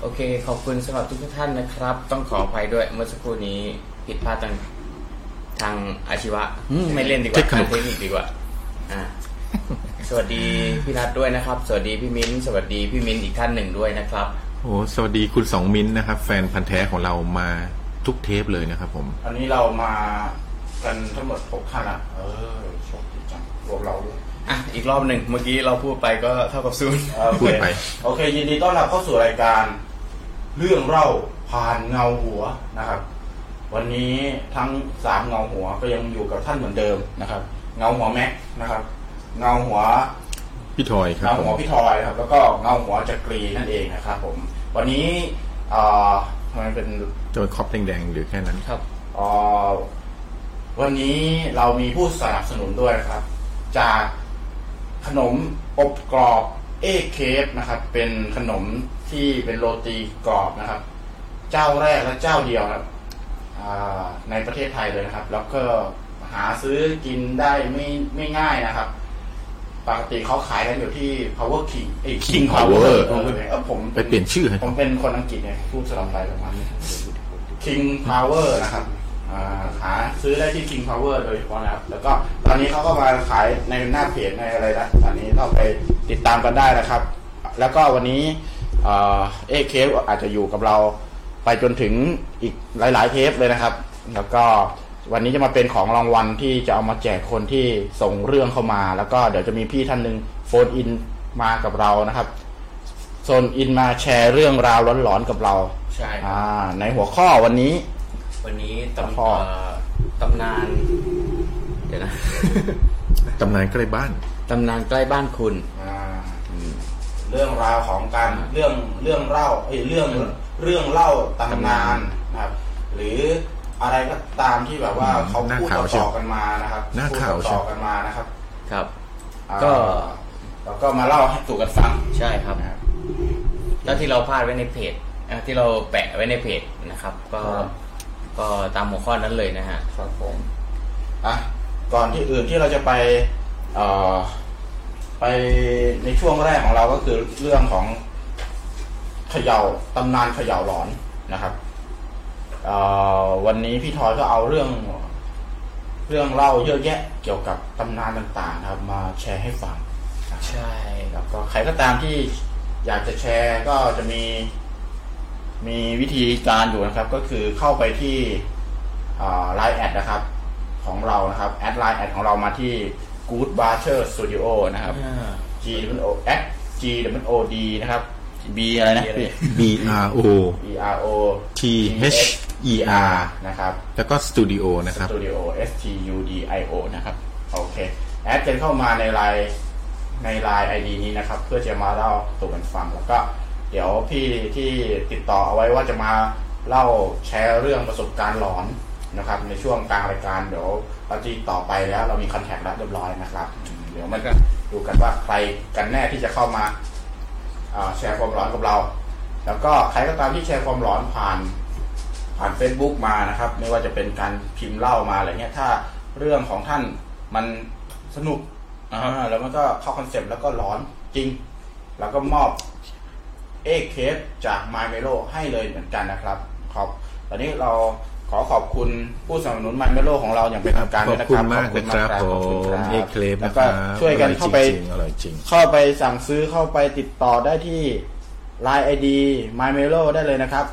โอเค ขอบคุณสำหรับทุกท่านนะครับ ต้องขออภัยด้วยเมื่อสักครู่นี้ผิดพลาดทางทางอาชีวะอืมไม่เล่นดีกว่า เทคนิค ทางเทคนิคดีกว่าอ่ะสวัสดีพี่รัฐด้วยนะครับ สวัสดีพี่มิ้นสวัสดีพี่มิ้นอีกท่านหนึ่งด้วยนะครับ โอ้สวัสดีคุณสองมิ้นท์นะครับ แฟนพันธ์แท้ของเรามาทุกเทปเลยนะครับผม อันนี้เรามากันทั้งหมดหกท่านละเออโชคดีจังรวมเราด้วย อ่ะ อีกรอบหนึ่งเมื่อกี้เราพูดไปก็เท่ากับศูนย์ เออโอ พู เค ดไป โอเค ยินดีต้อนรับเข้าสู่รายการ เรื่องเล่าผ่านเงาหัวนะครับ วันนี้ทั้งสามเงาหัวก็ยังอยู่กับท่านเหมือนเดิมนะครับ เงาหัวแม็กซ์นะครับ เงาหัว พี่ทอยครับ เงา ผ หั ม วพี่ทอยนะครับแล้วก็เงาหัวจักรีนั่นเองนะครับผม วันนี้เอ่อมันเป็น จะเป็นครอบแดงๆหรือแค่นั้น ครับ เอ่อวันนี้เรามีผู้สนับสนุนด้วยนะครับ จากขนมอบกรอบเอเคฟนะครับ เป็นขนมที่เป็นโรตีกรอบนะครับ เจ้าแรกและเจ้าเดียวนะครับอ่าในประเทศไทยเลยนะครับ แล้วก็หาซื้อกินได้ไม่ไม่ง่ายนะครับ ปกติเขาขายกันอยู่ที่ power king ไอ้ King king Power power เออเออผม ไปเปลี่ยนชื่อให้ ผมเป็นคนอังกฤษไงพูดสลับไปประมาณนี้ king power นะครับอ่าหาซื้อได้ที่ king power โดยเฉพาะนะครับ แล้วก็ตอนนี้เขาก็มาขายในหน้าเพจในอะไรนะตอนนี้ต้องไปติดตามกันได้นะครับ แล้วก็วันนี้เอเคฟอาจจะอยู่กับเรา ไปจนถึงอีกหลาย ๆ เทปเลยนะครับ แล้วก็วันนี้จะมาเป็นของรางวัลที่จะเอามาแจกคนที่ส่งเรื่องเข้ามา แล้วก็เดี๋ยวจะมีพี่ท่านหนึ่งโฟนอินมากับเรานะครับโซนอินมาแชร์เรื่องราวหลอนๆกับเรา ใช่ครับ อ่าในหัวข้อวันนี้ วันนี้ตำ พ่อ เอ่อตำนาน เดี๋ยวนะ ตำนานใกล้บ้าน ตำนานใกล้บ้านคุณ อ่าเรื่องราวของการเรื่องเรื่องเล่าเอ้ยเรื่องเรื่องเล่าตำนานนะครับ หรืออะไรก็ตามที่แบบว่า อืม เขา หน้า พูด ข่าวใช่ ต่อๆกันมานะครับ หน้า พูด ข่าวใช่ ต่อๆกันมานะครับ ครับ ก็ ก็เราก็มาเล่าให้สู่กันฟัง ใช่ครับ นะครับ แล้วที่เราพาดไว้ในเพจเอ่อที่เราแปะไว้ในเพจนะครับ ก็ ครับ ก็ตามหัวข้อนั้นเลยนะฮะ ครับผมอ่ะก่อนที่อื่นที่เราจะไปเอ่อไปในช่วงแรกของเราก็คือเรื่องของเขย่าตำนานเขย่าหลอนนะครับเอ่อวันนี้พี่ทอยก็เอาเรื่อง เรื่องเล่าเยอะแยะเกี่ยวกับตำนานต่างๆนะครับ มาแชร์ให้ฟังนะครับ ใช่ แล้วก็ใครก็ตามที่อยากจะแชร์ก็จะมีมีวิธีการอยู่นะครับ ก็คือเข้าไปที่ไลน์แอดนะครับ ของเรานะครับแอดไลน์แอดของเรามาที่ Good b a r t e r Studio นะครับ G O X G W O D นะครับ B อะไรนะ B อะไร B R O B R O T H E R นะครับ แล้วก็สตูดิโอนะค ส รับ ตูดิโอ S T U D I O นะครับ โอเค แอดกันเข้ามาในไลน์ในไลน์ ID นี้นะครับ เพื่อจะมาเล่าสู่กันฟัง แล้วก็ เดี๋ยวพี่ที่ติดต่อเอาไว้ว่าจะมาเล่าแชร์เรื่องประสบการณ์หลอนนะครับ ในช่วงกลางรายการเดี๋ยวเราจะติดต่อไปแล้วเรามีคอนแทคแล้วเรียบร้อยนะครับอืมเดี๋ยวมันก็ดูกันว่าใครกันแน่ที่จะเข้ามา อ่าแชร์ความร้อนกับเรา แล้วก็ใครก็ตามที่แชร์ความร้อนผ่านผ่าน Facebook มานะครับ ไม่ว่าจะเป็นการพิมพ์เล่ามาอะไรเงี้ย ถ้าเรื่องของท่านมันสนุกอ่าแล้วมันก็เข้าคอนเซปต์แล้วก็ร้อนจริง แล้วก็มอบเอเคสจาก My m e l o ให้เลยเหมือนกันนะครับ ขอบตอนนี้เราขอขอบคุณผู้สนับสนุน My m e l o ของเราอย่างเป็นทางการ ข ด้ อ วย บ นะค คุณ รับ มากนะครับ ข ผ อณ ม รับ เอเคลฟ แล้ นะ ว ค ก็ รับ ช่วยกันเข้าไป อร่อยจริงๆอร่อยจริง เข้าไปสั่งซื้อเข้าไปติดต่อได้ที่ Line ID MyMelo ได้เลยนะครับ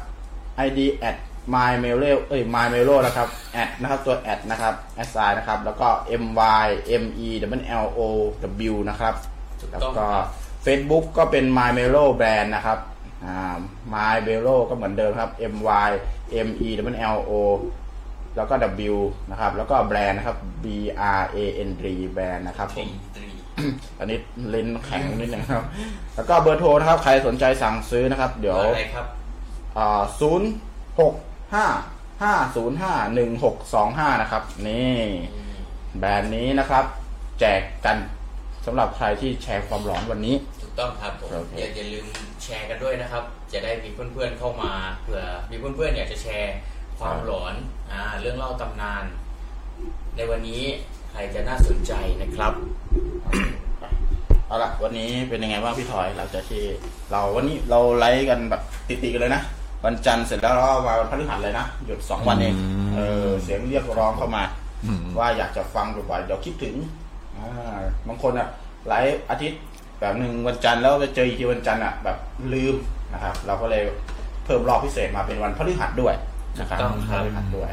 ID at MyMelo เอ้ย MyMelo นะครับ at นะครับตัว at นะครับ s i นะครับ แล้วก็ M Y M E W L O W นะครับ ถูก แล้ว ต้อง ก็ Facebook ก็เป็น MyMelo Brand นะครับอ่า MyMelo ก็เหมือนเดิมครับ M Y M E W L O แล้วก็ W นะครับ แล้วก็แบรนด์นะครับ B R A N D แบรนด์นะครับผม อันนี้เลนส์แข็งนิดนึงครับ แล้วก็เบอร์โทรนะครับ ใครสนใจสั่งซื้อนะครับ เดี๋ยว อะไรครับ ศูนย์หกห้าห้าศูนย์ห้าหนึ่งหกสองห้านะครับ นี่ แบรนด์นี้นะครับ แจกกันสำหรับใครที่แชร์ความร้อนวันนี้ ถูกต้องครับผม โอเค อย่าอย่าลืมแชร์กันด้วยนะครับ จะได้มีเพื่อนๆเข้ามาเผื่อมีเพื่อนๆอยากจะแชร์ความหลอนอ่าเรื่องเล่าตำนาน ในวันนี้ใครจะน่าสนใจนะครับ เอาละวันนี้เป็นยังไงบ้างพี่ถอยหลังจากที่ เราวันนี้เราไลฟ์กันแบบติดๆกันเลยนะวันจันทร์เสร็จแล้วเรามาวันพฤหัสเลยนะหยุดสองวันเอง อืม เออเสียงเรียกร้องเข้ามา อืม ว่าอยากจะฟังบ่อยๆเดี๋ยวคิดถึงอ่าบางคนอะไลฟ์อาทิตย์แบบหนึ่งวันจันทร์แล้วไปเจออีกทีวันจันทร์อะแบบลืมนะครับ เราก็เลยเพิ่มรอบพิเศษมาเป็นวันพฤหัสด้วยนะครับ ต้องครับ พฤหัสด้วย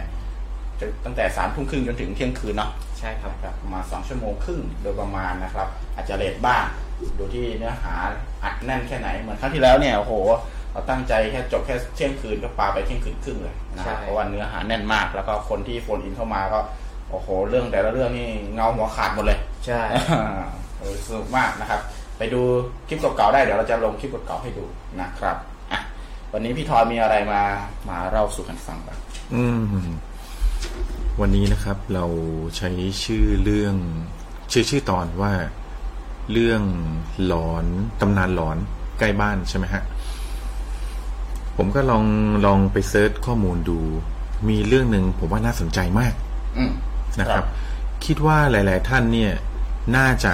จะตั้งแต่สามทุ่มครึ่งจนถึงเที่ยงคืนเนาะ ใช่ครับ ครับประมาณ2ชั่วโมงครึ่งโดยประมาณนะครับ อาจจะเลทบ้างดูที่เนื้อหาอัดแน่นแค่ไหน เหมือนครั้งที่แล้วเนี่ยโอ้โหเราตั้งใจแค่จบแค่เที่ยงคืนก็ปาไปเที่ยงคืนครึ่งเลยนะ ใช่ เพราะว่าเนื้อหาแน่นมาก แล้วก็คนที่โฟนอินเข้ามาก็โอ้โห เรื่องแต่ละเรื่องนี่เงาหัวขาดหมดเลย ใช่ เออสนุกมากนะครับ ไปดูคลิปเก่าๆได้เดี๋ยวเราจะลงคลิปเก่าๆให้ดูนะครับอ่ะวันนี้พี่ทอยมีอะไรมามาเล่าสู่กันฟังบ้าง อืมวันนี้นะครับเราใช้ชื่อเรื่อง ชื่อชื่อตอนว่าเรื่องหลอนตำนานหลอนใกล้บ้านใช่ไหมฮะ ผมก็ลองลองไปเซิร์ชข้อมูลดู มีเรื่องหนึ่งผมว่าน่าสนใจมาก อืม นะครับ คิดว่าหลาย ๆ ท่านเนี่ย น่าจะ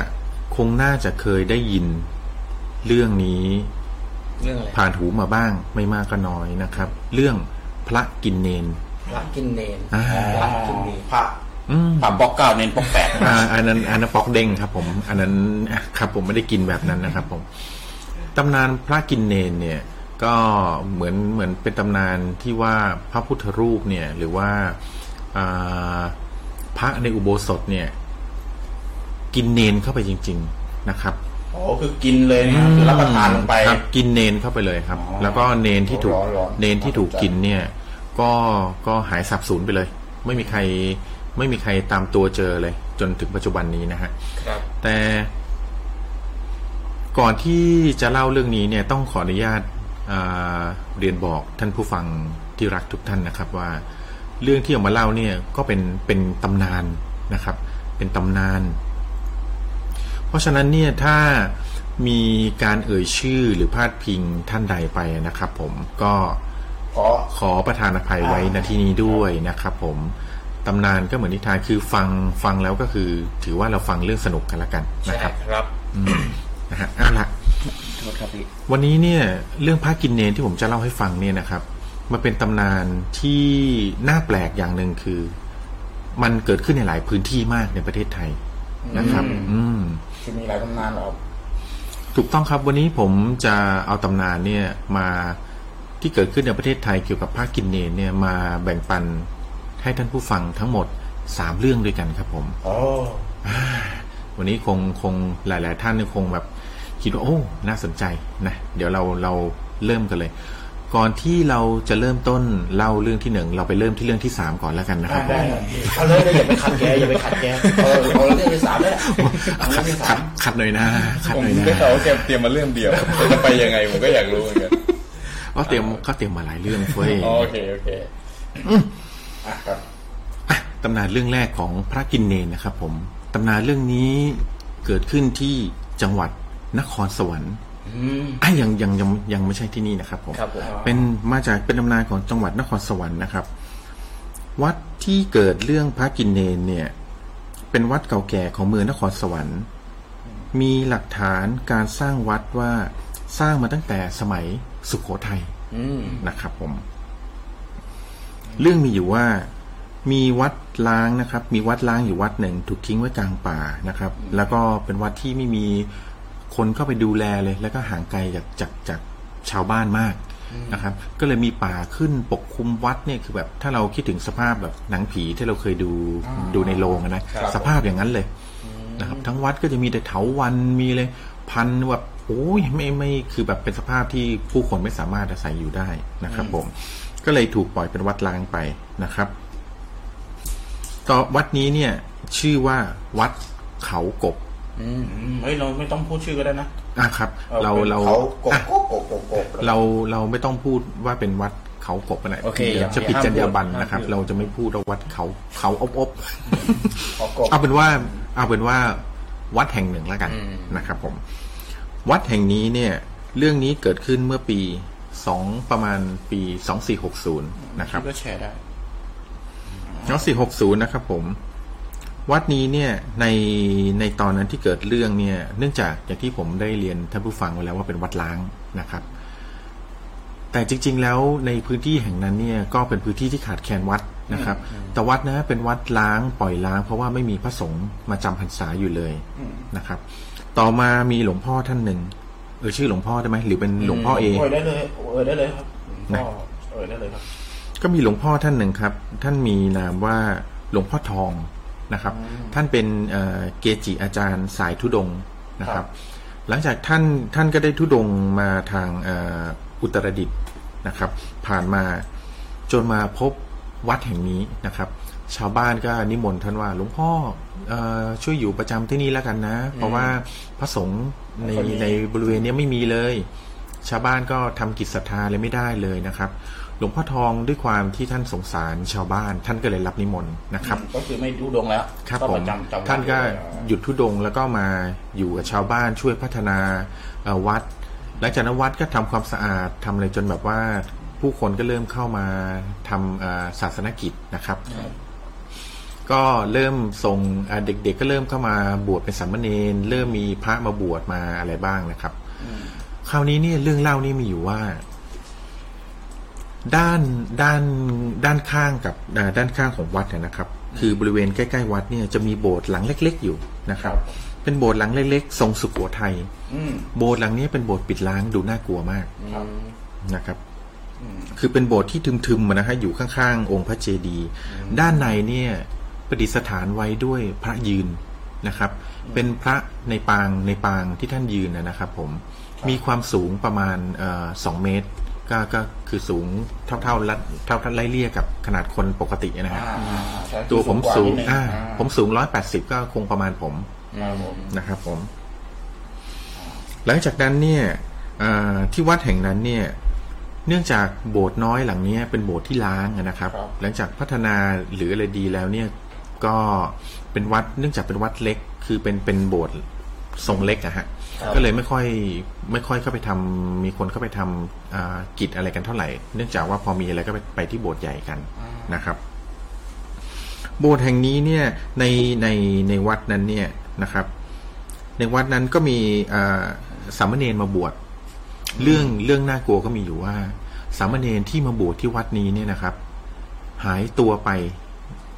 คงน่าจะเคยได้ยินเรื่องนี้ เรื่องอะไร ผ่านหูมาบ้าง ไม่มากก็น้อยนะครับ เรื่องพระกินเนน พระกินเนน อ่า พระกินเนน พระ อืม พระปอกเก้าเน้นปอกแปด อ่าอันนั้นอันนั้นปอกเด้งครับ ผม อันนั้นอ่ะครับ ผมไม่ได้กินแบบนั้นนะครับ ผมตำนานพระกินเนนเนี่ย ก็เหมือนเหมือนเป็นตำนานที่ว่าพระพุทธรูปเนี่ย หรือว่าอ่าพระในอุโบสถเนี่ย กินเนนเข้าไปจริง ๆนะครับ โอ้คือกินเลยนะครับคือรับประทานลงไป ครับ กินเนนเข้าไปเลยครับ อ๋อ แล้วก็เนนที่ถูก ร้อนๆ เนนที่ถูกกินเนี่ย ก็ก็หายสับสูญไปเลย ไม่มีใครไม่มีใครตามตัวเจอเลย จนถึงปัจจุบันนี้นะฮะ ครับ แต่ก่อนที่จะเล่าเรื่องนี้เนี่ยต้องขออนุญาตอ่าเรียนบอกท่านผู้ฟังที่รักทุกท่านนะครับว่า เรื่องที่เอามาเล่าเนี่ยก็เป็นเป็นตำนานนะครับ เป็นตำนาน เพราะฉะนั้นเนี่ยถ้ามีการเอ่ยชื่อหรือพาดพิงท่านใดไปนะครับ ผมก็ ขอ ขอประทานอภัยไว้ณที่นี้ด้วยนะครับผมตำนานก็เหมือนนิทานคือฟังฟังแล้วก็คือ ถือว่าเราฟังเรื่องสนุกกันละกัน ใช่ นะครับ ครับ นะฮะเอาละ โทษครับพี่ วันนี้เนี่ยเรื่องพระกินเนนที่ผมจะเล่าให้ฟังเนี่ยนะครับ มันเป็นตำนานที่น่าแปลกอย่างหนึ่งคือ มันเกิดขึ้นในหลายพื้นที่มากในประเทศไทยนะครับ อืม คือมีหลายตำนานเหรอครับ ถูกต้องครับวันนี้ผมจะเอาตำนานเนี่ยมาที่เกิดขึ้นในประเทศไทยเกี่ยวกับพระกินเนนเนี่ยมาแบ่งปันให้ท่านผู้ฟังทั้งหมดสามเรื่องด้วยกันครับผม อ๋อ วันนี้คงคงหลาย ๆ ท่านเนี่ยคงแบบคิดว่าโอ้น่าสนใจนะเดี๋ยวเราเราเริ่มกันเลย ก่อนที่เราจะเริ่มต้นเล่าเรื่องที่หนึ่งเราไปเริ่มที่เรื่องที่สามก่อนแล้วกันนะครับผได้ได้ ม เอาเลยเลยอย่าไปขัดแกอย่าไปขัดแกเออเอาเรื่องที่สามเลยเอาเรื่องที่สา ขั ม ดขัดหน่อยนะขัด ผม หน่อยนะ ได้ข่าวว่าแกเตรียมมาเรื่องเดียวแต่จะไปยังไงผมก็อยากรู้เหมือนกัน ก็เตรียมก็เตรียมมาหลายเรื่องเฟ้ย อ๋อโอเคโอเค อ่ะครับ อ่ะตำนานเรื่องแรกของพระกินเนนนะครับ ผมตำนานเรื่องนี้เกิดขึ้นที่จังหวัดนครสวรรค์ อืม อ่ะยังยังยังยังไม่ใช่ที่นี่นะครับผม ครับผม เป็นมาจากเป็นตำนานของจังหวัดนครสวรรค์นะครับ วัดที่เกิดเรื่องพระกินเนนเนี่ย เป็นวัดเก่าแก่ของเมืองนครสวรรค์ มีหลักฐานการสร้างวัดว่าสร้างมาตั้งแต่สมัยสุขโขทัย อืม นะครับผม เรื่องมีอยู่ว่ามีวัดล้างนะครับ มีวัดล้างอยู่วัดหนึ่งถูกทิ้งไว้กลางป่านะครับ แล้วก็เป็นวัดที่ไม่มีคนเข้าไปดูแลเลย แล้วก็ห่างไกลจากจากจากชาวบ้านมากนะครับ ก็เลยมีป่าขึ้นปกคลุมวัดเนี่ยคือแบบ ถ้าเราคิดถึงสภาพแบบหนังผีที่เราเคยดูดูในโรงอะนะครับ สภาพอย่างนั้นเลย นะครับ ทั้งวัดก็จะมีแต่เถาวันมีเลย พันแบบโอ้ยไม่ไม่คือแบบเป็นสภาพที่ผู้คนไม่สามารถอาศัยอยู่ได้นะครับ ผม ก็เลยถูกปล่อยเป็นวัดล้างไปนะครับ ต่อวัดนี้เนี่ย ชื่อว่าวัดเขากบ อืมเฮ้ยเราไม่ต้องพูดชื่อก็ได้นะ อ่ะครับ เราเรา เขากบ อ่ะ กบกบกบกบ เราเราไม่ต้องพูดว่าเป็นวัดเขากบอะไร โอเค เดี๋ยวจะ อย่า ผิดจรรยาบรรณ ห้ามพูด นะครับ ห้ามพูด เราจะไม่พูดว่าวัดเขาเขาอบอบๆ เขากบ เอาเป็นว่าเอาเป็นว่าวัดแห่งหนึ่งแล้วกัน อืม นะครับ ผม วัดแห่งนี้เนี่ย เรื่องนี้เกิดขึ้นเมื่อปีสองประมาณปีสองสี่หกศูนย์นะครับ ก็แชร์ได้ สองสี่หกศูนย์นะครับ ผม วัดนี้เนี่ยในในตอนนั้นที่เกิดเรื่องเนี่ย เนื่องจากอย่างที่ผมได้เรียนท่านผู้ฟังไว้แล้วว่าเป็นวัดล้างนะครับ แต่จริง ๆ แล้วในพื้นที่แห่งนั้นเนี่ยก็เป็นพื้นที่ที่ขาดแคลนวัดนะครับ แต่วัดนะเป็นวัดล้างปล่อยล้าง เพราะว่าไม่มีพระสงฆ์มาจำพรรษาอยู่เลย อืม นะครับ ต่อมามีหลวงพ่อท่านหนึ่งเออชื่อหลวงพ่อได้ไหมหรือเป็นหลวงพ่อเอ เออได้เลยเออได้เลยครับ นะ ก็เออได้เลยครับ ก็มีหลวงพ่อท่านหนึ่งครับ ท่านมีนามว่าหลวงพ่อทองนะครับ ท่านเป็นเอ่อเกจิอาจารย์สายทุดงค์นะครับ หลังจากท่านท่านก็ได้ทุดงค์มาทางเอ่ออุตรดิตถ์นะครับ ผ่านมาจนมาพบวัดแห่งนี้นะครับ ชาวบ้านก็นิมนต์ท่านว่าหลวงพ่อเออช่วยอยู่ประจำที่นี่แล้วกันนะ เพราะว่าพระสงฆ์ในในบริเวณเนี้ยไม่มีเลย ชาวบ้านก็ทำกิจศรัทธาเลยไม่ได้เลยนะครับ หลวงพ่อทองด้วยความที่ท่านสงสารชาวบ้าน ท่านก็เลยรับนิมนต์นะครับ ก็คือไม่ดูดวงแล้ว ครับ ก็ ผ ป ม ระจำจำ ท่านก็ วัดอยู่ หยุดทุดงค์แล้วก็มาอยู่กับชาวบ้านช่วยพัฒนาเอ่อวัด หลังจากนั้นวัดก็ทำความสะอาดทำอะไรจนแบบว่าผู้คนก็เริ่มเข้ามาทำเอ่อศาสนกิจนะครับ ก็เริ่มส่งอ่าเด็กๆก็เริ่มเข้ามาบวชเป็นสามเณรเริ่มมีพระมาบวชมาอะไรบ้างนะครับ คราวนี้เนี่ยเรื่องเล่านี่มีอยู่ว่า ด้านด้านด้านข้างกับอ่าด้านข้างของวัดเนี่ยนะครับ คือบริเวณใกล้ๆวัดเนี่ยจะมีโบสถ์หลังเล็ก ๆ อยู่นะครับ เป็นโบสถ์หลังเล็ก ๆ ทรงสุโขทัย อืม โบสถ์หลังนี้เป็นโบสถ์ปิดล้างดูน่ากลัวมาก ครับ นะครับ อืม คือเป็นโบสถ์ที่ทึมๆอะนะฮะอยู่ข้างๆ องค์พระเจดีย์ด้านในเนี่ยประดิษฐานไว้ด้วยพระยืนนะครับ เป็นพระในปางในปางที่ท่านยืนนะนะครับ ผมมีความสูงประมาณเอ่อสองเมตร ก็ก็คือสูงเท่าๆรัดเท่าๆไล่เลี่ยกับขนาดคนปกตินะฮะ อ่าใช่ ตัวผม กา สูง นิดนึ อ่า อ่า ผมสูงร้อยแปดสิบก็คงประมาณผม ครับผม นะครับผม หลังจากนั้นเนี่ยเอ่อที่วัดแห่งนั้นเนี่ย เนื่องจากโบสถ์น้อยหลังเนี้ยเป็นโบสถ์ที่ล้างอะนะครับ หลังจากพัฒนาหรืออะไรดีแล้วเนี่ย ก็เป็นวัด เนื่องจากเป็นวัดเล็ก คือเป็นเป็นโบสถ์ทรงเล็กอะฮะ ก็เลยไม่ค่อยไม่ค่อยเข้าไปทำมีคนเข้าไปทำอ่ากิจอะไรกันเท่าไหร่ เนื่องจากว่าพอมีอะไรก็ไปไปที่โบสถ์ใหญ่กันนะครับ โบสถ์แห่งนี้เนี่ยในในในวัดนั้นเนี่ยนะครับ ในวัดนั้นก็มีอ่าสามเณรมาบวชเรื่องเรื่องน่ากลัวก็มีอยู่ว่า สามเณรที่มาบวชที่วัดนี้เนี่ยนะครับ หายตัวไป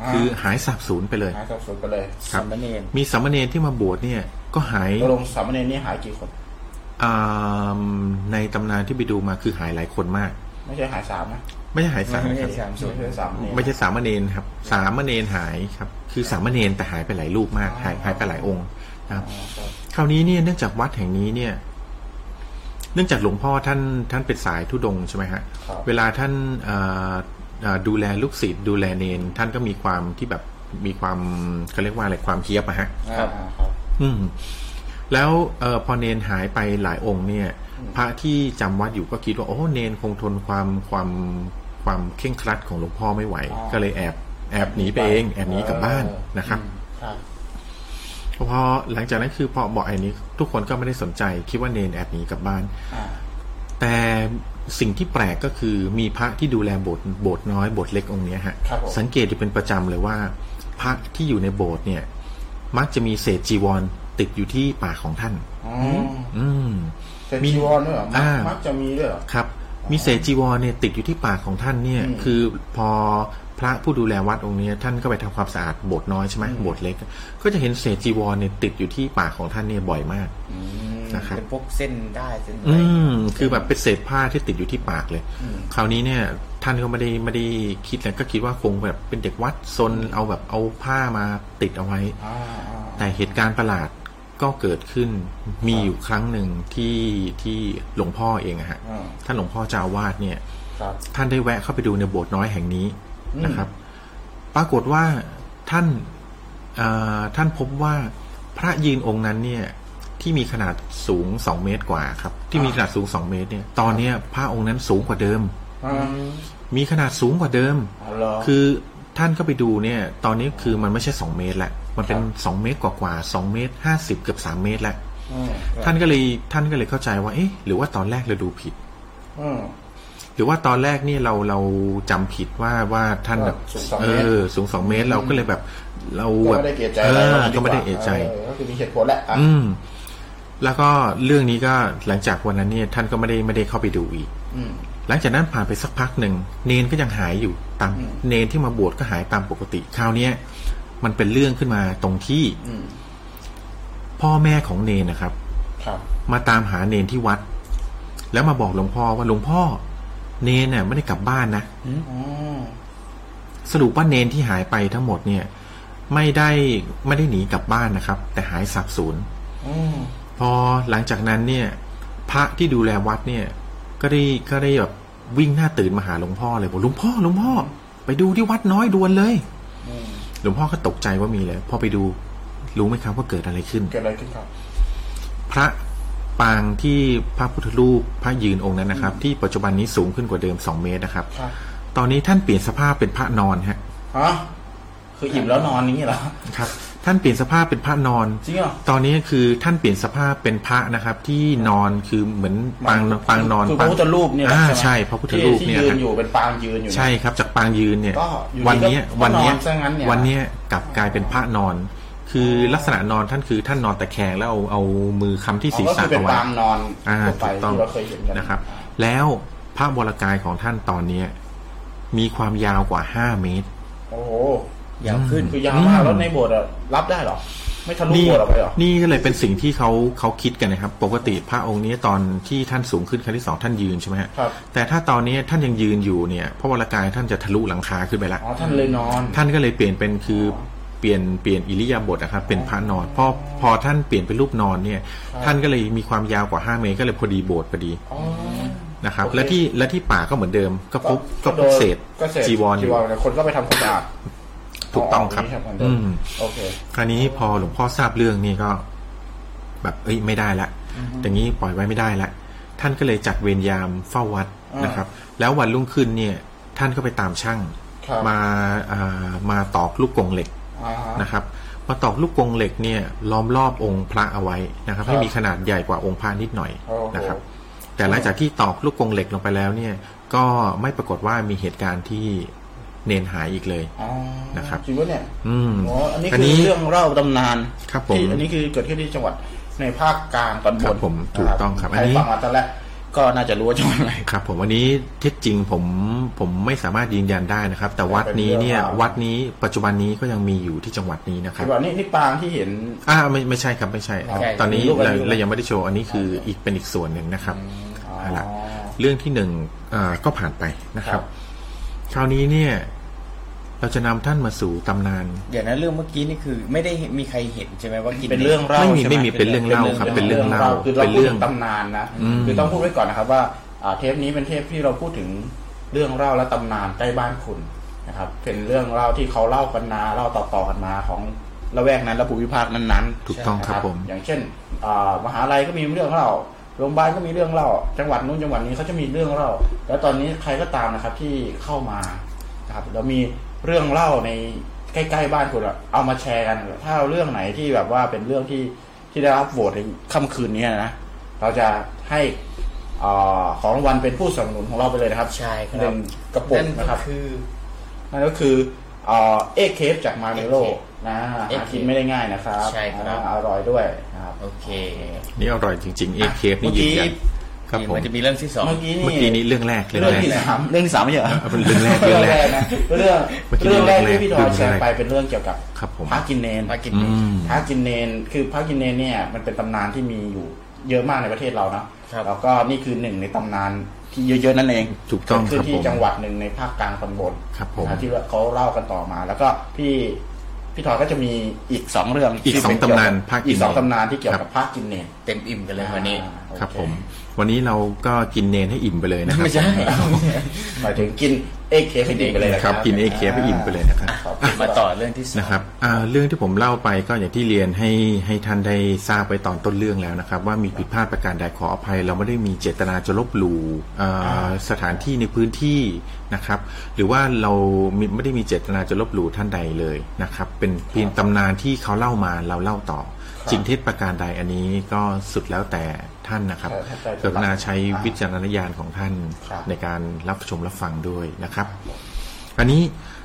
า คือหายสาบสูญไปเลย หาสับสนไปเลย ครับ สามเณร มีสามเณรที่มาบวชเนี่ย ก็หาย ตกลงสามเณรนี่หายกี่คน อ่าในตำนานที่ไปดูมาคือหายหลายคนมาก ไม่ใช่หายสามนะ ไม่ใช่หายสามครับ ไม่ใช่สามเณร ไม่ใช่สามเณรครับ สามเณรหายครับ คือสามเณรแต่หายไปหลายรูปมาก อ๋อ หายหายไปหลายองค์นะครับ อ๋อครับ คราวนี้เนี่ยเนื่องจากวัดแห่งนี้เนี่ย เนื่องจากหลวงพ่อท่านท่านเป็นสายทุดงค์ใช่ไหมฮะ ครับ เวลาท่านเอ่อเอ่อดูแลลูกศิษย์ดูแลเนน ท่านก็มีความที่แบบมีความเขาเรียกว่าอะไรความเคียบอะฮะ อ่าครับ อืมแล้วเออพอเนนหายไปหลายองค์เนี่ย พระที่จำวัดอยู่ก็คิดว่าโอ้เนนคงทนความความความเคร่งครัดของหลวงพ่อไม่ไหว อ๋อ ก็เลยแอบแอบหนีไปเองแอบหนีกลับบ้านนะครับ ครับ พอหลังจากนั้นคือพอบอกไอ้นี้ ทุกคนก็ไม่ได้สนใจ คิดว่าเนนแอบหนีกลับบ้าน อ่า แต่สิ่งที่แปลกก็คือมีพระที่ดูแลโบสถ์โบสถ์น้อยโบสถ์เล็กองค์เนี้ยฮะ ครับผม สังเกตอยู่เป็นประจำเลยว่า พระที่อยู่ในโบสถ์เนี่ย มักจะมีเศษจีวรติดอยู่ที่ปากของท่าน อ๋อ อืม แต่จีวรด้วยเหรอมัก อ่ามั มักจะมีด้วยเหรอ ครับ มีเศษจีวรเนี่ยติดอยู่ที่ปากของท่านเนี่ย อืม คือพอพระผู้ดูแลวัดองค์เนี้ยท่านก็ไปทำความสะอาดโบสถ์น้อยใช่ไหมโบสถ์เล็ก ก็จะเห็นเศษจีวรเนี่ยติดอยู่ที่ปากของท่านเนี่ยบ่อยมาก นะครับ เป็นพวกเส้นได้เส้นอะไร อืมคือแบบเป็นเศษผ้าที่ติดอยู่ที่ปากเลย อืม คราวนี้เนี่ย ท่านก็ไม่ได้ไม่ได้คิดแล้วก็คิดว่าคงแบบเป็นเด็กวัดซนเอาแบบเอาผ้ามาติดเอาไว้ อ่าอ่า แต่เหตุการณ์ประหลาดก็เกิดขึ้น มีอยู่ครั้งหนึ่งที่ที่หลวงพ่อเองอะฮะ อ่า ท่านหลวงพ่อเจ้าอาวาดเนี่ย ครับ ท่านได้แวะเข้าไปดูในโบสถ์น้อยแห่งนี้ อืม นะครับ ปรากฏว่าท่านเอ่อท่านพบว่าพระยืนองค์นั้นเนี่ยที่มีขนาดสูงสองเมตรกว่าครับ ที่มีขนาดสูงสองเมตรเนี่ยตอนเนี้ยพระองค์นั้นสูงกว่าเดิม อ่า มีขนาดสูงกว่าเดิม เอาเหรอ คือท่านก็ไปดูเนี่ย ตอนนี้คือมันไม่ใช่สองเมตรละมันเป็น ครับ สองเมตรกว่าๆสองเมตรห้าสิบเกือบสามเมตรละ อืม ท่านก็เลยท่านก็เลยเข้าใจว่าเอ๊ะหรือว่าตอนแรกเราดูผิด อืม หรือว่าตอนแรกนี่เราเราจำผิดว่าว่าท่านแบบ สูงสอง เอ เมตร อสูงสองเมตรเราก็เลยแบบ เรา ก็ แบบ ไม่ได้เอะใจ เอ อะอไราก ก็ไม่ได้เอะใจ ก็คือมีเหตุผลแหละอ่ะ อืม แล้วก็เรื่องนี้ก็หลังจากวันนั้นเนี่ย ท่านก็ไม่ได้ไม่ได้เข้าไปดูอีก อืม หลังจากนั้นผ่านไปสักพักหนึ่งเนนก็ยังหายอยู่ตาม อืม เนนที่มาบวชก็หายตามปกติคราวเนี้ยมันเป็นเรื่องขึ้นมาตรงที่ อืม พ่อแม่ของเนนนะครับ ครับ มาตามหาเนนที่วัด แล้วมาบอกหลวงพ่อว่าหลวงพ่อ เนนเนี่ยไม่ได้กลับบ้านนะ อ๋อ สรุปว่าเนนที่หายไปทั้งหมดเนี่ย ไม่ได้ไม่ได้หนีกลับบ้านนะครับ แต่หายสับสูญ อืม พอหลังจากนั้นเนี่ย พระที่ดูแลวัดเนี่ย ก็ได้ก็ได้แบบวิ่งหน้าตื่นมาหาหลวงพ่อเลยบอกหลวงพ่อหลวงพ่อ ไปดูที่วัดน้อยด่วนเลย อืม หลวงพ่อก็ตกใจว่ามีเลยพอไปดูรู้ไหมครับว่าเกิดอะไรขึ้น เกิดอะไรขึ้นครับ พระปางที่พระพุทธรูปพระยืนองค์นั้นนะครับ ที่ปัจจุบันนี้สูงขึ้นกว่าเดิม 2 เมตรนะครับ ครับ ตอนนี้ท่านเปลี่ยนสภาพเป็นพระนอนฮะ ฮะคืออิ่มแล้วนอนนี้เหรอ ครับ ท่านเปลี่ยนสภาพเป็นพระนอน จริงเหรอ ตอนนี้คือท่านเปลี่ยนสภาพเป็นพระนะครับ ที่นอนคือเหมือนปางปางนอน คือพระพุทธรูปเนี่ย อ่าใช่ ไหม พระพุทธรูป ที่ เนี่ย ที่คยืนรับ อยู่เป็นปางยืนอยู่นะ ใช่ครับจากปางยืนเนี่ย ก็อยู่ดีก็ วันเนี้ย ก็ วันเนี้ย นอนซะงั้นเนี่ย วันเนี้ยกลับกลายเป็นพระนอน คือลักษณะนอนท่านคือท่านนอนตะแคงแล้วเอาเอามือค้ำที่ อ๋อ ศีร ก็ ษะ คือเป็เอานไว้ ปางนอน อ่า ทั่วไป ถูกต้อง ที่เราเคยเห็นกัน นะครับ แล้วพระวรกายของท่านตอนเนี้ยมีความยาวกว่าห้าเมตร โอ้โห ยาวขึ้น คือยาวมากแล้วในโบสถ์อะรับได้เหรอ ไม่ทะลุ นี่ โบสถ์ออกไปเหรอ นี่ก็เลยเป็นสิ่งที่เขาเขาคิดกันนะครับ ปกติพระองค์นี้ตอนที่ท่านสูงขึ้นครั้งที่สองท่านยืนใช่ไหมฮะ ครับ แต่ถ้าตอนนี้ท่านยังยืนอยู่เนี่ยพระวรกายท่านจะทะลุหลังคาขึ้นไปละ อ๋อท่านเลยนอน ท่านก็เลยเปลี่ยนเป็นคือเปลี่ยนเปลี่ยนอิริยาบถนะครับ เป็นพระนอนพอพอท่านเปลี่ยนเป็นรูปนอนเนี่ย ท่านก็เลยมีความยาวกว่าห้าเมตรก็เลยพอดีโบสถ์พอดี อ๋อ นะครับ โอเค และที่และที่ป่าก็เหมือนเดิม ก็พบก็พบเศษ ก็เศษ จีวรอ จี ยู่ วรเนี่ยคนก็ไปทำความสะอาด ถูกต้องครับ เาย่า อื นี้ ม โอเค คราวนี้พอหลวงพ่อทราบเรื่องนี่ก็ แบบเอ้ยไม่ได้ละอย่างนี้ปล่อยไว้ไม่ได้ละท่านก็เลยจัดเวรยามเฝ้าวัด อ่าน นะครับ แล้ววันรุ่งขึ้นเนี่ย ท่านก็ไปตามช่าง ครับ มาอ่ามาตอกลูกกรงเหล็ก อ่าฮะ นะครับมาตอกลูกกรงเหล็กเนี่ยล้อมรอบองค์พระเอาไว้นะครับ ครับ ให้มีขนาดใหญ่กว่าองค์พระนิดหน่อย โอ้โห นะครับ แต่หลังจากที่ตอกลูกกรงเหล็กลงไปแล้วเนี่ย ก็ไม่ปรากฏว่ามีเหตุการณ์ที่เนนหายอีกเลย อ๋อ นะครับ จริงปะเนี่ย อืม อ๋ออันนี้คือเรื่องเล่าตำนาน ครับผม ที่อันนี้คือเกิดขึ้นที่จังหวัดในภาคกลางตอนบน ครับผมถูกต้องครับอั ใคร นนี้ ฟังมาตอนแรกก็น่าจะรู้ว่าจังหวัดไหน ครับผมวันนี้เท็จจริงผมผมไม่สามารถยืนยันได้นะครับ แต่วัดนี้เนี่ย เป็นเรื่องราว วัดนี้ปัจจุบันนี้ก็ยังมีอยู่ที่จังหวัดนี้นะครับ ที่ว่านี่นี่ปางที่เห็น อ่าไม่ไม่ใช่ครับไม่ใช่ ไม่ใช่ ตอนนี้ รูปอะไร เรา รูปอะไร เรายังไม่ได้โชว์อันนี้คืออีกเป็นอีกส่วนหนึ่งนะครับ อ๋อ เอาละเรื่องที่หนึ่งอ่าก็ผ่านไปนะครั ครับ บ คราวนี้เนี่ย เราจะนำท่านมาสู่ตำนาน เดี๋ยวนะเรื่องเมื่อกี้นี่คือไม่ได้มีใครเห็นใช่ไหมว่ากิน เป็นเรื่องเล่า ไม่มี ใช่ห ไม่มีเป็นเรื่องเล่าครับเป็นเรื่องเล่า คือเรา เป็น พูด เรื่อ ถึ ง งตำนานนะ อืม คือต้องพูดไว้ก่อนนะครับว่าอ่าเทปนี้เป็นเทปที่เราพูดถึงเรื่องเล่าและตำนานใกล้บ้านคุณนะครับ เป็นเรื่องเล่าที่เขาเล่ากันมาเล่าต่อๆกันมาของละแวกนั้นและภูมิภาคนั้นๆ ถูกต้อง นะ บผม อย่างเช่นอ่ามหาลัยก็มีเรื่องเล่าโรงพยาบาลก็มีเรื่องเล่า จังหวัดนู้นจังหวัดนี้เขาจะมีเรื่องเล่า แล้วตอนนี้ใครก็ตามนะครับที่เข้ามานะครับแล้วมีเรื่องเล่าในใกล้ๆบ้านคุณอะเอามาแชร์กัน ถ้าเรื่องไหนที่แบบว่าเป็นเรื่องที่ที่ได้รับโหวตในค่ำคืนนี้นะเราจะให้อ่าของรางวัลเป็นผู้สนับสนุนของเราไปเลยนะครับ ใช่ครับ หนึ่งกระปุก นั่นก็นะครับ คือ นั่นก็คือเอ็กเคฟจากมาเมโล Egg Cake นะหา Egg กิน Cake ไม่ได้ง่ายนะครับ ใช่ครับ อ่าอร่อยด้วยนะครับ โอเค นี่อร่อยจริงๆเอเคฟนี่ เมื่ ยื อกี้ นยันครับผม มันจะมีเรื่องที่สอง เมื่อกี้ เมื่อกี้ นี่ นี้เรื่องแรกเรื่อง เรื่อง แรก ที่สามเรื่องที่สามไม่ใช่เหรอ เป็นเรื่องแรกเรื่ เรื่ อแรกอง งแรกนะเรื่อง เมื่อกี้ เรื่องแรก เรื่องแรก ที่พี่ดอยแชร์ เรื่องแรก ไปเป็นเรื่องเกี่ยวกับ ครับผม พระกินเนน มากิน อื นี้ ม พระกินเนนคือพระกินเนนเนี่ยมันเป็นตำนานที่มีอยู่เยอะมากในประเทศเราเนาะ ครับ แล้วก็นี่คือหนึ่งในตำนานที่เยอะๆนั่นเอง ถูกต้อง เกิดครับขึ้น ผม ที่จังหวัดหนึ่งในภาคกลางตอนบน ครับผม นะที่เขาเล่ากันต่อมา แล้วก็พี่พี่ทอยก็จะมีอีกสองเรื่อง อีก ที่ สอง เป็เยว ตำนาน กับ พระกินเนน อีกสองตำนานที่เกี่ยว ครั กับบ พระกินเนน เต็มอิ่มกันเลยวันนี้ อ่าโอเ ครับผม วันนี้เราก็กินเนนให้อิ่มไปเลยนะครับ ไม่ใช่ หมายถึงกินเอ็กเคฟให้ดีไปเลยนะค ครั รับบ กิน AK ให้อิ่มไปเลยนะครับ อ่าขอบคุณ มาต่อเรื่องที่สอง นะครับอ่าเรื่องที่ผมเล่าไปก็อย่างที่เรียนให้ให้ท่านได้ทราบไปตอนต้นเรื่องแล้วนะครับ ว่ามีผิดพลาดประการใดขออภัย เราไม่ได้มีเจตนาจะลบหลู่อ่าสถานที่ในพื้นที่นะครับ หรือว่าเรามีไม่ได้มีเจตนาจะลบหลู่ท่านใดเลยนะครับ เป็นเพียงตำนานที่เขาเล่ามาเราเล่าต่อ จริงเท็จประการใดอันนี้ก็สุดแล้วแต่ ท่านนะครับ เออเข้าใจ กรุณาใช้วิจารณญาณของท่าน ครับ ในการรับชมรับฟังด้วยนะครับ อันนี้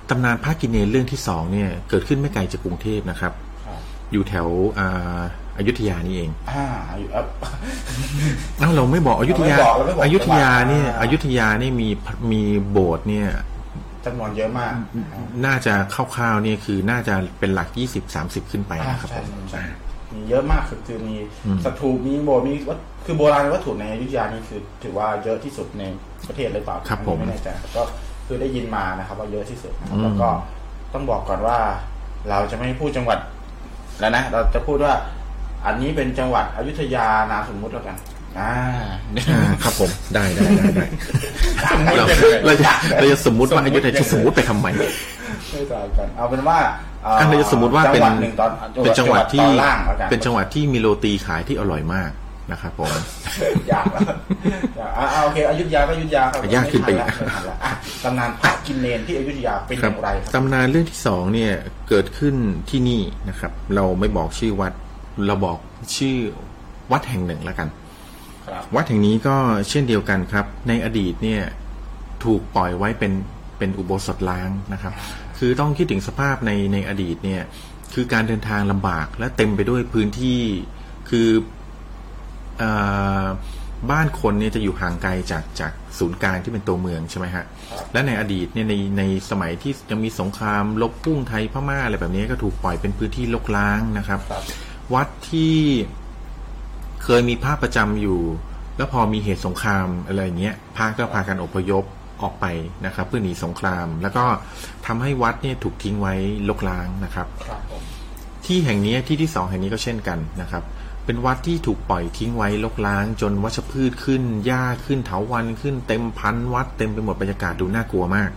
ตำนานพระกินเนรเรื่องที่สองเนี่ยเกิดขึ้นไม่ไกลจากกรุงเทพนะครับ ครับ อยู่แถวอาอยุธยานี่เอง อ่าอยู่อัพ เอ้าเราไม่บอกอยุธยา เราไม่บอกเราไม่บอก อยุธยาเนี่ย จังหวัด อยุธยานี่มีมีโบสถ์เนี่ย จำนวนเยอะมาก น่าจะคร่าวๆเนี่ยคือน่าจะเป็นหลัก 20-30 ขึ้นไป อ่า นะครับ ใช่ ผม ใช่มีเยอะมากคือคือมี อืม สถูปมีโบสถ์มีวัตคือโบราณวัตถุในอยุธยานี่คือถือว่าเยอะที่สุดในประเทศเลยเปล่า ครับผม ไม่แน่ใจก็คือได้ยินมานะครับ ว่าเยอะที่สุดนะครั อื บ ม แล้วก็ต้องบอกก่อนว่า เราจะไม่พูดจังหวัดแล้วนะเราจะพูดว่า อันนี้เป็นจังหวัดอยุธยานามสมมุติแล้วกัน อ่า อ่าครับผมได้ได้ได้ ได้เรา สมมุติ เราจะ จังเลย เราจะสมมติว่า สมมุติ อยุธยาจะสมมติไปทำไม ไม่ต่างกันเอาเป็นว่าเอ่อ อันนี้สมมติว่าเป็น จังหวัดหนึ่งตอน เป็นจังหวัดที่ ตอนล่างแล้วกัน เป็นจังหวัดที่มีโรตีขายที่อร่อยมากนะครับผม ยากแล้วย ากอ่ะอ่ะโอเคอยุธยาก็อยุธยาครับ ยากขึ้นไปอีก ม่ทันละอ่ะตำนานพระกินเนนที่อยุธยาเป็นอย่างไรครับ ตำนานเรื่องที่สองเนี่ยเกิดขึ้นที่นี่นะครับ เราไม่บอกชื่อวัด เราบอกชื่อวัดแห่งหนึ่งแล้วกัน ครับ วัดแห่งนี้ก็เช่นเดียวกันครับ ในอดีตเนี่ยถูกปล่อยไว้เป็นเป็นอุโบสถล้างนะครับ คือต้องคิดถึงสภาพในในอดีตเนี่ยคือการเดินทางลำบากและเต็มไปด้วยพื้นที่คือเออบ้านคนเนี่ยจะอยู่ห่างไกลจากจากศูนย์กลางที่เป็นตัวเมืองใช่ไหมฮะและในอดีตเนี่ยในในสมัยที่ยังมีสงครามลบพุ่งไทยพม่าอะไรแบบนี้ก็ถูกปล่อยเป็นพื้นที่ลกล้างนะครับ ครับ วัดที่ เคยมีภาพประจำอยู่ แล้วพอมีเหตุสงครามอะไรอย่างเงี้ยพระก็พากันอพยพออกไปนะครับ เพื่อหนีสงคราม แล้วก็ทำให้วัดเนี่ยถูกทิ้งไว้ลกล้างนะครับ ครับผม ที่แห่งเนี้ยที่ที่สองแห่งนี้ก็เช่นกันนะครับ เป็นวัดที่ถูกปล่อยทิ้งไว้ลกล้าง จนวัชพืชขึ้นหญ้าขึ้นเถาวันขึ้นเต็มพันวัดเต็มไปหมดบรรยากาศดูน่ากลัวมาก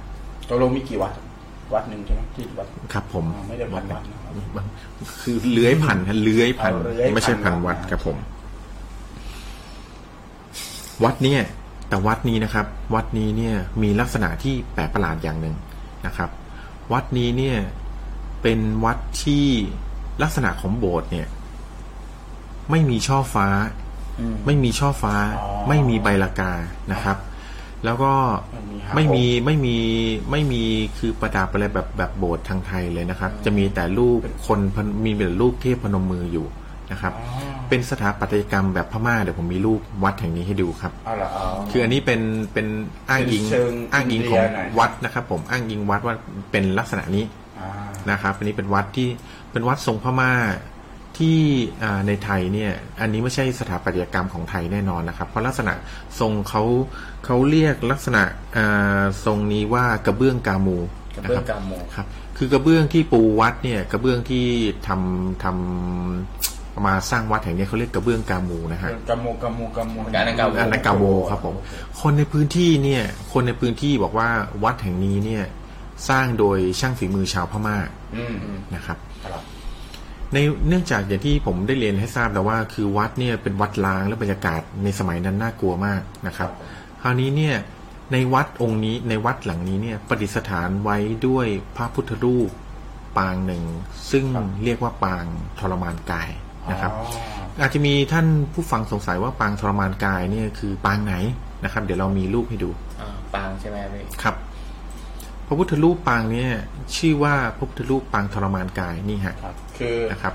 ตกลงมีกี่วัด วัดหนึ่งใช่ไหมที่วัด ครับ ผม อ๋อไม่ได้พันวัดนะครับ คือเลื้อยพันฮะเลื้อยพัน เอาเลื้อยพัน ไม่ใช่พันวัดครับผม วัดเนี่ยแต่วัดนี้นะครับ วัดนี้เนี่ยมีลักษณะที่แปลกประหลาดอย่างหนึ่งนะครับ วัดนี้เนี่ยเป็นวัดที่ลักษณะของโบสถ์เนี่ย ไม่มีช่อฟ้า อืม ไม่มีช่อฟ้า อ๋อ ไม่มีใบลากานะครับ แล้วก็ ไม่ ไม่ มี มี หาง ไม่มีไม่มีคือประดับอะไรแบบแบบโบสถ์ทางไทยเลยนะครับ จะมีแต่รูปคนพนมีแต่รูปเทพพนมมืออยู่นะครับ อ๋อ เป็นสถาปัตยกรรมแบบพม่าเดี๋ยวผมมีรูปวัดแห่งนี้ให้ดูครับ เอาละเอา คืออันนี้เป็นเป็นอ้างอิง เป็นเชิง อ้างอิงของ อินเดียหน่อย วัดนะครับ ผมอ้างอิงวัดว่าเป็นลักษณะนี้ อ่า นะครับอันนี้เป็นวัดที่เป็นวัดทรงพม่าที่อ่าในไทยเนี่ยอันนี้ไม่ใช่สถาปัตยกรรมของไทยแน่นอนนะครับ เพราะลักษณะทรงเขาเขาเรียกลักษณะอ่าทรงนี้ว่ากระเบื้องกามู กระเบื้องกาโม นคบครับคือกระเบื้องที่ปูวัดเนี่ยกระเบื้องที่ทำทำมาสร้างวัดแห่งเนี้ยเขาเรียกกระเบื้องกามูนะฮะ กำโมกำโมกำโม อันนั้นกำโม อันนากาโวครับผม คนในพื้นที่เนี่ย คนในพื้นที่บอกว่าวัดแห่งนี้เนี่ยสร้างโดยช่างฝีมือชาวพม่า อืมอืม นะครับ ครับ ในเนื่องจากอย่างที่ผมได้เรียนให้ทราบแล้วว่าคือวัดเนี่ยเป็นวัดล้างและบรรยากาศในสมัยนั้นน่ากลัวมากนะครับ คราวนี้เนี่ยในวัดองค์นี้ในวัดหลังนี้เนี่ยประดิษฐานไว้ด้วยพระพุทธรูปปางหนึ่ง ซึ่งเรียกว่าปางทรมานกายนะครับ อ๋อ อาจจะมีท่านผู้ฟังสงสัยว่าปางทรมานกายเนี่ยคือปางไหนนะครับ เดี๋ยวเรามีรูปให้ดู อ่าปางใช่ไหมพี่ ครับพระพุทธรูปปางเนี่ยชื่อว่าพระพุทธรูปปางทรมานกายนี่ฮะ ครับคือ นะครับ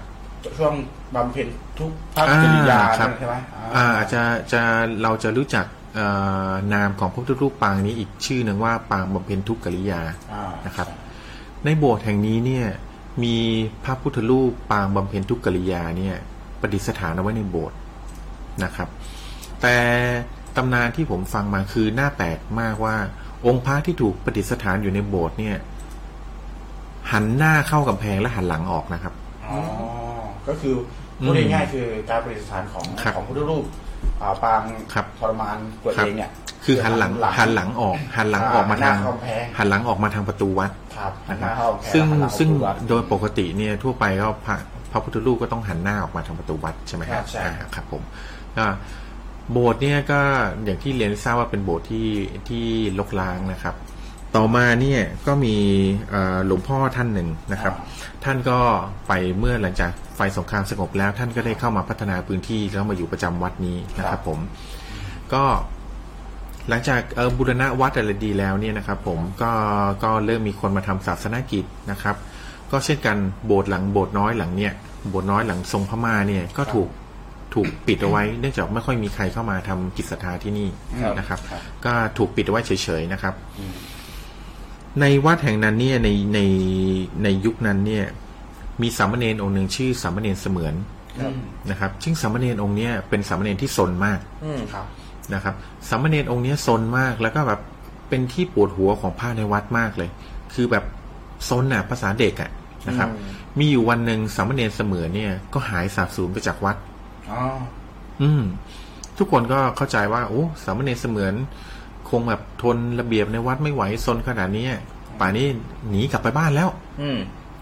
ช่วงบำเพ็ญทุกภาคกิริยา อ่าครับ นั่นใช่ไหมอ่า อ่าจะจะเราจะรู้จักเอ่อนามของพระพุทธรูปปางนี้อีกชื่อหนึ่งว่าปางบำเพ็ญทุกขกิริยา อ่า นะครับ ในโบสถ์แห่งนี้เนี่ยมีพระพุทธรูปปางบำเพ็ญทุกขกิริยาเนี่ยประดิษฐานเอาไว้ในโบสถ์นะครับ แต่ตำนานที่ผมฟังมาคือหน้าแปลกมากว่า องค์พระที่ถูกประดิษฐานอยู่ในโบสถ์เนี่ยหันหน้าเข้ากำแพงและหันหลังออกนะครับ อ๋อก็คือพูดง่ายๆคือการประดิษฐานของ ครับ ของพุทธรูปอ่าปาง ครับ ทรมานกวด ครับ เองเนี่ย คือหันหลังหันหลังออกหันหลังออกมา หน้ ทาง เข้กำแพง หันหลังออกมาทางประตูวัด ครับหัน นะครัหน้า บ เข้ากำแพ ซึ่ง หันหลั ซึ่ง ประตู โดยปกติเนี่ยทั่วไปก็พระพระพุทธรูปก็ต้องหันหน้าออกมาทางประตูวัดใช่ไหมครั ครับ บใช่ อ่าครับผมก็โบสถ์เนี่ยก็อย่างที่เรียนให้ทราบว่าเป็นโบสถ์ที่ที่ลกล้างนะครับ ต่อมาเนี่ยก็มีเอ่อหลวงพ่อท่านหนึ่งนะครับ ท่านก็ไปเมื่อหลังจากไฟสงครามสงบแล้ว ท่านก็ได้เข้ามาพัฒนาพื้นที่แล้วมาอยู่ประจำวัดนี้นะค ครั รับบ ผม ก็หลังจากเอ่อบูรณะวัดอะไรดีแล้วเนี่ยนะครับผมก็ก็เริ่มมีคนมาทำศาสนกิจนะครับ ก็เช่นกันโบสถ์หลังโบสถ์น้อยหลังเนี่ยโบสถ์น้อยหลังทรงพม่าเนี่ยก็ถูกถูกปิดเอาไว้ เนื่องจากไม่ค่อยมีใครเข้ามาทำกิจศรัทธาที่นี่ ครับ นะครับ ครับ ก็ถูกปิดเอาไว้เฉยๆนะครับ อืม ในวัดแห่งนั้นเนี่ยในในในยุคนั้นเนี่ยมีสามเณรองค์หนึ่งชื่อสามเณรเสมือน ครับ นะครับซึ่งสามเณรองค์เนี้ยเป็นสามเณรที่สนมาก อืม ครับ นะครับสามเณรองค์เนี้ยซนมากแล้วก็แบบเป็นที่ปวดหัวของพระในวัดมากเลย คือแบบซนน่ะภาษาเด็กอะนะครับ อืม มีอยู่วันหนึ่งสามเณรเสมือนเนี่ยก็หายสาบสูญไปจากวัด อ๋อ อืม ทุกคนก็เข้าใจว่าโอ้สามเณรเสมือน คงแบบทนระเบียบในวัดไม่ไหวซนขนาดนี้ป่านนี้หนีกลับไปบ้านแล้ว อืม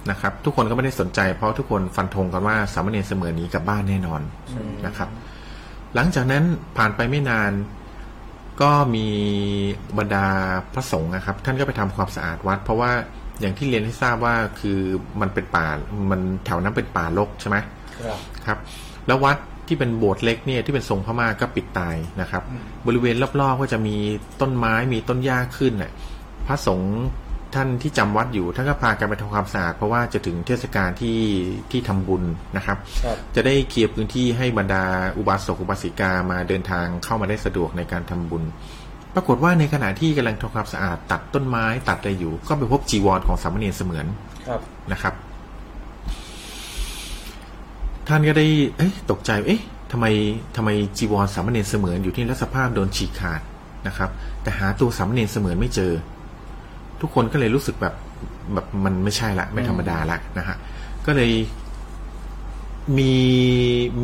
นะครับ ทุกคนก็ไม่ได้สนใจเพราะทุกคนฟันธงกันว่าสามเณรเสมือนหนีกลับบ้านแน่นอน นะครับหลังจากนั้นผ่านไปไม่นานก็มีบรรดาพระสงฆ์นะครับ ท่านก็ไปทำความสะอาดวัด เพราะว่าอย่างที่เรียนให้ทราบว่าคือมันเป็นป่ามันแถวนั้นเป็นป่ารกใช่ไหม ครับ ครับ แล้ววัดที่เป็นโบสถ์เล็กเนี่ยที่เป็นทรงพม่าก็ปิดตายนะครับ อืม บริเวณรอบๆก็จะมีต้นไม้มีต้นหญ้าขึ้นน่ะพระสงฆ์ท่านที่จำวัดอยู่ท่านก็พากันไปทำความสะอาดเพราะว่าจะถึงเทศกาลที่ที่ทำบุญนะครับ ครับ จะได้เคลียร์พื้นที่ให้บรรดาอุบาสกอุบาสิกามาเดินทางเข้ามาได้สะดวกในการทำบุญ ปรากฏว่าในขณะที่กำลังทำความสะอาดตัดต้นไม้ตัดอะไรอยู่ ก็ไปพบจีวรของสามเณรเสมือน ครับ นะครับ ท่านก็ได้ เอ๊ะตกใจ เอ๊ะทำไมทำไมจีวรสามเณรเสมือนอยู่ที่รัศภาพโดนฉีกขาดนะครับ แต่หาตัวสามเณรเสมือนไม่เจอ ทุกคนก็เลยรู้สึกแบบแบบมันไม่ใช่ละ ไม่ธรรมดาละนะฮะก็เลย มี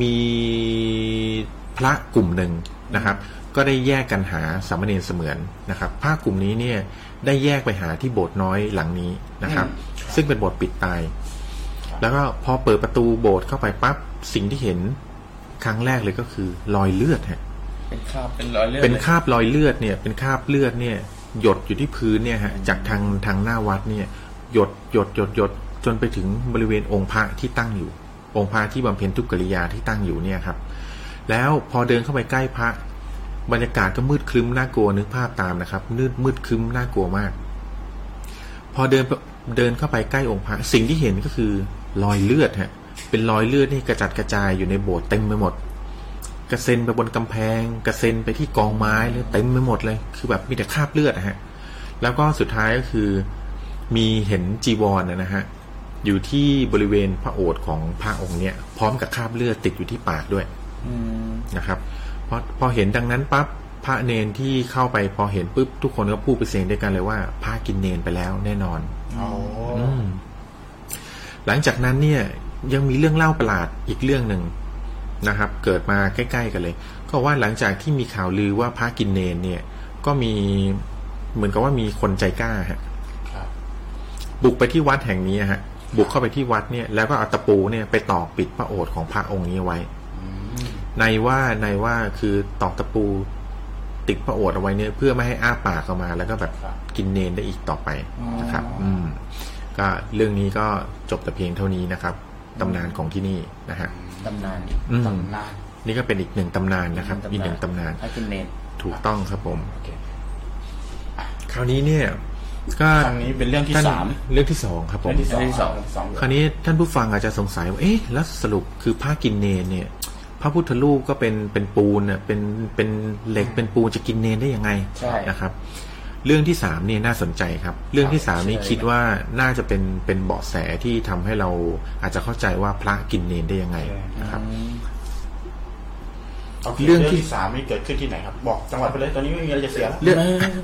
มีพระกลุ่มหนึ่งนะครับ ก็ได้แยกกันหาสามเณรเสมือนนะครับ พระกลุ่มนี้เนี่ยได้แยกไปหาที่โบสถ์น้อยหลังนี้นะครับ อืมครับ ซึ่งเป็นโบสถ์ปิดตาย แล้วก็พอเปิดประตูโบสถ์เข้าไปปั๊บสิ่งที่เห็นครั้งแรกเลยก็คือรอยเลือดฮะ เป็นคราบเป็นรอยเลือด เป็น ลย คราบรอยเลือดเนี่ยเป็นคราบเลือดเนี่ย หยดอยู่ที่พื้นเนี่ยฮะจากทางทางหน้าวัดเนี่ย หยดหยดหยดหยดจนไปถึงบริเวณองค์พระที่ตั้งอยู่ องค์พระที่บำเพ็ญทุกกิริยาที่ตั้งอยู่เนี่ยครับ แล้วพอเดินเข้าไปใกล้พระ บรรยากาศก็มืดคลึ้มน่ากลัวนึกภาพตามนะครับมืดมืดคลึ้มน่ากลัวมาก พอเดินไปเดินเข้าไปใกล้องค์พระ สิ่งที่เห็นก็คือรอยเลือดฮะเป็นรอยเลือดนี่กระจัดกระจายอยู่ในโบสถ์เต็มไปหมด กระเซ็นไปบนกำแพง กระเซ็นไปที่กองไม้เลยเต็มไปหมดเลย คือแบบมีแต่คราบเลือดนะฮะ แล้วก็สุดท้ายก็คือมีเห็นจีวรนะนะฮะ อยู่ที่บริเวณพระโอษฐ์ของพระองค์เนี่ยพร้อมกับคราบเลือดติดอยู่ที่ปากด้วย อืม นะครับพอพอเห็นดังนั้นปั๊บพระเนนที่เข้าไปพอเห็นปุ๊บทุกคนก็พูดไปนเสียงเด้วยวกันเลยว่าพระกินเนนไปแล้วแน่นอน อ๋อ มหลังจากนั้นเนี่ยยังมีเรื่องเล่าประหลาดอีกเรื่องหนึ่งนะครับ เกิดมาใกล้ ๆ กันเลย ก็ว่าหลังจากที่มีข่าวลือว่าพระกินเนนเนี่ย ก็มีเหมือนกับว่ามีคนใจกล้าฮะ ครับ บุกไปที่วัดแห่งนี้ฮะ บุกเข้าไปที่วัดเนี่ยแล้วก็เอาตะปูเนี่ยไปตอกปิดพระโอษฐ์ของพระองค์นี้ไว้ อืม ในว่าในว่าคือตอกตะปูติดพระโอษฐ์เอาไว้เนี่ยเพื่อไม่ให้อ้าปากออกมา แล้วก็แบบ ครับ กินเนนได้อีกต่อไปนะครับ อืม ก็เรื่องนี้ก็จบแต่เพียงเท่านี้นะครับตำนานของที่นี่นะฮะ ตำนาน อืม ตำนาน นี่ก็เป็นอีกหนึ่งตำนานนะครับ อีกหนึ่งตำนาน พระกินเนน ถูกต้องครับผม โอเค คราวนี้เนี่ย ก็ ครั้งนี้เป็นเรื่องที่ ท่น สาม เรื่องที่สองครับผม เรื่องที่สองสองสอง คราวนี้ท่านผู้ฟังอาจจะสงสัยว่าเอ๊ะแล้วสรุปคือผ้ากินเนนเนี่ย พระพุทธรูปก็เป็นเป็นปูนน่ะเป็นเป็นเหล็กเป็นปูนจะกินเนนได้ยังไง ใช่ นะครับ เรื่องที่สามเนี่ยน่าสนใจครับ เรื่องที่สามนี้ ใช่ คิดว่าน่าจะเป็นเป็นเบาะแสที่ทำให้เราอาจจะเข้าใจว่าพระกินเนนได้ยังไง ใช่ นะครับ อืม โอเค เรื่ เรื่ อ อง ง ที่ ที่สามนี่เกิดขึ้นที่ไหนครับ บอกจังหวัดไปเลยตอนนี้ไม่มีอะไรจะเสียแล้ว เรื่อง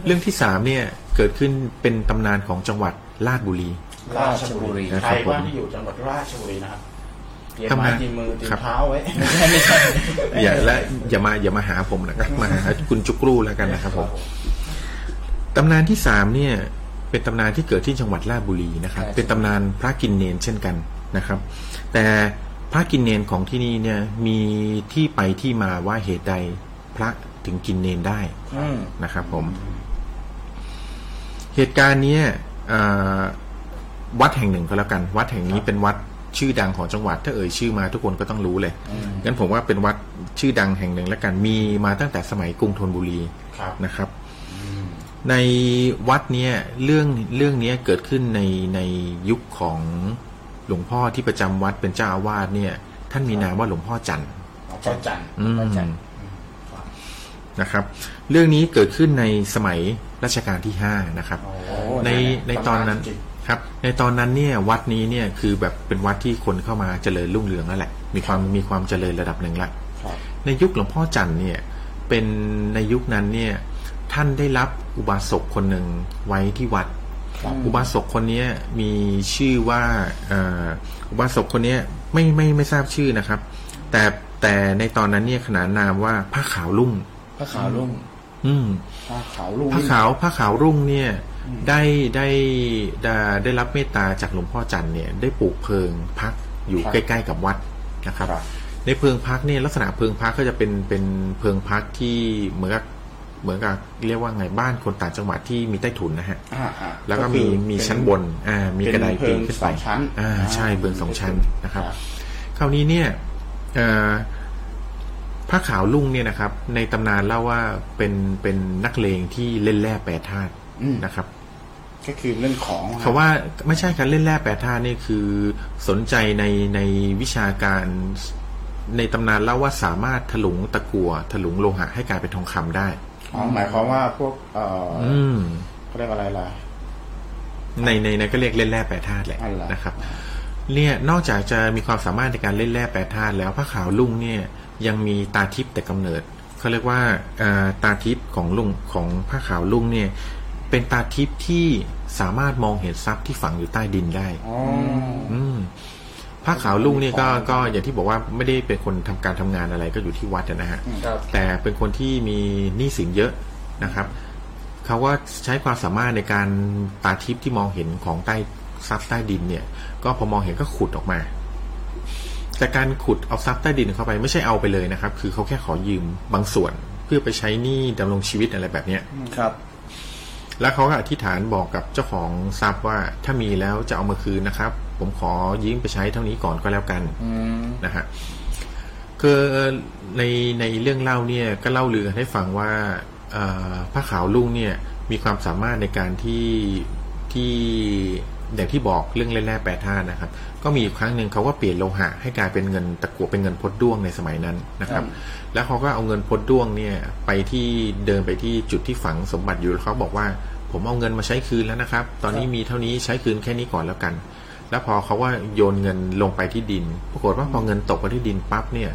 เรื่องที่สามเนี่ยเกิดขึ้นเป็นตำนานของจังหวัดราชบุรี ราชบุรี นะครับ ใครว่างที่อยู่จังหวัดราชบุรีนะครับเตรียม ทำไม ไม้ตีมือตี ครับ เท้าไว้ อย่าและอย่ามาอย่ามาหาผมนะครับมาหาคุณจุกรูแล้วกันนะครับผม ตำนานที่สามเนี่ยเป็นตำนานที่เกิดที่จังหวัดราชบุรีนะครับ ใช่ เป็นตำนานพระกินเนนเช่นกันนะครับ แต่พระกินเนนของที่นี่เนี่ยมีที่ไปที่มาว่าเหตุใดพระถึงกินเนนได้ อืม นะครับ ผม เหตุการณ์เนี้ยเอ่อวัดแห่งหนึ่งก็แล้วกัน วัดแห่งนี้เป็นวัดชื่อดังของจังหวัด ถ้าเอ่ยชื่อมาทุกคนก็ต้องรู้เลยงั้นผมว่าเป็นวัดชื่อดังแห่งหนึ่งแล้วกันมีมาตั้งแต่สมัยกรุงธนบุรี ครับ นะครับ ในวัดเนี้ยเรื่องเรื่องเนี้ยเกิดขึ้นในในยุคของหลวงพ่อที่ประจำวัดเป็นเจ้าอาวาสเนี่ย ท่านมีนามว่าหลวงพ่อจันทร์ แล้วก็จันทร์ อืม พ่อจันทร์ นะครับ เรื่องนี้เกิดขึ้นในสมัยรัชกาลที่ห้านะครับ โอ้โห ในในตอนนั้น จริง ครับ ในตอนนั้นเนี่ยวัดนี้เนี่ยคือแบบเป็นวัดที่คนเข้ามาเจริญรุ่งเรืองแล้วแหละ มีความมีความเจริญระดับหนึ่งละ ครับ ในยุคหลวงพ่อจันทร์เนี่ยเป็นในยุคนั้นเนี่ยท่านได้รับอุบาสกคนหนึ่งไว้ที่วัด ครับ อุบาสกคนเนี้ยมีชื่อว่าเอ่ออุบาสกคนเนี้ยไม่ไม่ไม่ทราบชื่อนะครับ แต่แต่ในตอนนั้นเนี่ยขนานนามว่าผ้าขาวรุ่ง พระขาวลุ่ง อืม ผ้าขาวลูก พระขาวพระขาวรุ่งเนี่ยได้ได้ได้ได้รับเมตตาจากหลวงพ่อจันทร์เนี่ยได้ปลูกเพิงพักอยู่ ครับ ใกล้ ๆ กับวัดนะครับ ครับ ในเพิงพักเนี่ยลักษณะเพิงพักก็จะเป็นเป็นเพิงพักที่เหมือนกับเหมือนกับเรียกว่าไงบ้านคนต่างจังหวัดที่มีใต้ถุนนะฮะ อ่าอ่า แล้วก็ ก็คือ มี เป็น มีชั้นบนอ่ามีกระได เป็ปีนเพิน ง ขึ้นไป สองชั้น อ่าใช่ อ่า เพิงสองชั้นนะครับ ครับ คราวนี้เนี่ยเอ่อ พระขาวลุงเนี่ยนะครับ ในตำนานเล่าว่าเป็นเป็นนักเลงที่เล่นแร่แปรธาตุ อืม นะครับ ก็คือเรื่องของ คาว่าไม่ใช่การเล่นแร่แปรธาตุนี่คือสนใจในในวิชาการในตำนานเล่าว่าสามารถถลุงตะกั่วถลุงโลหะให้กลายเป็นทองคำได้ อ๋อหมายความว่าพวกเอ่ออ อืม เขาเรียกอะไรล่ะ ในในนั้นก็เรียกเล่นแร่แปรธาตุแหละ อ๋อเหรอ นะครับ เนี่ยนอกจากจะมีความสามารถในการเล่นแร่แปรธาตุแล้วพระขาวลุงเนี่ยยังมีตาทิพย์แต่กำเนิดเขาเรียกว่าเอ่อตาทิพย์ของลุงของพระขาวลุงเนี่ยเป็นตาทิพย์ที่สามารถมองเห็นทรัพย์ที่ฝังอยู่ใต้ดินได้ อ๋ออ ืมพระขาวลุงเนี่ยก็ก็อย่างที่บอกว่าไม่ได้เป็นคนทำการทำงานอะไรก็อยู่ที่วัดอะนะฮะ ครับ แต่เป็นคนที่มีหนี้สินเยอะนะครับ เขาก็ใช้ความสามารถในการตาทิพย์ที่มองเห็นของใต้ซับใต้ดินเนี่ย ก็พอมองเห็นก็ขุดออกมา แต่การขุดเอาซับใต้ดินเข้าไปไม่ใช่เอาไปเลยนะครับ คือเขาแค่ขอยืมบางส่วนเพื่อไปใช้หนี้ดำรงชีวิตอะไรแบบเนี้ย ครับ แล้วเขาก็อธิษฐานบอกกับเจ้าของทรัพย์ว่าถ้ามีแล้วจะเอามาคืนนะครับ ผมขอยืมไปใช้เท่านี้ก่อนก็แล้วกันนะฮะคือในในเรื่องเล่าเนี่ยก็เล่าลือกันให้ฟังว่าเอ่อพระขาวลุงเนี่ยมีความสามารถในการที่ที่อย่างที่บอกเรื่องแร่ๆแปรธาตุนะครับ ก็มีอยู่ครั้งหนึ่งเขาก็เปลี่ยนโลหะให้กลายเป็นเงินตะกั่วเป็นเงินพดด้วงในสมัยนั้นนะครับ แล้วเขาก็เอาเงินพดด้วงเนี่ยไปที่เดินไปที่จุดที่ฝังสมบัติอยู่แล้วเขาบอกว่า ผมเอาเงินมาใช้คืนแล้วนะครับ ตอนนี้มีเท่านี้ใช้คืนแค่นี้ก่อนแล้วกัน แล้วพอเขาว่าโยนเงินลงไปที่ดิน ปรากฏว่าพอเงินตกไปที่ดินปั๊บเนี่ย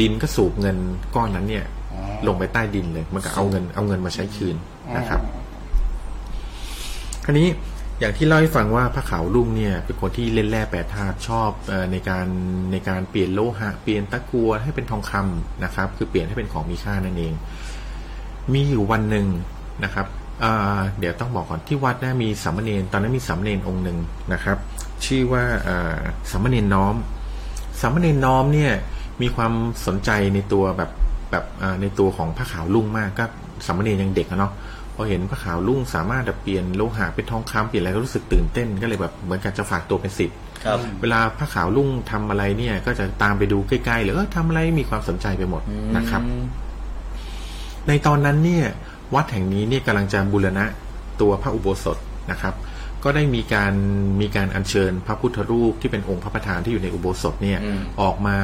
ดินก็สูบเงินก้อนนั้นเนี่ย อ๋อ ลงไปใต้ดินเลยเหมันก็เอาเงินเอาเงินมาใช้คืนนะครับ คราวนี้อย่างที่เล่าให้ฟังว่าพระขาวลุงเนี่ยเป็นคนที่เล่นแร่แปรธาตุชอบเออในการในการเปลี่ยนโลหะเปลี่ยนตะกัวให้เป็นทองคำนะครับ คือเปลี่ยนให้เป็นของมีค่านั่นเอง มีอยู่วันหนึ่งนะครับเอ่อเดี๋ยวต้องบอกก่อนที่วัดนะมีสามเณรตอนนั้นมีสามเณรองค์หนึ่งนะครับ ชื่อว่าเอ่อสามเณรน้อม สามเณรน้อมเนี่ยมีความสนใจในตัวแบบแบบเอ่อในตัวของพระขาวลุ่งมากก็สามเณรยังเด็กอะเนาะพอเห็นพระขาวลุ่งสามารถแบบเปลี่ยนโลหะเป็นทองคำเปลี่ยนอะไรก็รู้สึกตื่นเต้นก็เลยแบบเหมือนกันจะฝากตัวเป็นศิษย์ ครับ เวลาพระขาวลุ่งทำอะไรเนี่ยก็จะตามไปดูใกล้ๆหรือเออทำอะไรมีความสนใจไปหมดนะครับ ในตอนนั้นเนี่ยวัดแห่งนี้เนี่ยกำลังจะบูรณะตัวพระอุโบสถนะครับ ก็ได้มีการมีการอัญเชิญพระพุทธรูปที่เป็นองค์พระประธานที่อยู่ในอุโบสถเนี่ย อืม ออกมา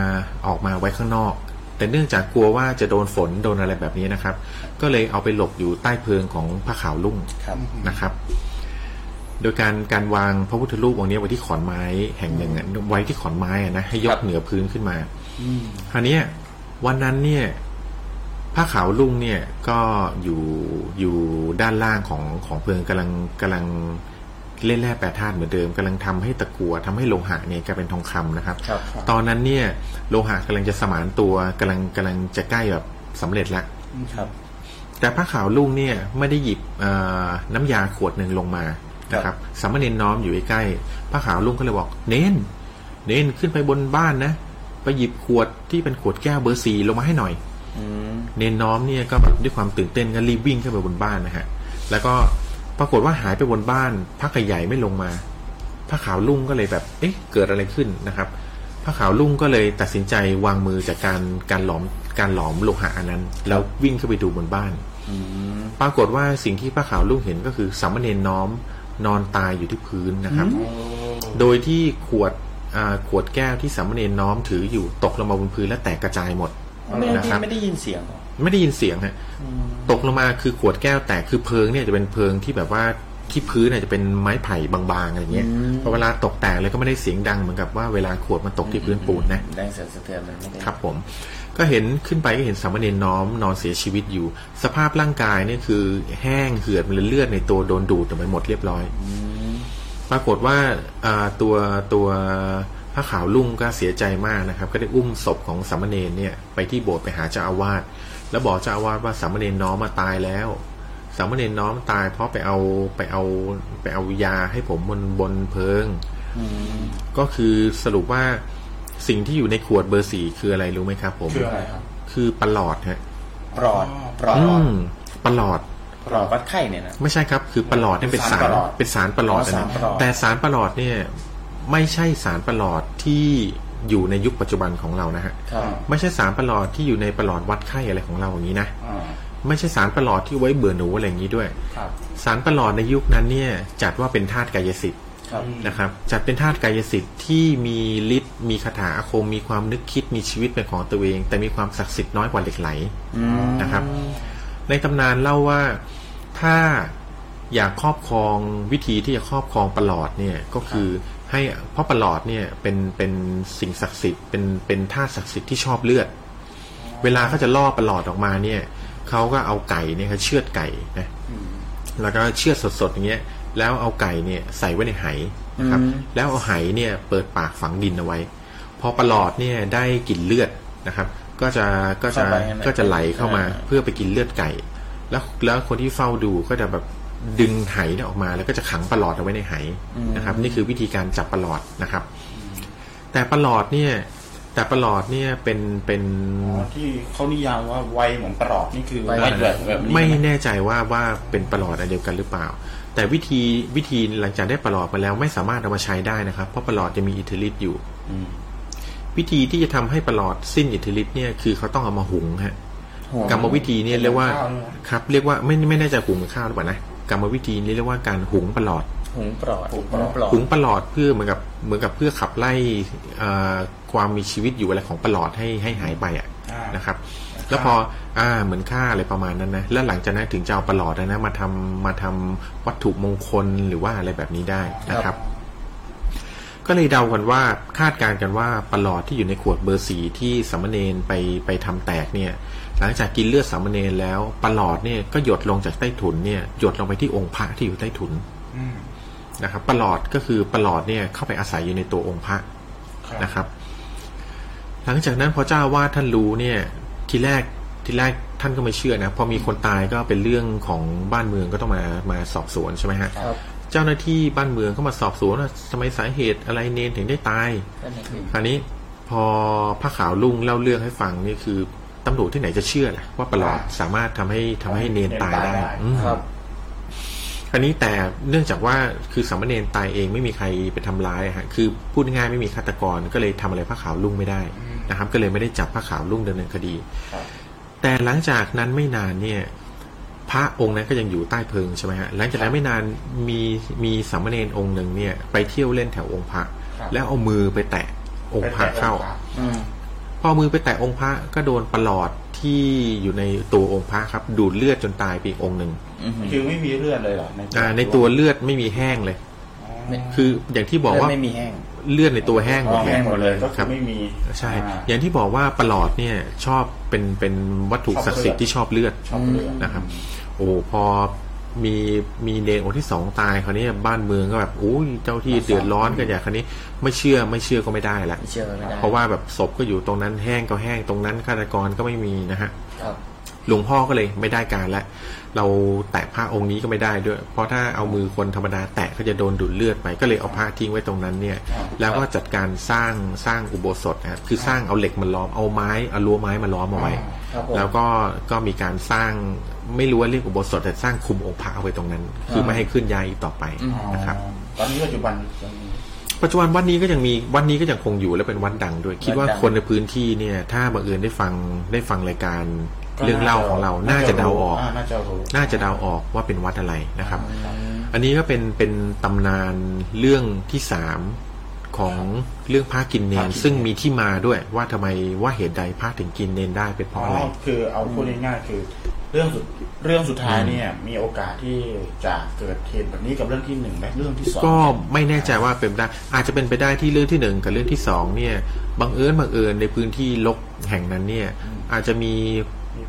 ออกมาไว้ข้างนอก แต่เนื่องจากกลัวว่าจะโดนฝนโดนอะไรแบบนี้นะครับ ก็เลยเอาไปหลบอยู่ใต้เพลิงของพระขาวลุ่ง ครับ นะครับ โดยการการวางพระพุทธรูปองค์นี้ไว้ที่ขอนไม้แห่งหนึ่งอะไว้ที่ขอนไม้อะนะให้ยกเหนือพื้นขึ้นมาคราวเนี้ยวันนั้นเนี่ยพระขาวลุงเนี่ยก็อยู่อยู่ด้านล่างของของเพลิงกำลังกำลังเล่นแร่แปรธาตุเหมือนเดิมกำลังทำให้ตะกัวทำให้โลหะเนี่ยกลายเป็นทองคำนะครับ ครับ ตอนนั้นเนี่ยโลหะกำลังจะสมานตัวกำลังกำลังจะใกล้แบบสำเร็จละ ครับ แต่พระขาวลุงเนี่ยไม่ได้หยิบเอ่อน้ำยาขวดหนึ่งลงมานะครับสามเณรน้อมอยู่ใกล้ๆพระขาวลุงก็เลยบอก เน้น เน้นขึ้นไปบนบ้านนะ ไปหยิบขวดที่เป็นขวดแก้วเบอร์สีลงมาให้หน่อย อืม เนนน้อมเนี่ยก็แบบด้วยความตื่นเต้นก็รีบวิ่งขึ้นไปบนบ้านนะฮะ แล้วก็ ปรากฏว่าหายไปบนบ้านพระใหญ่ๆไม่ลงมาพระขาวลุ่งก็เลยแบบ เอ๊ะ เกิดอะไรขึ้นนะครับพระขาวลุ่งก็เลยตัดสินใจวางมือจากการการหลอมการหลอมโลหะอันนั้น แล้ววิ่งเข้าไปดูบนบ้าน อืม ปรากฏว่าสิ่งที่พระขาวลุ่งเห็นก็คือสามเณรน้อมนอนตายอยู่ที่พื้นนะครับ โดยที่ขวดอ่าขวดแก้วที่สามเณรน้อมถืออยู่ตกลงมาบนพื้นและแตกกระจายหมด ไม่ นะครับ ไม่ได้ยินเสียงเหรอ ไม่ได้ยินเสียงฮะตกลงมาคือขวดแก้วแตกคือเพิงเนี่ยจะเป็นเพิงที่แบบว่าที่พื้นเนี่ยจะเป็นไม้ไผ่บางๆอะไรเงี้ยพอเวลาตกแตกเลยก็ไม่ได้เสียงดังเหมือนกับว่าเวลาขวดมันตกที่พื้นปูนนะ แรงสั่นสะเทือนมันไม่ได้ ครับผมก็เห็นขึ้นไปก็เห็นสามเณรน้อมนอนเสียชีวิตอยู่ สภาพร่างกายเนี่ยคือแห้งเหือดมันเลือดในตัวโดนดูดออกไปหมดเรียบร้อย อืม ปรากฏว่าอ่าตัวตัวพระขาวลุงก็เสียใจมากนะครับ ก็ได้อุ้มศพของสามเณรเนี่ยไปที่โบสถ์ไปหาเจ้าอาวาสแล้วบอกเจ้าอาวาสว่าสามเณรน้อมมาตายแล้ว สามเณรน้อมตายเพราะไปเอาไปเอาไปเอายาให้ผมบนบนเพิง อืม ก็คือสรุปว่าสิ่งที่อยู่ในขวดเบอร์สีคืออะไรรู้ไหมครับผม คืออะไรครับ คือประหลอดฮะ ปลอดปลอด อืมประหลอด ปลอดวัดไข้เนี่ยนะ ไม่ใช่ครับ คือประหลอดเนี่ยเป็นสา สาร ร ประหลอด เป็นสารประหลออ๋ดอ นะ สารประหลอด แต่สารประหลอดเนี่ยไม่ใช่สารประหลอดที่อยู่ในยุคปัจจุบันของเรานะฮะ ครับ ไม่ใช่สารประหลอดที่อยู่ในประหลอดวัดไข้อะไรของเราอย่างนี้นะ อ่า ไม่ใช่สารประหลอดที่ไว้เบื่อหนูอะไรอย่างนี้ด้วย ครับ สารประหลอดในยุคนั้นเนี่ยจัดว่าเป็นธาตุกายสิทธิ์ ครับ นะครับจัดเป็นธาตุกายสิทธิ์ที่มีฤทธิ์มีคาถาอาคม มีความนึกคิดมีชีวิตเป็นของตัวเอง แต่มีความศักดิ์สิทธิ์น้อยกว่าเหล็กไหล อืม นะครับ ในตำนานเล่าว่าถ้าอยากครอบครองวิธีที่จะครอบครองประหลอดเนี่ยก็คือให้เพราะประหลอดเนี่ยเป็นเป็นสิ่งศักดิ์สิทธิ์เป็นเป็นธาตุศักดิ์สิทธิ์ที่ชอบเลือด เวลาเขาจะล่อประหลอดออกมาเนี่ยเขาก็เอาไก่เนี่ยเขาเชือดไก่นะแล้วก็เชือดสดๆอย่างเงี้ยแล้วเอาไก่เนี่ยใส่ไว้ในไหนะครับ แล้วเอาไหเนี่ยเปิดปากฝังดินเอาไว้ พอประหลอดเนี่ยได้กลิ่นเลือดนะครับ ก็จะก็จะ เข้าไปข้างใน ก็จะไหลเข้ามา เพื่อไปกินเลือดไก่ แล้วแล้วคนที่เฝ้าดูก็จะแบบดึงไหเนี่ยออกมา แล้วก็จะขังปลาหลอดเอาไว้ในไหนะครับ นี่คือวิธีการจับปลาหลอดนะครับ แต่ปลาหลอดเนี่ย แต่ปลาหลอดเนี่ยเป็นเป็น อ๋อที่เขานิยามว่าไวเหมือนประหลอดนี่คือ ไว เกิดแบบนี้ ไม่ ห แน่ใจว่าว่าเป็นปลาหลอดอันเดียวกันหรือเปล่า แต่วิธีวิธีหลังจากได้ปลาหลอดมาแล้วไม่สามารถเอามาใช้ได้นะครับ เพราะปลาหลอดจะมีอิทธิฤทธิ์อยู่ อืม วิธีที่จะทำให้ปลาหลอดสิ้นอิทธิฤทธิ์เนี่ยคือเขาต้องเอามาหุงฮะ โห กรรมวิธีเนี่ยเรียกว่าครับเรียกว่าไม่ไม่แน่ใจหุงข้าวหรือเปล่านะกรรมวิธีนี้เรียกว่าการหุงประหลอด หุงปลอดหุงปลอด หุงประหลอดเพื่อเหมือนกับเหมือนกับเพื่อขับไล่เอ่อความมีชีวิตอยู่อะไรของประหลอดให้ให้หายไปอ่ะ อ่า นะครับ แล้วพออ่าเหมือนฆ่าอะไรประมาณนั้นนะแล้วหลังจากนั้นถึงจะเอาประหลอดนะนะมาทำมาทำวัตถุมงคลหรือว่าอะไรแบบนี้ได้นะครับ ก็เลยเดากันว่าคาดการณ์กันว่าประหลอดที่อยู่ในขวดเบอร์สีที่สามเณรไปไปทำแตกเนี่ย หลังจากกินเลือดสามเณรแล้วประหลอดเนี่ยก็หยดลงจากใต้ถุนเนี่ยหยดลงไปที่องค์พระที่อยู่ใต้ถุน อืม นะครับประหลอดก็คือประหลอดเนี่ยเข้าไปอาศัยอยู่ในตัวองค์พระ ครับ นะครับ หลังจากนั้นพอเจ้าอาวาดท่านรู้เนี่ยทีแรกทีแรกท่านก็ไม่เชื่อนะพอมีคนตายก็เป็นเรื่องของบ้านเมืองก็ต้องมามาสอบสวนใช่ไหมฮะ ครับ เจ้าหน้าที่บ้านเมืองก็มาสอบสวนว่าทำไมสาเหตุอะไรเนนถึงได้ตาย ก็นี่คือ คราวนี้พอพระขาวลุงเล่าเรื่องให้ฟังนี่คือตำรวจที่ไหนจะเชื่อล่ะว่าประหลอดสามารถทำให้ทำให้เนนตายได้อืม ครับ อันนี้แต่เนื่องจากว่าคือสามเณรตายเองไม่มีใครไปทำร้ายอะฮะคือพูดง่ายๆไม่มีฆาตกรก็เลยทำอะไรพระขาวลุงไม่ได้นะครับ ก็เลยไม่ได้จับพระขาวลุงดำเนินคดี ครับ แต่หลังจากนั้นไม่นานเนี่ย พระองค์นั้นก็ยังอยู่ใต้เพิงใช่ไหมฮะหลังจากนั้นไม่นานมีมีสามเณรองค์หนึ่งเนี่ย ไปเที่ยวเล่นแถวองค์พระ ครับ แล้วเอามือไปแตะองค์พระเข้า ไปแตะองค์พระ อืม พอมือไปแตะองค์พระก็โดนประหลอดที่อยู่ในตัวองค์พระครับ ดูดเลือดจนตายไปอีกองค์หนึ่ง อืม คือไม่มีเลือดเลยเหรอใน อ่าในตัวเลือดไม่มีแห้งเลย อ๋อ คืออย่างที่บอกว่า เลืดไม่มีแห้ง เลือดในตัวแห้งหม อ๋อ ด แห้งหมดเลยก็ ค คื รั อบ ไม่มี ใช่ อ่า อย่างที่บอกว่าประหลอดเนี่ยชอบเป็นเป็นวัตถุศักดิ์สิทธิ์ที่ชอบเลือด ชอบเลือด นะครับ โอ้พอมีมีเดนองค์ที่สองตายคราวนี้บ้านเมืองก็แบบอุ้ยเจ้าที่เดือดร้อนกันอย่างคราวนี้ ไม่เชื่อไม่เชื่อก็ไม่ได้ละ ไม่เชื่อไม่ได้ เพราะว่าแบบศพก็อยู่ตรงนั้นแห้งก็แห้งตรงนั้นฆาตกรก็ไม่มีนะฮะ ครับ หลวงพ่อก็เลยไม่ได้การละ เราแตะพระองค์นี้ก็ไม่ได้ด้วย เพราะถ้าเอามือคนธรรมดาแตะก็จะโดนดูดเลือดไป ก็เลยเอาพระทิ้งไว้ตรงนั้นเนี่ย ครับ แล้วก็จัดการสร้างสร้างอุโบสถนะครับ คือสร้างเอาเหล็กมาล้อม เอาไม้เอารั้วไม้มาล้อมเอาไว้ ค ครับผม แล้วก็ก็มีการสร้างไม่รู้ว่าเรียกอุโบสถแต่สร้างคุมองค์พระเอาไว้ตรงนั้น คือไม่ให้ขึ้นย้ายอีกต่อไปนะครับ อ๋อตอนนี้ปัจจุบันยังมี ปัจจุบันวัดนี้ก็ยังมีวัดนี้ก็ยังคงอยู่และเป็นวัดดังด้วย คิดว่า วัดดัง คนในพื้นที่เนี่ย ถ้าบังเอิญได้ฟังได้ฟังรายการเรื่องเล่าของเราน่าจะเดาออก น่าจะรู้ น่าจะเดาออกว่าเป็นวัดอะไรนะครับ อันนี้ก็เป็นเป็นตำนานเรื่องที่สามของเรื่องพระกินเนน พระกินเนน ซึ่งมีที่มาด้วยว่าทำไมว่าเหตุใดพระถึงกินเนนได้เป็นเพ อ๋ ราะ อ อะไร คือเอาพูดง่ายๆคือ เรื่องสุดเรื่องสุดท้ายเนี่ย มีโอกาสที่จะเกิดเหตุแบบนี้กับเรื่องที่หนึ่งและเรื่องที่สอง ก็ไม่แน่ใจว่าเป็นไปได้อาจจะเป็นไปได้ที่เรื่องที่หนึ่งกับเรื่องที่สองเนี่ยบังเอิญบังเอิญในพื้นที่ลกแห่งนั้นเนี่ย อาจจะมี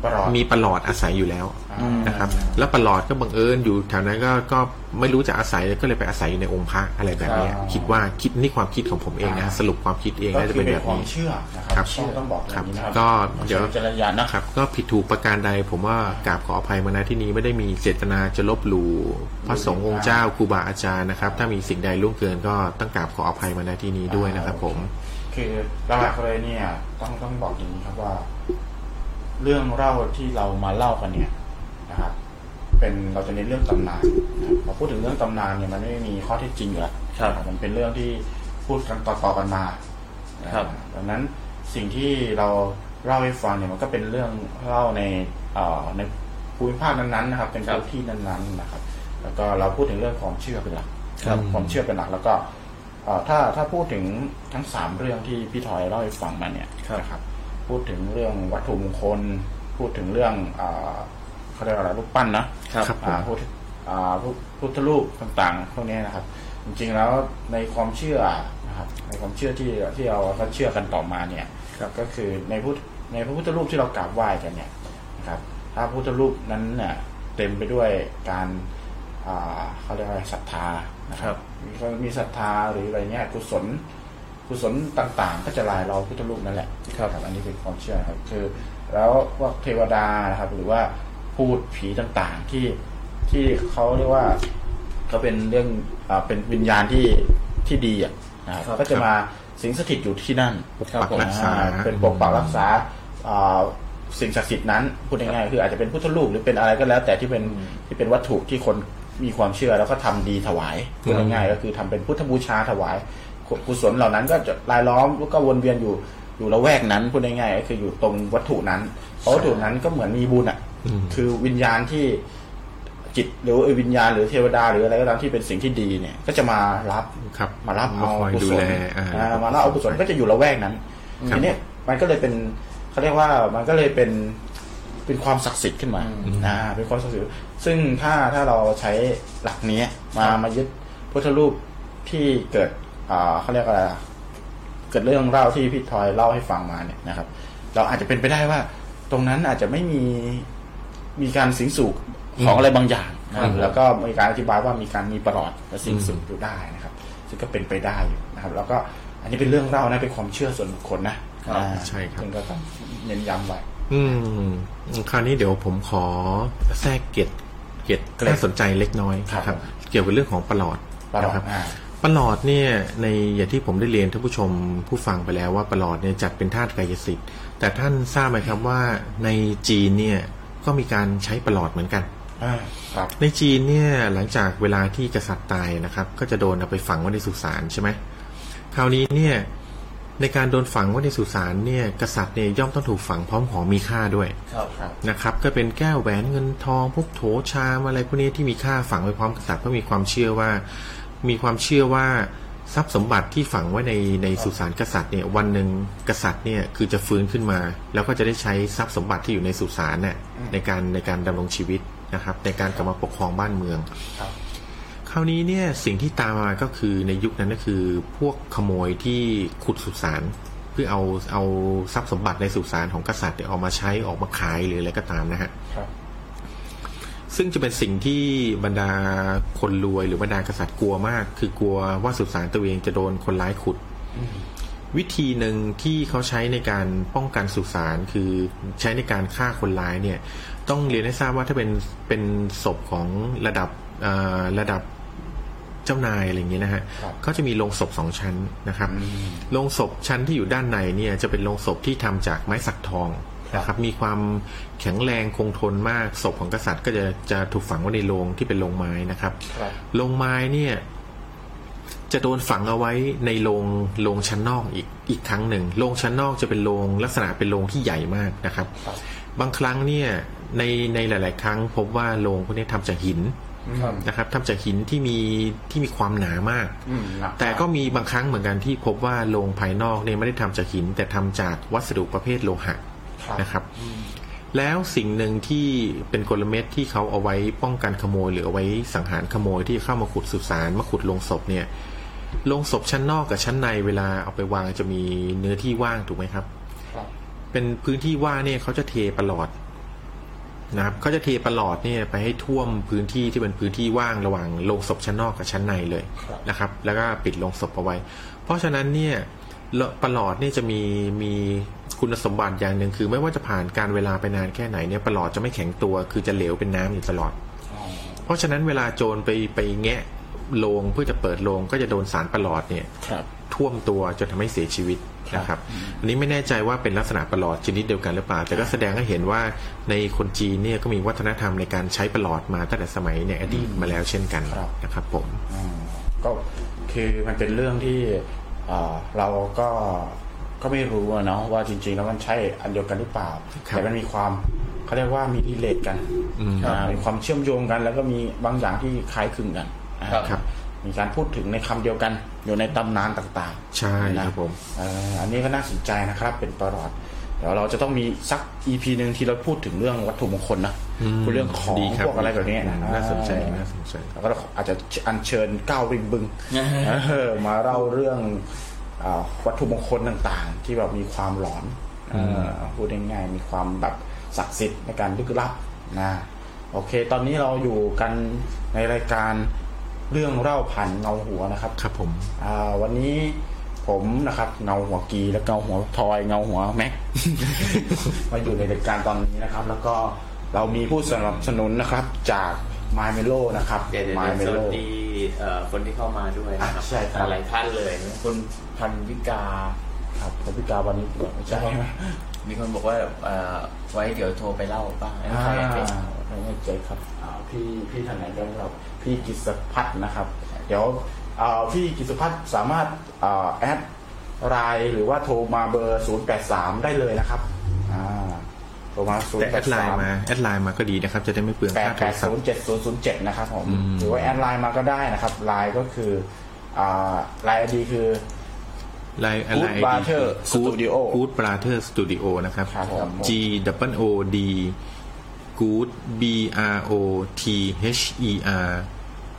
มีประหลอด มีประหลอดอาศัยอยู่แล้ว อืม นะครับ แล้วประหลอดก็บังเอิญอยู่แถวนั้นก็ก็ไม่รู้จะอาศัยก็เลยไปอาศัยอยู่ในองค์พระอะไรแบบเนี้ย ครับ คิดว่าคิดนี่ความคิดของผมเองนะสรุปความคิดเอง ก็ น่าจะ คือ เป็น เป็ แบ น บ ความ นี้ เชื่อนะค ครั รับบ ต้องต้องบอกอย่างนี้นะคครับรับก็เดี๋ยว ใช้จรรยานนะ ครับก็ผิดถูกประการใดผมว่ากราบขออภัยมาณที่นี้ไม่ได้มีเจตนาจะลบหลู่พระสงฆ์องค์เจ้าครูบาอาจารย์นะครับ ถ้ามีสิ่งใดล่วงเกินก็ต้องกราบขออภัยมาณที่นี้ด้วยนะครับ ผม คือหลักๆเลยเนี่ยต้องต้องบอกอย่างนี้ครับว่า เรื่องเล่าที่เรามาเล่ากันเนี่ยนะครับ เป็นเราจะเน้นเรื่องตำนานนะครับพอพูดถึงเรื่องตำนานเนี่ยมันไม่มีข้อเท็จจริงอยู่แล้ว ครับ มันเป็นเรื่องที่พูดกันต่อๆกันมา ครับ ดังนั้นสิ่งที่เราเล่าให้ฟังเนี่ยมันก็เป็นเรื่องเล่าในเอ่อในภูมิภาคนั้นๆนะครับ เป็นพื้นที่นั้นๆนะครับ แล้วก็เราพูดถึงเรื่องความเชื่อเป็นหลัก ครับ ความเชื่อเป็นหลักแล้วก็เอ่อถ้าถ้าพูดถึงทั้งสามเรื่องที่พี่ทอยเล่าให้ฟังมาเนี่ยนะครับ พูดถึงเรื่องวัตถุมงคล พูดถึงเรื่องเอ่อเขาเรียกว่าอะไรรูปปั้นนะครับ อ่าพูดอ่าพุทพุทธรูปต่างๆพวกนี้นะครับ จริงๆแล้วในความเชื่อนะครับ ในความเชื่อที่ที่เราเขาเชื่อกันต่อมาเนี่ยก็คือในพุทธในพระพุทธรูปที่เรากราบไหว้กันเนี่ยนะครับถ้าพุทธรูปนั้นเนี่ยเต็มไปด้วยการ อ่าเขาเรียกว่าศรัทธานะค ครั รับ บมีคนมีศรัทธาหรืออะไรเงี้ยกุศลกุศลต่างๆ ก็จะลายล้อมพุทธรูปนั่นแหละครับอันนี้เป็นความเชื่อครับคือ แล้วว่าเทวดานะครับหรือว่าพูดผีต่างๆที่ที่เขาเรียกว่าเขาเป็นเรื่องอ่าเป็นวิญญาณที่ที่ดีอ่ะนะครับก็จะมาสิงสถิตอยู่ที่นั่น ปกปัก ครับผม รักษา อ่เป็นปกปักรักษาอ่าสิ่งศักดิ์สิทธิ์นั้นพูดง่ายๆคืออาจจะเป็นพุทธรูปหรือเป็นอะไรก็แล้ว แต่ที่เป็นที่เป็นวัตถุที่คนมีความเชื่อแล้วก็ทำดีถวายพูดง่ายๆก็คือทำเป็นพุทธบูชาถวายกุกุศลเหล่านั้นก็จะรายล้อมแล้วก็วนเวียนอยู่อยู่ละแวกนั้นพูดง่ายๆก็คืออยู่ตรงวัตถุนั้นเพราะวัตถุนั้นก็เหมือนมีบุญอ่ะคือวิญญาณที่ จิตหรือวิญญาณหรือเทวดาหรืออะไรก็ตามที่เป็นสิ่งที่ดีเนี่ย ก็จะมารับ ครับ มารับ มา เอา คอย กุ ดู ศล แลอ่า อ่ามารับเอากุศลก็จะอยู่ละแวกนั้น ครับ ทีเนี้ยมันก็เลยเป็นเขาเรียกว่ามันก็เลยเป็นเป็นความศักดิ์สิทธิ์ขึ้นมาอ่าเป็นความศักดิ์สิทธิ์ซึ่งถ้าถ้าเราใช้หลักเนี้ยมามายึดพุทธรูปที่เกิดอ่าเขาเรียกอะไรอะเกิดเรื่องเล่าที่พี่ทอยเล่าให้ฟังมาเนี่ยนะครับ เราอาจจะเป็นไปได้ว่า ตรงนั้นอาจจะไม่มี มีการสิงสู่ของอะไรบางอย่างนะครับแล้วก็มีการอธิบายว่ามีการมีประหลอดและสิงสู่อยู่ได้นะครับ ซึ่งก็เป็นไปได้อยู่นะครับ แล้วก็อันนี้เป็นเรื่องเล่านะเป็นความเชื่อส่วนบุคคลนะอ่า ใช่ครับ ซึ่งก็ต้องเน้นย้ำไว้ อืม คราวนี้เดี๋ยวผมขอแทรกเกร็ดเกร็ด เกร็ด น่าสนใจเล็กน้อย ครับ นะครับ เกี่ยวกับเรื่องของประหลอด ประหลอด นะครับ อ่า ประหลอดเนี่ยในอย่างที่ผมได้เรียนท่านผู้ชมผู้ฟังไปแล้วว่าประหลอดเนี่ยจัดเป็นธาตุกายสิทธิ์แต่ท่านทราบไหมครับว่าในจีนเนี่ยก็มีการใช้ประหลอดเหมือนกัน อ่าครับ ในจีนเนี่ยหลังจากเวลาที่กษัตริย์ตายนะครับ ก็จะโดนเอาไปฝังไว้ในสุสานใช่ไหมคราวนี้เนี่ยในการโดนฝังไว้ในสุสานเนี่ยกษัตริย์เนี่ยย่อมต้องถูกฝังพร้อมของมีค่าด้วย ครับครับ นะครับ ก็เป็นแก้วแหวนเงินทองพวกโถชามอะไรพวกนี้ที่มีค่าฝังไว้พร้อมกษัตริย์เพราะมีความเชื่อว่า มีความเชื่อว่าทรัพย์สมบัติที่ฝังไว้ในในสุสานกษัตริย์เนี่ยวันหนึ่งกษัตริย์เนี่ยคือจะฟื้นขึ้นมา แล้วก็จะได้ใช้ทรัพย์สมบัติที่อยู่ในสุสานเนี่ยในการในการดำรงชีวิตนะครับ ในการกลับมาปกครองบ้านเมือง ครับ คราวนี้เนี่ยสิ่งที่ตามมาก็คือในยุคนั้นก็คือพวกขโมยที่ขุดสุสานเพื่อเอาเอาทรัพย์สมบัติในสุสานของกษัตริย์เนี่ยเออกมาใช้ออกมาขายหรืออะไรก็ตามนะฮะ ครับ ซึ่งจะเป็นสิ่งที่บรรดาคนรวยหรือบรรดากษัตริย์กลัวมาก คือกลัวว่าสุสานตัวเองจะโดนคนร้ายขุด วิธีหนึ่งที่เขาใช้ในการป้องกันสุสานคือใช้ในการฆ่าคนร้ายเนี่ย ต้องเรียนให้ทราบว่าถ้าเป็นเป็นศพของระดับเอ่อระดับเจ้านายอะไรอย่างเงี้ยนะฮะ ครับ เขาจะมีโรงศพสองชั้นนะครับโรงศพชั้นที่อยู่ด้านในเนี่ยจะเป็นโรงศพที่ทำจากไม้สักทอง นะครับมีความแข็งแรงคงทนมากศพของกษัตริย์ก็จะจะถูกฝังไว้ในโรงที่เป็นโรงไม้นะครับ ครับ โรงไม้เนี่ย จะโดนฝังเอาไว้ในโรงโรงชั้นนอกอีกอีกครั้งหนึ่งโรงชั้นนอกจะเป็นโรงลักษณะเป็นโรงที่ใหญ่มากนะครับ ครับ บางครั้งเนี่ยในในหลาย ๆ ครั้งพบว่าโรงพวกนี้ทำจากหิน ครับ นะครับทำจากหินที่มีที่มีความหนามาก อืมหนั แต่ก็มีบางครั้งเหมือนกันที่พบว่าโรงภายนอกเนี่ยไม่ได้ทำจากหิน แต่ทำจากวัสดุประเภทโลหะ ครับ นะครับ แล้วสิ่งหนึ่งที่เป็นกลเม็ดที่เขาเอาไว้ป้องกันขโมย หรือเอาไว้สังหารขโมยที่เข้ามาขุดสุสานมาขุดโลงศพเนี่ยโลงศพชั้นนอกกับชั้นในเวลาเอาไปวางจะมีเนื้อที่ว่างถูกไหมครับ ครับ เป็นพื้นที่ว่างเนี่ยเขาจะเทประหลอดนะครับเขาจะเทประหลอดเนี่ยไปให้ท่วมพื้นที่ที่เป็นพื้นที่ว่างระหว่างโลงศพชั้นนอกกับชั้นในเลย ครับ นะครับ แล้วก็ปิดโลงศพเอาไว้ เพราะฉะนั้นเนี่ยประหลอดเนี่ยจะมีมีคุณสมบัติอย่างหนึ่งคือ ไม่ว่าจะผ่านการเวลาไปนานแค่ไหนเนี่ยประหลอดจะไม่แข็งตัว คือจะเหลวเป็นน้ำอยู่ตลอด อ๋อ เพราะฉะนั้นเวลาโจรไปไปแงะโลงเพื่อจะเปิดโลงก็จะโดนสารประหลอดเนี่ย ครับ ท่วมตัวจนทำให้เสียชีวิตนะครับ อันนี้ไม่แน่ใจว่าเป็นลักษณะประหลอดชนิดเดียวกันหรือเปล่า แต่ก็แสดงให้เห็นว่าในคนจีนเนี่ยก็มีวัฒนธรรมในการใช้ประหลอดมาตั้งแต่สมัยในอดีตมาแล้วเช่นกัน ครับ นะครับผม อืมก็คือมันเป็นเรื่องที่อ่าเราก็ก็ไม่รู้อะเนาะว่าจริง ๆ แล้วมันใช่อันเดียวกันหรือเปล่า ครับ แต่มันมีความเขาเรียกว่ามีรีเลทกัน อืม อ่ามีความเชื่อมโยงกัน แล้วก็มีบางอย่างที่คล้ายคลึงกันอ่า ครับ ครับ มีการพูดถึงในคำเดียวกัน อยู่ในตำนานต่างๆ ใช่ครับผม นะเอ่ออันนี้ก็น่าสนใจนะครับ เป็นประวัติเดี๋ยวเราจะต้องมีสัก EP หนึ่งที่เราพูดถึงเรื่องวัตถุมงคลนะพูดเรื่องของ ดีค พวกอะไรแบบนี้ะ น่าสนใจน่าสนใจ แล้วก็อาจจะอัญเชิญก้าวริมบึง เออมาเล่าเรื่องอาวัตถุมงคลต่างๆ ที่แบบมีความหลอนเออพูดง่ายๆมีความแบบศักดิ์สิทธิ์ในการลึกลับนะโอเค ตอนนี้เราอยู่กันในรายการเรื่องเล่าผ่านเงาหัวนะครับ ครับผม อ่าวันนี้ผมนะครับเงาหัวกีและเงาหัวทอยเงาหัวแม็ ก มาอยู่ในรายการตอนนี้นะครับ แล้วก็เรามีผู้สนับสนุนนะครับจาก My Melo นะครับ เดี๋ยวเดี๋ยว My เดี๋ยวส Melo วัสดีเอ่อคนที่เข้ามาด้วยนะครั อ่ะใช่ครับ หลายท่านเลยคุณพันวิกา ครับผมพิการวันนี้ไม่ใช่ไหม มีคนบอกว่าเอ่อไว้เดี๋ยวโทรไปเล่าบ้าง อ่า ใครอยากเป็น ไม่แน่ใจครับอ่าพี่พี่ทางไหนกันครับพี่กิษพัฒน์นะครับ เดี๋ยวอ่าพี่กิษพัฒน์สามารถอ่าแอดไลน์หรือว่าโทรมาเบอร์ 083 ได้เลยนะครับอ่าโทรมา083 แต่แอดไลน์มาแอดไลน์มาก็ดีนะครับ จะได้ไม่เปลือง แปด ค่าโท แป ร ด ศัพ ศู ท์ นย์เจ็ดศูนย์ศูนย์เจ็ดนะครับผม อืม หรือว่าแอดไลน์มาก็ได้นะครับไลน์ก็คืออ่าไลน์ดีคือ ไลน์ไล Good Brother Studio Good Brother Studio นะครับ ครับผม G W O D Good B R O T H E R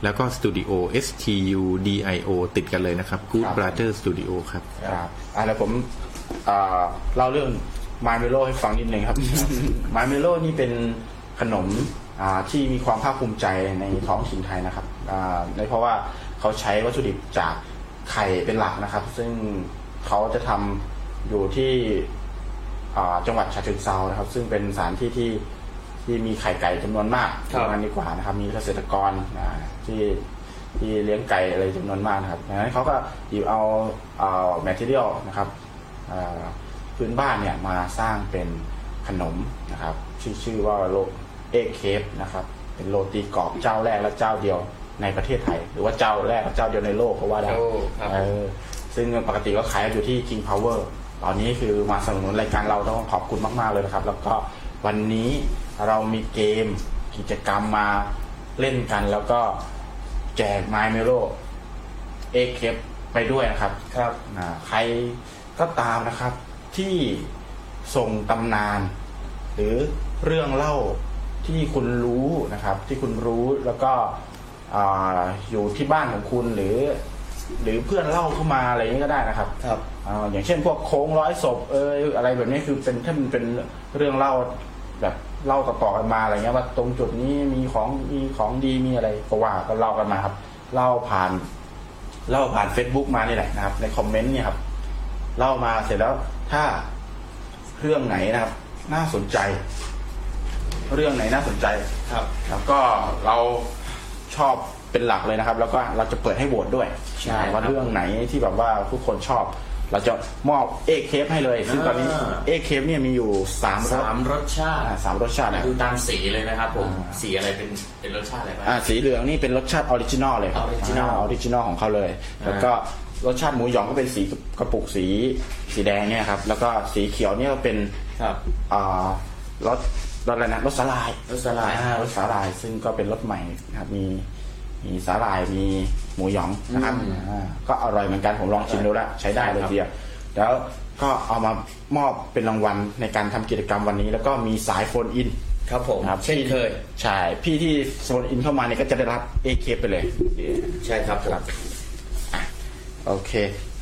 แล้วก็ Studio S T U D I O ติดกันเลยนะครับ Good ครับ Brother Studio ครับ ครับอ่าแล้วผมอ่าเล่าเรื่อง My Melo ให้ฟังนิดนึงครับ My Melo นี่เป็นขนมอ่าที่มีความภาคภูมิใจในท้องถิ่นไทยนะครับอ่าในเพราะว่าเขาใช้วัตถุดิบจากไข่เป็นหลักนะครับ ซึ่งเขาจะทำอยู่ที่อ่าจังหวัดฉะเชิงเซานะครับ ซึ่งเป็นสถานที่ที่ที่มีไข่ไก่จำนวนมาก ครับ ประมาณนี้กว่านะครับ มีเกษตรกรอ่าที่ ที่เลี้ยงไก่อะไรจำนวนมากนะครับดังนั้นเขาก็หยิบเอาเอาแมทเทียลนะครับเอ่อพื้นบ้านเนี่ยมาสร้างเป็นขนมนะครับ ชื่อชื่อว่าโลเอเคฟนะครับ เป็นโรตีกรอบเจ้าแรกและเจ้าเดียวในประเทศไทย หรือว่าเจ้าแรกและเจ้าเดียวในโลกก็ว่าได้ โอ้ครับ เออซึ่งปกติก็ขายอยู่ที่ King Power ตอนนี้คือมาสนับสนุนรายการเราต้องขอบคุณมากๆเลยนะครับ แล้วก็วันนี้เรามีเกมกิจกรรมมาเล่นกันแล้วก็ แจกไมเมโลเอเคปไปด้วยนะครับ ครับ อ่าใครก็ตามนะครับ ที่ส่งตำนาน หรือเรื่องเล่าที่คุณรู้นะครับ ที่คุณรู้แล้วก็อ่าอยู่ที่บ้านของคุณหรือ หรือเพื่อนเล่าเข้ามาอะไรอย่างนี้ก็ได้นะครับ ครับ อ่าอย่างเช่นพวกโค้งร้อยศพเอยอะไรแบบนี้คือเป็นถ้ามันเป็นเรื่องเล่าแบบเล่าต่อๆกันมาอะไรเงี้ยว่าตรงจุดนี้มีของมีของดีมีอะไรก็ว่าก็เล่ากันมาครับ เล่าผ่าน เล่าผ่าน Facebook มานี่แหละนะครับ ในคอมเมนต์เนี่ยครับ เล่ามาเสร็จแล้วถ้าเรื่องไหนนะครับ น่าสนใจ เรื่องไหนน่าสนใจ ครับ แล้วก็เราชอบเป็นหลักเลยนะครับ แล้วก็เราจะเปิดให้โหวตด้วย ใช่ ว่า ครับ เรื่องไหนที่แบบว่าทุกคนชอบ เราจะมอบเอเคฟให้เลย ซึ่งตอนนี้ อ่า เอเคฟเนี่ยมีอยู่สามรส สามรสชาติ อ่าสามรสชาตินะ ดูตามสีเลยนะครับผม อ่า สีอะไรเป็นเป็นรสชาติอะไรบ้าง อ่าสีเหลืองนี่เป็นรสชาติออริจินอลเลยครับ Original ออริจินอลของเขาเลย แล้วก็รสชาติหมูหยองก็เป็นสีกระปุกสีสีแดงเนี่ยครับ แล้วก็สีเขียวเนี่ยก็เป็น ครับ อ่ารสรสอะไรนะรสสาลาย รสอะไร อ่ารสสาลายซึ่งก็เป็นรสใหม่นะครับ มีมีสาลายมีหมูหยองนะครับอ่าก็อร่อยเหมือนกันผมลองชิมดูแล้วใช้ได้เลยทีเดียวแล้วก็เอามามอบเป็นรางวัลในการทำกิจกรรมวันนี้ แล้วก็มีสายโฟนอิน ครับผม ครับ เช่นเคย ใช่ พี่ที่โซนอินเข้ามาเนี่ยก็จะได้รับ AK ไปเลย ใช่ครับผม โอเค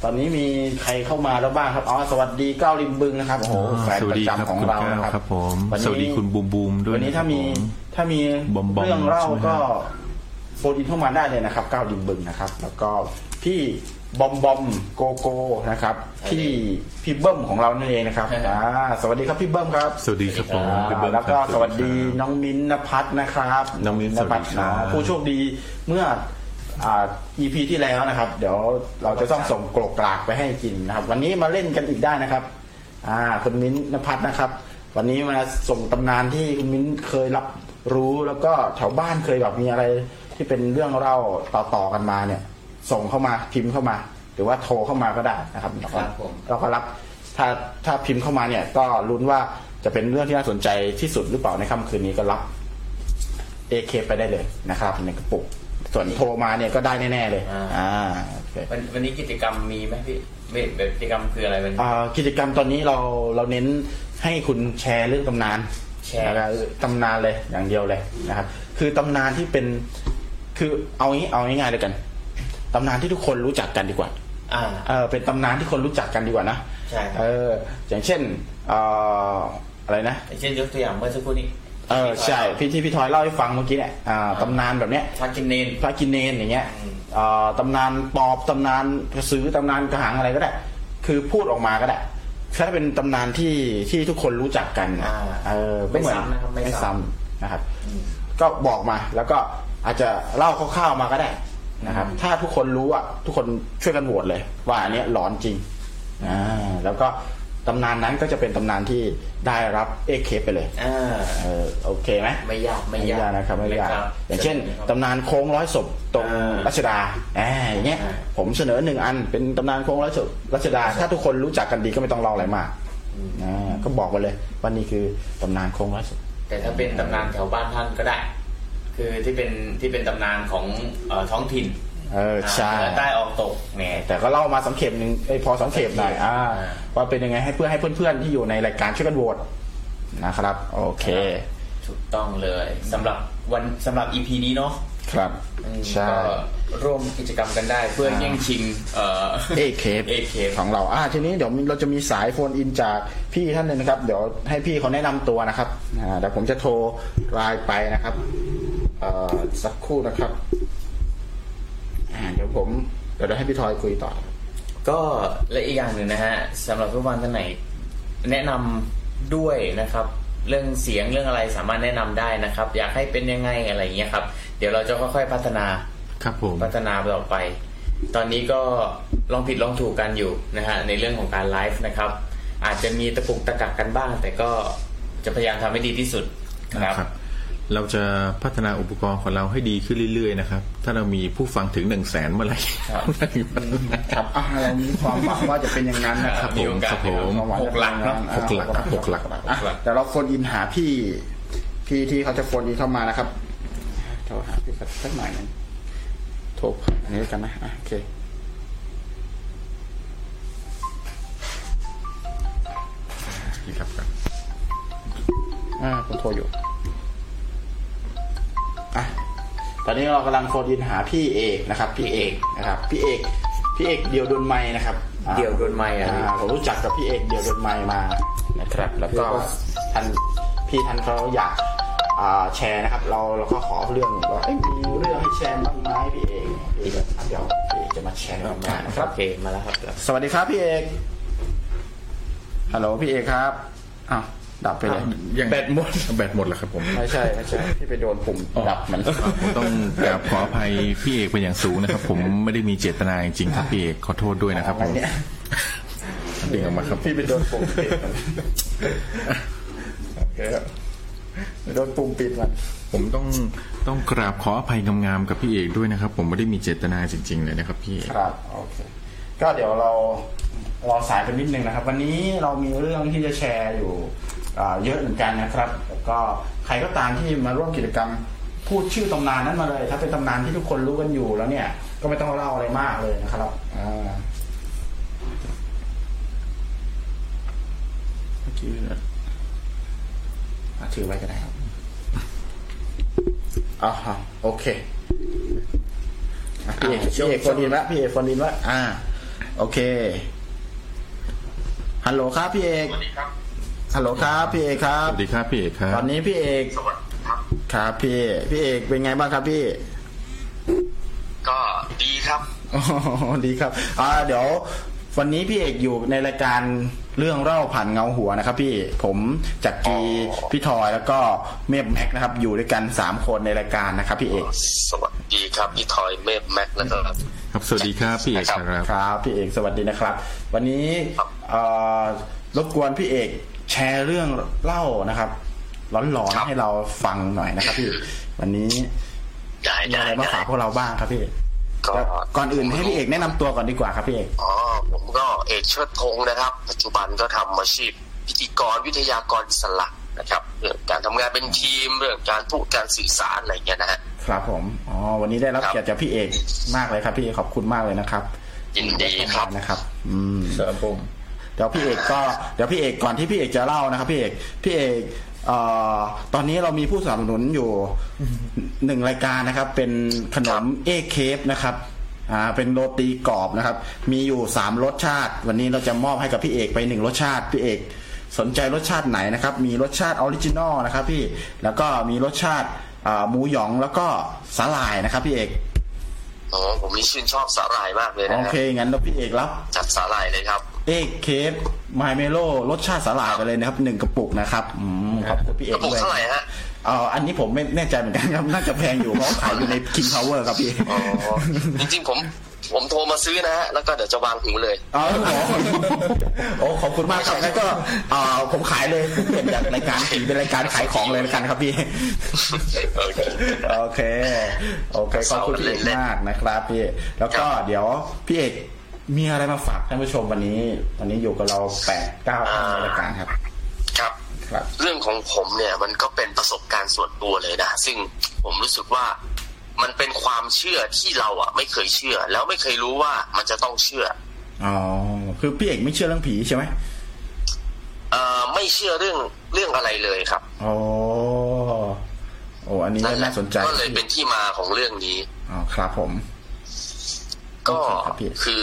ตอนนี้มีใครเข้ามาแล้วบ้างครับอ๋อสวัสดีเก้าวริมบึงนะครับโอ้โหแฟน สวัส ประ ดีครับ จำของ คุณ เรา แก้ว นะครับ ครับผม นนี้ สวัสดีคุณบูมบูมด้วย วันนี้ถ้ามี นะครับผม ถ้ามี บอมบอม เรื่องเล่า ใช่ไหม ก็ ครับ โฟนอินเข้ามาได้เลยนะครับเก้าวริมบึงนะครับ แล้วก็พี่บอมบอมโกโก้นะครับพี่พี่เบิ้มของเรานั่นเองนะครับอ่าสวัสดีครับพี่เบิ้มครับ สวัสดีครับผม อ่า พี่เบิ้ม แล้วก็ ครับ สวัสดีน้องมิ้นท์นภัทรนะครับ น้องมิ้นท์ นภัทร สวัสดีครับ นะผู้โชคดีเมื่ออ่า EP ที่แล้วนะครับ เดี๋ยวเราจะต้องส่งกรกกรากไปให้กินนะครับ วันนี้มาเล่นกันอีกได้นะครับ อ่าคุณมิ้นท์นภัทรนะครับ วันนี้มาส่งตำนานที่คุณมิ้นท์เคยรับรู้แล้วก็แถวบ้านเคยแบบมีอะไร ที่เป็นเรื่องเล่าต่อๆกันมาเนี่ย ส่งเข้ามาพิมพ์เข้ามา หรือว่าโทรเข้ามาก็ได้นะครับ ครับผม เราก็รับถ้าถ้าพิมพ์เข้ามาเนี่ย ก็ลุ้นว่าจะเป็นเรื่องที่น่าสนใจที่สุดหรือเปล่าในค่ำคืนนี้ก็รับ AK ไปได้เลยนะครับในกระปุก ส่วนโทรมาเนี่ยก็ได้แน่ ๆ เลย อ่า อ่าโอเค วันวันนี้กิจกรรมมีไหมพี่เวทเวทกิจกรรมคืออะไรวันนี้ อ่ากิจกรรมตอนนี้เราเราเน้นให้คุณแชร์เรื่องตำนาน แชร์ แล้วก็ตำนานเลยอย่างเดียวเลยนะครับ คือตำนานที่เป็นคือเอางี้เอาง่ายๆเลยกันตำนานที่ทุกคนรู้จักกันดีกว่า อ่า เออเป็นตำนานที่คนรู้จักกันดีกว่านะ ใช่ครับ เอออย่างเช่นเอ่ออะไรนะ เช่นยกตัวอย่างเมื่อสักครู่นี้ เออใช่พี่ที่พี่ทอยเล่าให้ฟังเมื่อกี้เนี่ยอ่าตำนานแบบเนี้ย ทักกินเนน พระกินเนนอย่างเงี้ย อืม เอ่อตำนานปอบตำนานกระสือตำนานกระหังอะไรก็ได้ คือพูดออกมาก็ได้ถ้าเป็นตำนานที่ที่ทุกคนรู้จักกัน อ่า เออก็ ไม่ เหมือน ซ้ำนะครับไม่ ไม่ ซ้ ซ้ำนะครับ ก็บอกมาแล้วก็อาจจะเล่าคร่าวๆมาก็ได้นะครับ ถ้าทุกคนรู้อ่ะทุกคนช่วยกันโหวตเลย ว่าอันเนี้ยหลอนจริงอ่าแล้วก็ตำนานนั้นก็จะเป็นตำนานที่ได้รับเอเคไปเลย ำอ่า เออโอเคไหม ไม่ยากไม่ ไม่ ยาก ยากนะครับไม่ยาก ครับ อย่างเช่นตำนานโค้งร้อยศพตรง อ่า รัชดาอ่าอย่างเงี้ย อ่า ผมเสนอหนึ่งอัน เป็นตำนานโค้งร้อยศพรัชดา ถ้าทุกคนรู้จักกันดีก็ไม่ต้องเล่าอะไรมากอ่าก็บอกมาเลยว่านี่คือตำนานโค้งร้อยศพ แต่ถ้าเป็นตำนานแถวบ้านท่านก็ได้ คือที่เป็นที่เป็นตำนานของเอ่อท้องถิ่น เออใช่ าเหนือใต้ออกตกแหม แต่ก็เล่ามาสังเขปหนึ่งไอ้ยพอสังเขปหน่อยอ่า อ่า ว่าเป็นยังไงให้เพื่อให้เพื่อนๆที่อยู่ในรายการช่วยกันโหวตนะครับ โอเค ถูกต้องเลยสำหรับวันสำหรับ EP นี้เนาะ ครับ อืม ใช่ ก็ร่วมกิจกรรมกันได้เพื่อแย่งชิงเอ่อ เอเค เอเค ของเราอ่าทีนี้เดี๋ยวเราจะมีสายโฟนอินจากพี่ท่านหนึ่งนะครับ เดี๋ยวให้พี่เขาแนะนำตัวนะครับอ่าเดี๋ยวผมจะโทรไลน์ไปนะครับเอ่อสักครู่นะครับอ่าเดี๋ยวผมเดี๋ยวให้พี่ทอยคุยต่อ ก็และอีกอย่างหนึ่งนะฮะสำหรับทุกวันท่านไหน แนะนำด้วยนะครับ เรื่องเสียงเรื่องอะไรสามารถแนะนำได้นะครับ อยากให้เป็นยังไงอะไรอย่างเงี้ยครับ เดี๋ยวเราจะค่อยๆพัฒนา ครับผม พัฒนาต่อไป ตอนนี้ก็ลองผิดลองถูกกันอยู่นะฮะในเรื่องของการไลฟ์นะครับ อาจจะมีตะกุกตะกักกันบ้าง แต่ก็จะพยายามทำให้ดีที่สุดครับ นะครับเราจะพัฒนาอุปกรณ์ของเราให้ดีขึ้นเรื่อยๆนะครับ ถ้าเรามีผู้ฟังถึงหนึ่งแสนเมื่อไหร่ ครับ ครับอ่าเรามีความหวังว่าจะเป็นอย่างนั้นนะค ค รั รับ บ มี ผ โอ ม กาส ครับผม นะครับ หกหลักเนอะ หกหลักครับหกหลัก อ่ะแต่เราโฟนอินหาพี่ พี่ที่เขาจะโฟนอินเข้ามานะครับโทรหาพี่สักหน่อยหนึงโทรผ่านอันนี้แล้วกันนะอ่ะโอเค ครับครับ อ่าผมโทรอยู่อ่ะตอนนี้เรากำลังโฟนอินหาพี่เอกนะครับ พี่เอกนะครับ พี่เอกพี่เอกเดียวดนไม้นะครับอ่า เดี่ยวโดนไม้อะ อ่าผมรู้จักกับพี่เอกเดียวโดนไมล์มานะครับ แล้วแล้ก็วก็ ท่านพี่ท่านเขาอยากอ่าแชร์นะครับ เราเราก็ขอเรื่องว่าเอ้ยมีเรื่องให้แชร์บ้างไหมพี่เอกพี่เอกเดี๋ยวพี่เอกจะมาแชร์กับงานนะค ครั รั บบ โอเคมาแล้วครับ สวัสดีครับพี่เอกฮัลโหลพี่เอกครับอ้าวดับไปเลย ยัง แบตหมด แบตหมดแล้วครับผม ไม่ใช่ไม่ใช่พี่ไปโดนปุ่มดับมัน ผมต้องกราบขออภัยพี่เอกเป็นอย่างสูงนะครับ ผมไม่ได้มีเจตนาจริงๆครับพี่เอกขอโทษด้วยนะครับผม อะไรเนี่ย เด้งออกมาครับ พี่ไปโดนปุ่มปิดมันโอเคครับโดนปุ่มปิดมัน ผมต้องต้องกราบขออภัยงามๆกับพี่เอกด้วยนะครับ ผมไม่ได้มีเจตนาจริง ๆ เลยนะครับพี่เอก ครับโอเคก็เดี๋ยวเรารอสายไปนิดนึงนะครับ วันนี้เรามีเรื่องที่จะแชร์อยู่อ่าเยอะเหมือนกันนะครับแล้วก็ใครก็ตามที่มาร่วมกิจกรรมพูดชื่อตำนานนั้นมาเลย ถ้าเป็นตำนานที่ทุกคนรู้กันอยู่แล้วเนี่ย ก็ไม่ต้องเล่าอะไรมากเลยนะครับอ่าเมื่อกี้เนี่ยอ่ะถือไว้ก็ได้ครับอ๋อฮะโอเค อ่ะพี่เอกพี่เอกโฟนอินละพี่เอกโฟนอินละอ่า โอเค ฮัลโหลครับพี่เอกฮัลโหลครับพี่เอกครั ส บ วัสดีครับพี่เอกครับ ตอนนี้พี่เอกครับพี่เอกพี่เอกเป็นไงบ้างครับพี่ ก็ดีครับ อ๋อดีครับ อ่า เดี๋ยว วันนี้พี่เอกอยู่ในรายการเรื่องเล่าผ่านเงาหัวนะครับ พี่ผมจักรีพี่ทอยแล้วก็เมฟแม็กนะครับ อยู่ด้วยกันสามคนในรายการนะครับ พี่เอก สวัสดีครับพี่ทอยเมฟแม็กนะครับ ครับสวัสดีครับพี่เอกครับ ครับพี่เอกสวัสดีนะครับ วันนี้เอ่อรบกวนพี่เอกแชร์เรื่องเล่านะครับร้อน ครั ๆ บ ให้เราฟังหน่อยนะครับพี่ วันนี้ ได้ มี ได้ อะไรมา ได้ ฝากพวกเราบ้างครับพี่เอก ก็ ก่อนอื่นให้พี่เอกแนะนำตัวก่อนดีกว่าครับพี่เอก อ๋อผมก็เอกเชิดพงศ์นะครับ ปัจจุบันก็ทำอาชีพ พิธีกรวิทยากรอิสลักนะครับเรื่องการทำงานเป็นทีมเรื่องการพูดการสื่อสารอะไรเงี้ยนะฮะ ครับผมอ๋อวันนี้ได้รับ ครับ เกียรติจากพี่เอกมากเลยครับ พี่เอกขอบคุณมากเลยนะครับ ยินดีครับ นะครับ อืม ครับผม เดี๋ยวพี่เอกก็เดี๋ยวพี่เอกก่อนที่พี่เอกจะเล่านะครับพี่เอกพี่เอกเอ่อตอนนี้เรามีผู้สนับสนุนอยู่ หนึ่งรายการนะครับ เป็นขนมเอเคฟนะครับอ่าเป็นโรตีกรอบนะครับ มีอยู่สามรสชาติ วันนี้เราจะมอบให้กับพี่เอกไปหนึ่งรสชาติพี่เอก สนใจรสชาติไหนนะครับ มีรสชาติออริจินอลนะครับ พี่แล้วก็มีรสชาติอ่าหมูหยองแล้วก็สาหร่ายนะครับ พี่เอก อ๋อผมนี่ชื่นชอบสาหร่ายมากเลยนะ โอ ฮะ เคงั้นเราพี่เอกรับ จัดสาหร่ายเลยครับ เอกเคฟไมเมโลรสชาติสาหร่ายไปเลยนะครับหนึ่งกระปุกนะครับอืมขอบคุณพี่เอก ระปุก ด้วย เท่าไหร่ฮะ เอ่ออันนี้ผมไม่แน่ใจเหมือนกันครับ น่าจะแพงอยู่เพราะขายอยู่ใน King Power ครับพี่ อ๋อ จริงๆผมผมโทรมาซื้อนะฮะ แล้วก็เดี๋ยวจะวางหู เลย อ๋อโอ้ขอบคุณมากครับแล้วก็เอ่อผมขายเลยเปลี่ยนจากรายการผีเป็นรายการขายของเลยแล้วกันครับพี่ โอเค โอเค โอเค ขอบคุณพี่เอกมากนะครับพี่ แล้วก็เดี๋ยวพี่เอกมีอะไรมาฝากท่านผู้ชมวันนี้ วันนี้อยู่กับเราแปดเก้าท่านในรายการครับ ครับ ครับ เรื่องของผมเนี่ยมันก็เป็นประสบการณ์ส่วนตัวเลยนะ ซึ่งผมรู้สึกว่ามันเป็นความเชื่อที่เราอ่ะ ไม่เคยเชื่อ แล้วไม่เคยรู้ว่ามันจะต้องเชื่อ อ๋อ คือพี่เอกไม่เชื่อเรื่องผีใช่ไหม เอ่อไม่เชื่อเรื่องเรื่องอะไรเลยครับ อ๋อ โอ้ อันนี้ แหละ น่าสนใจ ก็เลยเป็นที่มาของเรื่องนี้ อ๋อ ครับผม ก็ ครับพี่ คือ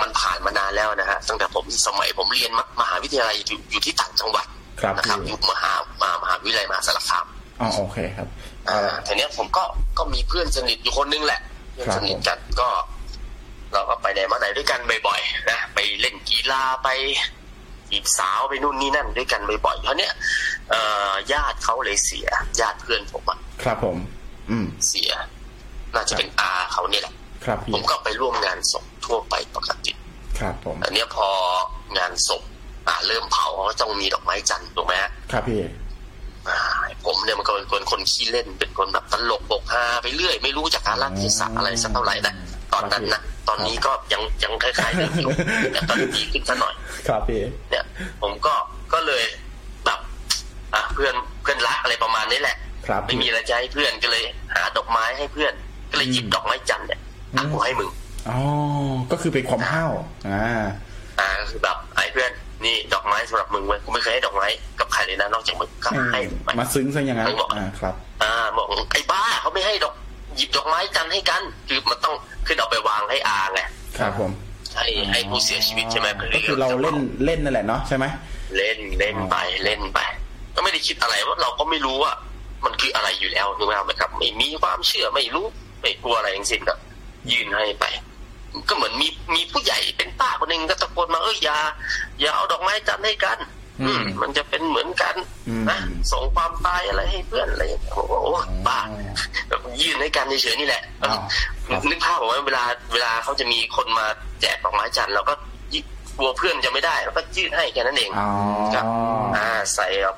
มันผ่านมานานแล้วนะฮะตั้งแต่ผมสมัยผมเรียนมมหาวิทยาลัยอยู่อยู่ที่ต่างจังหวัด ครับ นะครับอ พี่ ยู่มหามหามหาวิทยาลัยมหาสารคาม อ๋อ โอเคครับ อ่าทีเนี้ยผมก็ก็มีเพื่อนสนิทอยู่คนนึงแหละเพื่อนสนิทกันก็ เราก็ไปไหนมาไหนด้วยกันบ่อยๆนะไปเล่นกีฬาไปจีบสาวไปนู่นนี่นั่นด้วยกันบ่อยๆเพราะเนี้ยเอ่อญาติเขาเลยเสีย ญาติเพื่อนผมอะ ครับผม อืม เสีย น่าจะเป็นอาเขาเนี่ยแหละ ครับพี่ ผมก็ไปร่วมงานศพทั่วไปปกติ ครับผม อันเนี้ยพองานศพอ่าเริ่มเผาเขาก็ต้องมีดอกไม้จันทร์ถูกไหมฮะ ครับพี่ อ่าผมเนี่ยมันก็เป็นคนคนขี้เล่นเป็นคนแบบตลกบกฮาไปเรื่อยไม่รู้จากการรักเทศะอะไรสักเท่าไหร่นะตอนนั้นนะตอนนี้ก็ยังยังคล้ายๆเดิมอยู่แต่ตอนนี้ดีขึ้นซะหน่อย ครับพี่ เนี่ย ผมก็ก็เลยแบบอ่ะเพื่อนเพื่อนรักอะไรประมาณนี้แหละ ครับ ไม่มีอะไรจะให้เพื่อนก็เลย หาดอกไม้ให้เพื่อน ก็เลยหยิบดอกไม้จันทร์เนี่ยอ่ะ อืม กูให้มึง อ๋อ ก็คือเป็นความห้าวอ่า อ่าคือแบบไอ้เพื่อนนี่ดอกไม้สำหรับมึงเว้ยกูไม่เคยให้ดอกไม้กับใครเลยนะนอกจากมึงก็ให้ไป มาซึ้งซะอย่างนั้น อ่า ครับ อ่าบอกไอ้บ้าเขาไม่ให้ดอกหยิบดอกไม้จันทร์ให้กัน คือมันต้องขึ้นเอาไปวางให้อาไง ครับผม ให้ให้ผู้เสียชีวิตใช่ไหม ก็คือเราเล่น เล่นนั่นแหละเนาะใช่ไหม เล่นเล่นไปเล่นไป ก็ไม่ได้คิดอะไรว่าะเราก็ไม่รู้ว่า มันคืออะไรอยู่แล้วถูกไหมครับไม่มีความเชื่อไม่รู้ไม่กลัวอะไรทั้งสิ้นก็ยืนให้ไป ก็เหมือนมีมีผู้ใหญ่เป็นป้าคนหนึ่งก็ตะโกนมาเอ้ยอย่าอย่าเอาดอกไม้จันทร์ให้กัน อืม มันจะเป็นเหมือนกัน อืม นะส่งความตายอะไรให้เพื่อนอะไรอย่างเงี้ยโอ้โหบ้า แบบยื่นให้กันเฉยๆนี่แหละ อ้าวครับ นึกภาพออกไหมเวลาเวลาเขาจะมีคนมาแจกดอกไม้จันทร์เราก็หยิบ กลัวเพื่อนจะไม่ได้แล้วก็ยื่นให้แค่นั้นเอง อ๋อ ครับอ่าใส่แบบ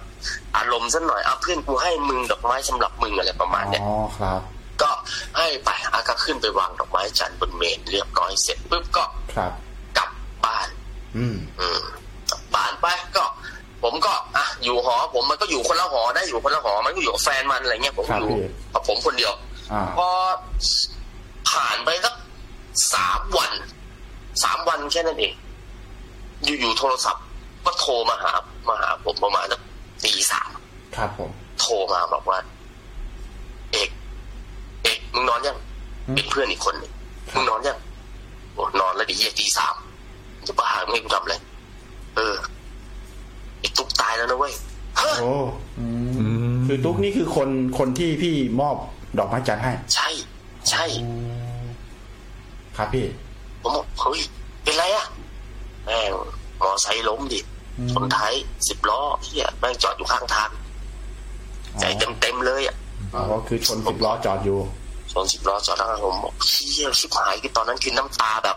อารมณ์สักหน่อยอ่ะเพื่อนกูให้มึงดอกไม้สำหรับมึงอะไรประมาณเนี้ย อ๋อครับ ก็ให้ไปอาก็ขึ้นไปวางดอกไม้จันทร์บนเมนเรียบร้อยเสร็จปุ๊บก็ ครับ กลับบ้าน อืม อืมกลับบ้านไปก็ ผมก็อ่ะอยู่หอ ผมมันก็อยู่คนละหอได้อยู่คนละหอมันก็อยู่กับแฟนมันอะไรเงี้ยผม ครับ อยู่ พี่ กับผมคนเดียว อ่า พอผ่านไปสักสามวันสามวันแค่นั้นเอง อยู่ๆโทรศัพท์ ก็โทรมาหามาหาผมประมาณสักตีสาม ครับผม โทรมาบอกว่า เอก เอกมึงนอนยังเป็นเพื่อนอีกคนหนึ่งมึงนอนยังโอ้นอนแล้วดิเหี้ยตีสามจะบ้าไม่ให้กูทำอะไรเออไอ้ตุ๊กตายแล้วนะเว้ยเฮ้ย โอ้ อืม คือตุ๊กนี่คือคนคนที่พี่มอบดอกไม้จันทร์ให้ ใช่ ใช่ ครับพี่ ผมบอกเฮ้ยเป็นไรอะแม่งมอไซค์ล้มดิชนท้ายสิบล้อเฮียแม่งจอดอยู่ข้างทางใจเต็มเต็มๆเลยอะ อ๋อก็คือชนสิบล้อจอดอยู่ สองสิบล้อจอดข้างหลังผมบอกเชี่ยชิบหายคือตอนนั้นคือน้ำตาแบบ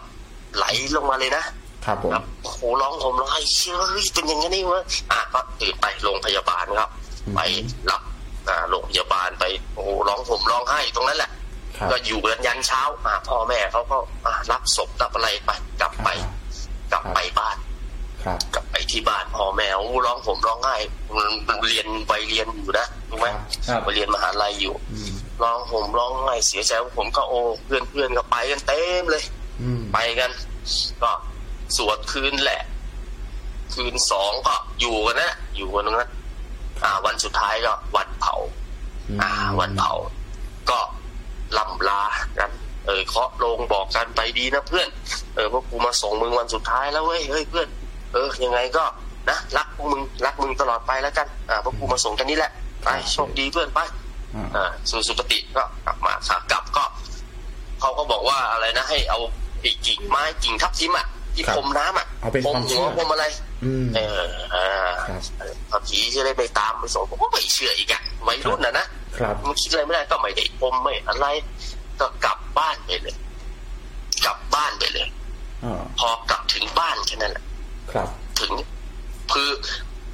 ไหลลงมาเลยนะครับ ผม แบบโอ้โหร้องผมร้องไห้เชี่ยเฮ้ยเป็นอย่างนี้นเองวะอ่ะก็ตื่นไปโรงพยาบาลครับ ไปรับอ่าโรงพยาบาลไปโอ้โหร้องผมร้องไห้ตรงนั้นแหละ ครับ ก็อยู่กันยันเช้าอ่ะพ่อแม่เขาก็อ่ะรับศพรับอะไรไปกลับไป กลับไปบ้าน ครับ กลับไปที่บ้านพ่อแม่โอ้ร้องผมร้องไห้มันเรียนไปเรียนอยู่นะถูกไหม ครับ ไปเรียนมหาลัยอยู่ร้องผมร้องไห้เสียใจผมก็โอ้เพื่อนเพื่อนก็ไปกันเต็มเลย อืม ไปกัน ก็สวดคืนแหละ คืนสองก็อยู่กันนะอยู่กันตรงนั้นอ่า วันสุดท้ายก็วันเผา อ่า วันเผา ก็ล่ำลากัน เออเคาะลงบอกกันไปดีนะเพื่อน เออพวกกูมาส่งมึงวันสุดท้ายแล้วเว้ยเฮ้ยเพื่อน เออยังไงก็นะรักพวกมึงรักมึงตลอดไปแล้วกัน อ่าพวกกูมาส่งกันนี่แหละไปโชคดีเพื่อนไป อ่า อ่าสู่สุคติก็กลับมาขากลับก็เขาก็บอกว่าอะไรนะ ให้เอาไอ้กิ่งไม้กิ่งทับทิมอ่ะที่ ครับ พรมน้ำอ่ะ เอาเป็น พรม ความเชื่ หั อ วพรมอะไร อืม เอออ่า ครับ พอผีจะได้ไปตามไปส่งผมก็ไม่เชื่ออีกอะวัยรุ่นนะนะครับ มันคิดอะไรไม่ได้ก็ไม่ได้ปมไม่อะไร ก็กลับบ้านไปเลย กลับบ้านไปเลย อ่า พอกลับถึงบ้านแค่นั้นแหละ ครับ ถึง คือ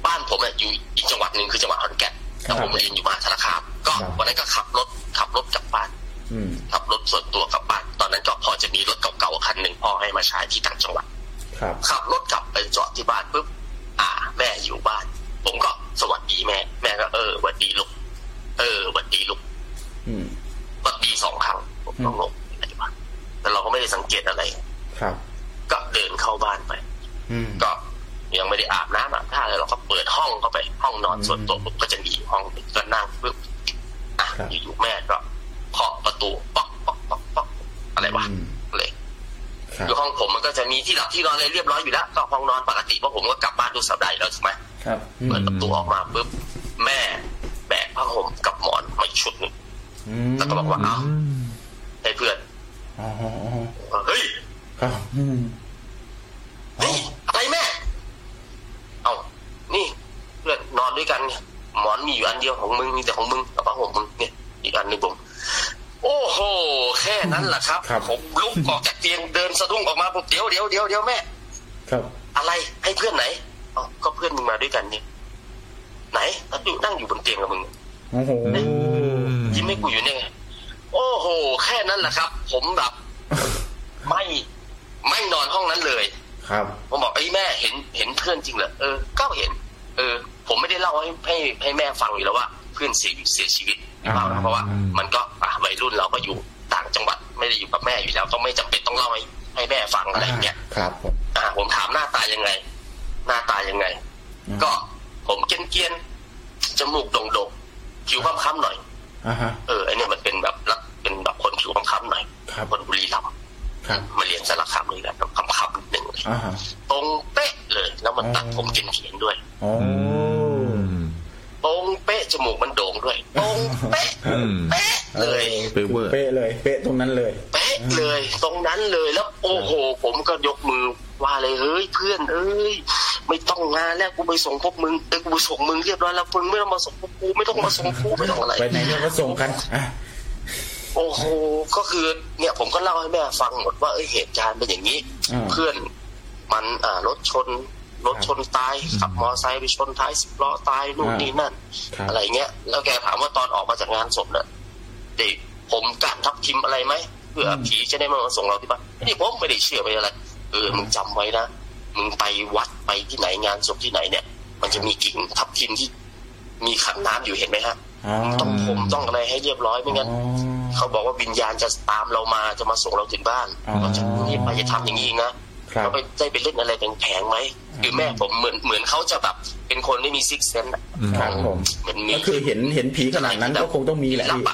บ้านผมอะอยู่อีกจังหวัดหนึ่งคือจังหวัดขอนแก่นแต่ผม ครับ เรียนอยู่มหาสารคามก็ ครับ วันนั้นก็ขับรถขับรถกลับบ้าน อืม ขับรถส่วนตัวกลับบ้าน ตอนนั้นก็พอจะมีรถเก่าๆคันหนึ่งพ่อให้มาใช้ที่ต่างจังหวัด ครับ ขับรถกลับไปจอดที่บ้านปุ๊บ อ่า แม่อยู่บ้าน ผมก็สวัสดีแม่ แม่ก็เออสวัสดีลูก เออสวัสดีลูก อืม สวัสดีสองครั้ง ผมก็งงอะไรวะแต่เราก็ไม่ได้สังเกตอะไร ครับ ก็เดินเข้าบ้านไป อืม ก็ยังไม่ได้อาบน้ำอาบท่าเลยเราก็เปิดห้องเข้าไป ห้องนอนส่วนตัวผมก็จะมีอยู่ห้องหนึ่งก็นั่งปุ๊บอ่ะ ครับ อยู่ๆแม่ก็เคาะประตูป๊อกป๊อกป๊อกป๊อกอะไรวะเลย ครับ คือห้องผมมันก็จะมีที่หลับที่นอนเลยเรียบร้อยอยู่แล้วก็ห้องนอนปกติเพราะผมก็กลับบ้านทุกสัปดาห์อยู่แล้วถูกไหม ครับ เปิดประตูออกมาปุ๊บแม่แบกผ้าห่มกับหมอนมาอีกชุดหนึ่ง อืม แล้วก็บอกว่าอ้าว อืม ให้เพื่อน อ๋ออ๋ออ๋อ เฮ้ย ครับ อืม เฮ้ยอะไรแม่ เอานี่ เพื่อนนอนด้วยกันเนี่ยหมอนมีอยู่อันเดียวของมึงมีแต่ของมึงแล้วผ้าห่มมึงเนี่ยอีกอันหนึ่งผมโอ้โหแค่นั้นแหละครับ ครับ ผมลุกออกจากเตียงเดินสะดุ้งออกมาปุ๊บเดี๋ยวเดี๋ยวเดี๋ยวเดี๋ยวแม่ ครับ อะไรให้เพื่อนไหนเอ้าก็เพื่อนมึงมาด้วยกันนี่ไหนก็อยู่นั่งอยู่บนเตียงกับมึงเนี่ย โอ้โห ยิ้มให้กูอยู่เนี่ยไงโอ้โห แค่นั้นแหละครับ ผมแบบ ไม่ไม่นอนห้องนั้นเลย ครับ ผมบอกไอ้ยแม่เห็นเห็นเพื่อนจริงเหรอเออก็เห็น เออ ผมไม่ได้เล่าให้ให้ให้แม่ฟังอยู่แล้วว่า เพื่อนเสียเสียชีวิตหรือเปล่านะเพราะว่า มันก็อ่ะวัยรุ่นเราก็อยู่ต่างจังหวัด ไม่ได้อยู่กับแม่อยู่แล้ว ก็ไม่จำเป็นต้องเล่าให้ให้แม่ฟังอะไรอย่างเงี้ย ครับผม อ่าผมถามหน้าตายังไง หน้าตายังไง อืม ก็ผมเกรียนๆจมูกโด่งๆผิวค้ำๆหน่อย อ่าฮะ เออไอเนี่ยมันเป็นแบบลักเป็นแบบคนผิวค้ำๆหน่อย ครับ คนบุรีรัมย์ ครับ มาเรียนสารคามด้วยกันค้ำๆนิดหนึ่งเลย อ่าฮะ ตรงเป๊ะเลย แล้วมันตัด อ๋อ ผมเกรียนๆด้วย โอ้ อืม ตรงเป๊ะจมูกมันโด่งด้วยตรงเป๊ะ อืม เป๊ะเลย เปเวอร์ เป๊ะเลย เป๊ะตรงนั้นเลย เป๊ะเลยตรงนั้นเลยแล้ว โอ้โห ผมก็ยกมือว่าเลยเฮ้ยเพื่อนเอ้ยไม่ต้องงานแล้วกูไปส่งพวกมึงเอ้ยกูไปส่งมึงเรียบร้อยแล้วมึงไม่ต้องมาส่งพวกกูไม่ต้องมาส่งกูไม่ต้องอะไร ไปไหนเราก็ส่งกัน อ่ะ โอ้โหก็คือ เนี่ยผมก็เล่าให้แม่ฟังหมดว่าเอ้ยเหตุการณ์เป็นอย่างนี้ อ่า เพื่อน มันเอ่อรถชนรถชนตายขับมอไซค์ไปชนท้ายสิบล้อตายนู่นนี่นั่น ครับ อะไรเงี้ย แล้วแกถามว่าตอนออกมาจากงานศพเนี่ยเด็กผมกัดทับทิมอะไรไหมเพื่อผีจะได้ไมาส่งเราที่บ้านนี่ผมไม่ได้เชื่อไปอะไรเออมึงจำไว้นะมึงไปวัดไปที่ไหนงานศพที่ไหนเนี่ย มันจะมีกิ่งทับทิมที่ มีขันน้ำอยู่เห็นไหมฮะ อ๋อ ต้องผมต้องอะไรให้เรียบร้อยไม่งั้น เขาบอกว่าวิญญาณจะตามเรามาจะมาส่งเราถึงบ้าน อ๋อ เราจะนี่ไปจะทำอย่างนี้อีกนะครับ เราไปได้ไปเล่นอะไรแผงๆไหมคือแม่ผมเหมือนเหมือนเขาจะแบบ เป็นคนที่มีซิกเซน ครับผม เหมือนมี ก็คือเห็นเห็นผีขนาดนั้นก็คงต้องมีแหละพี่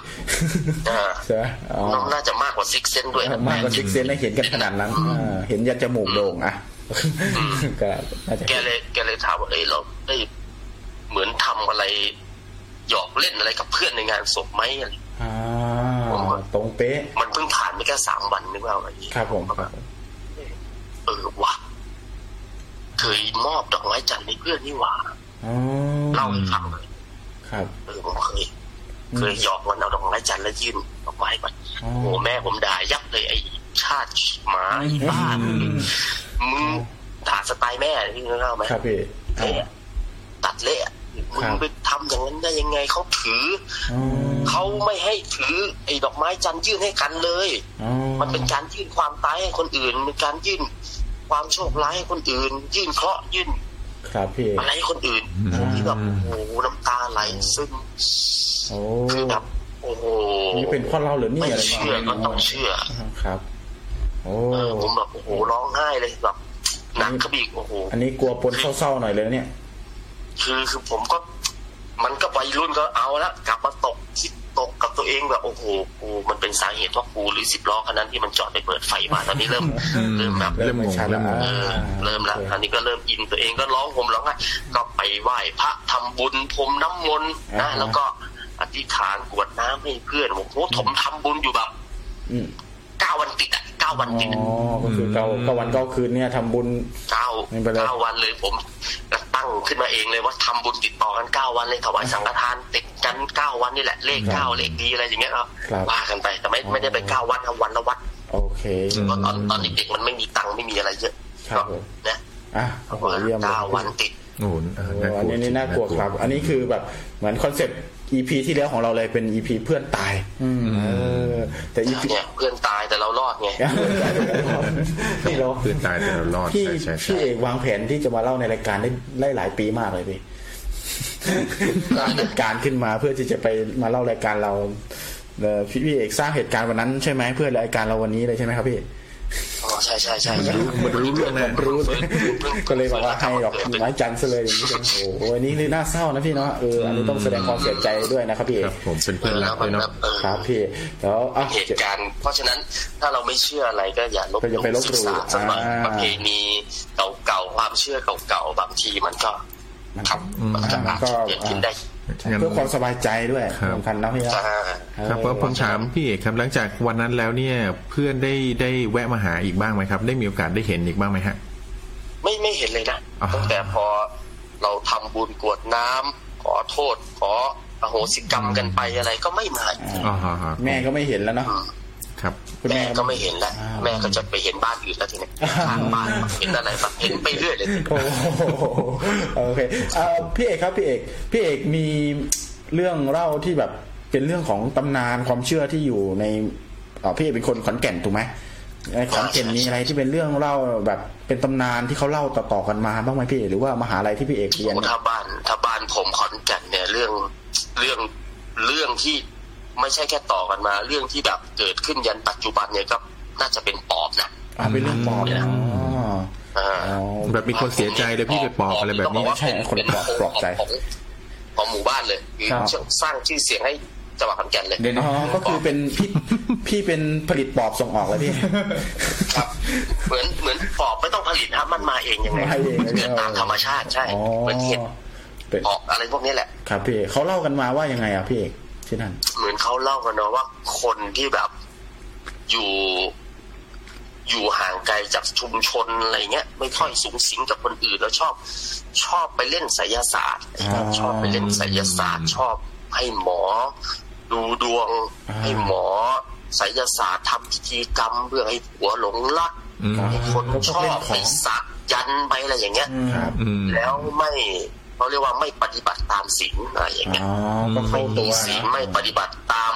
อ่า ใช่ไหมอ๋อ น้องน่าจะมากกว่าซิกเซนด้วยนะ มากกว่าซิกเซนได้เห็นกันขนาดนั้นอ่าเห็นยันจมูกโด่งอ่ะก็น่าจะ แกเลยแกเลยถามว่าเอ้ยเราได้เหมือนทำอะไร หยอกเล่นอะไรกับเพื่อนในงานศพไหมอะไร อ่าตรงเป๊ะ มันเพิ่งผ่านไปแค่สามวันนึกว่าอะไรอย่างงี้ ครับผมครับ เออว่ะเคยมอบดอกไม้จันทร์ให้เพื่อนนี่หว่า อ๋อ เล่าให้ฟังเลย ครับ เออผมเคยเคยหยอกมันเอาดอกไม้จันทร์แล้วยื่นดอกไม้มัน อ๋อ โอ้โหแม่ผมด่ายับเลยไอ้ชาติหมาไอ้บ้ามึงด่าสไตล์แม่นี่นึกเอาไหม ครับพี่อ่า เละตัดเละมึ ครั ง บ ไปทำอย่างนั้นได้ยังไงเขาถือ อ๋อ อเขาไม่ให้ถือไอ้ดอกไม้จันทร์ยื่นให้กันเลย อ๋อ มันเป็นการยื่นความตายให้คนอื่นเป็นการยื่นความโชคร้ายให้คนอื่น ยื่นเคราะห์ยื่น ครับพี่ อะไรให้คนอื่นผมที่แบบโอ้โหน้ำตาไหลซึ่ง โอ้ คือแบบโอ้โห นี่เป็นข้อเล่าเหรือนี่ ไม่ อะไรประ เชื่อ มาณนี้ก็ต้องเชื่อ ครับ โอ้ เออผมแบบโอ้โหร้องไห้เลยแบบหนักกระบีกโอ้โห อันนี้กลัวปนเศร้าๆหน่อยเลยนะเนี่ย คือคือผมก็ มันก็วัยรุ่นก็เอาละกลับมาตกคิดตกกับตัวเองแบบโอ้โหกูมันเป็นสาเหตุว่ากูหรือสิบล้อคันนั้นที่มันจอดไปเปิดไฟ มาตอนนี้เริ่มเริ่มแบบ เริ่มงงเริ่มงง เออเริ่มละอันนี้ก็เริ่มอินตัวเองก็ร้องผมร้องไห้ก็ไปไหว้พระทำบุญพรมน้ำมนต์ อ่า นะ ฮะ แล้วก็อธิษฐานกรวดน้ำให้เพื่อนผมโอ้โหผมทำบุญอยู่แบบ อืม เก้าวันติดอ่ะเก้าวัน อ๋อ ติดอะ ก็คือเก้าเก้าวันเก้าคืนเนี่ยทำบุญ เก้า ไม่เป็นไร เก้าวันเลยผมตั้งขึ้นมาเองเลยว่าทำบุญติดต่อกันเก้าวันเลยถวายสังฆทานติดกันเก้าวันนี่แหละเลขเก้าเลขดีอะไรอย่างเงี้ยครับ ครับ ว่ากันไปแต่ไม่ไม่ได้ไปเก้าวันครับวันละวัด โอเค เพราะตอนตอนเด็กๆมันไม่มีตังค์ไม่มีอะไรเยอะ ครับผม นะ อ่ะโอ้โหเยี่ยมเลย เก้าวันติด โอ้โห โอ้ น่าก โห ลัว อันนี้นี่น่ากลัวครับ อันนี้คือแบบเหมือนคอนเซ็ปต์ EP ที่แล้วของเราเลยเป็น EP เพื่อนตาย อืมเออ แต่ EP เนี่ยเพื่อนตายแต่เรารอดไง นี่เรา เพื่อนตายแต่เรารอด พี่ ใช่ใช่ใช่ พี่เอกวางแผนที่จะมาเล่าในรายการได้ได้หลายปีมากเลยพี่ สร้างเหตุการณ์ขึ้นมาเพื่อที่จะไปมาเล่ารายการเราเอ่อพี่พี่เอกสร้างเหตุการณ์วันนั้นใช่ไหมเพื่อรายการเราวันนี้เลยใช่ไหมครับพี่ อ๋อใช่ใช่ใช่ มันรู้เรื่องนะ รู้เรื่อง ก็เลยบอกว่าให้ดอกไม้จันทร์ซะเลยอย่างนี้โอ้โหอันนี้นี่น่าเศร้านะพี่เนาะเอออันนี้ต้องแสดงความเสียใจด้วยนะครับพี่เอ ค ก รับผมเป็นเพื่อนรักด้วยเนาะ เออ ครับพี่แล้วอ่ะ เหตุการณ์เพราะฉะนั้นถ้าเราไม่เชื่ออะไรก็อย่าลบ ก็อย่าไปลบหลู่ ศึกษาสมัย อ่า ประเพณีเก่าๆความเชื่อเก่าๆบางทีมันก็ มัน ครับ อืม มันก็อาจจะ อ่า เปลี่ยนทินได้ งั้น เพื่อความสบายใจด้วย ครับ สำคัญนะพี่เนาะ อ่า ครับเพราะผมถามพี่เอกครับหลังจากวันนั้นแล้วเนี่ย เพื่อนได้ได้แวะมาหาอีกบ้างไหมครับ ได้มีโอกาสได้เห็นอีกบ้างไหมฮะ ไม่ไม่เห็นเลยนะ อ่า ตั้งแต่พอเราทำบุญกรวดน้ำขอโทษ ขออโหสิกรรมกันไปอะไรก็ไม่มา อ๋อฮะฮะ แม่ก็ไม่เห็นแล้วเนาะ ครับ คุณ แม่ก็ ไม่ ไม่เห็นแล้ว อ่า แม่ก็จะไปเห็นบ้านอื่นแล้วทีนี้ข้างบ้านเห็นอะไรบ้างเห็นไปเรื่อยเลย โอ้โหโอเคเอ่อพี่เอกครับพี่เอกพี่เอกมีเรื่องเล่าที่แบบเป็นเรื่องของตำนานความเชื่อที่อยู่ในเอ่อพี่เอกเป็นคนขอนแก่นถูกไหมในขอนแก่นมีอะไรที่เป็นเรื่องเล่าแบบเป็นตำนานที่เขาเล่าต่อๆกันมาบ้างไหมพี่เอกหรือว่ามหาลัยที่พี่เอกเรียน โอ้ถ้าบ้านถ้าบ้านผมขอนแก่นเนี่ยเรื่องเรื่องเรื่องที่ไม่ใช่แค่ต่อกันมา เรื่องที่แบบเกิดขึ้นยันปัจจุบันเนี่ยก็น่าจะเป็นปอบนะ อ่าเป็นเรื่องปอบนะ อ่า อ๋อ แบบมีคนเสียใจเลยพี่ไปปอบอะไรแบบนี้ ต้งกว่า ใช่คนปอบ เป็ ปลอบใจ ของของหมู่บ้านเลยคือ ครับ สร้างชื่อเสียงให้จังหวัดขอนแก่นเลย อ๋อก็คือเป็นพี่พี่เป็นผลิตปอบส่งออกเลยพี่ ครับ เหมือนเหมือนปอบไม่ต้องผลิตครับมันมาเองยังไง มาเองเลย เกิดตามธรรมชาติใช่ อ๋อ เหมือนเห็ด เป็น ปอบอะไรพวกนี้แหละ ครับพี่เอกเขาเล่ากันมาว่ายังไงอ่ะพี่เอกที่นั่น เหมือนเขาเล่ากันเนาะว่าคนที่แบบอยู่ อยู่ห่างไกลจากชุมชนอะไรเงี้ย ไม่ค่อยสูงสิงกับคนอื่นแล้วชอบ ชอบไปเล่นไสยศาสตร์ครับ อ่า ชอบไปเล่นไสยศาสตร์ ชอบให้หมอ ดูดวง อ่า ให้หมอไสยศาสตร์ทำพิธีกรรมเพื่อให้ผัวหลงรัก อืม คนชอบ ชอบเล่นของ ไปสักยันต์ไปอะไรอย่างเงี้ย ครับ อืม แล้วไม่เขาเรียกว่าไม่ปฏิบัติตามศีลอะไรอย่างเงี้ย อ๋อก็เข้าตั มี ว ศี นะ ลไม่ปฏิบัติตาม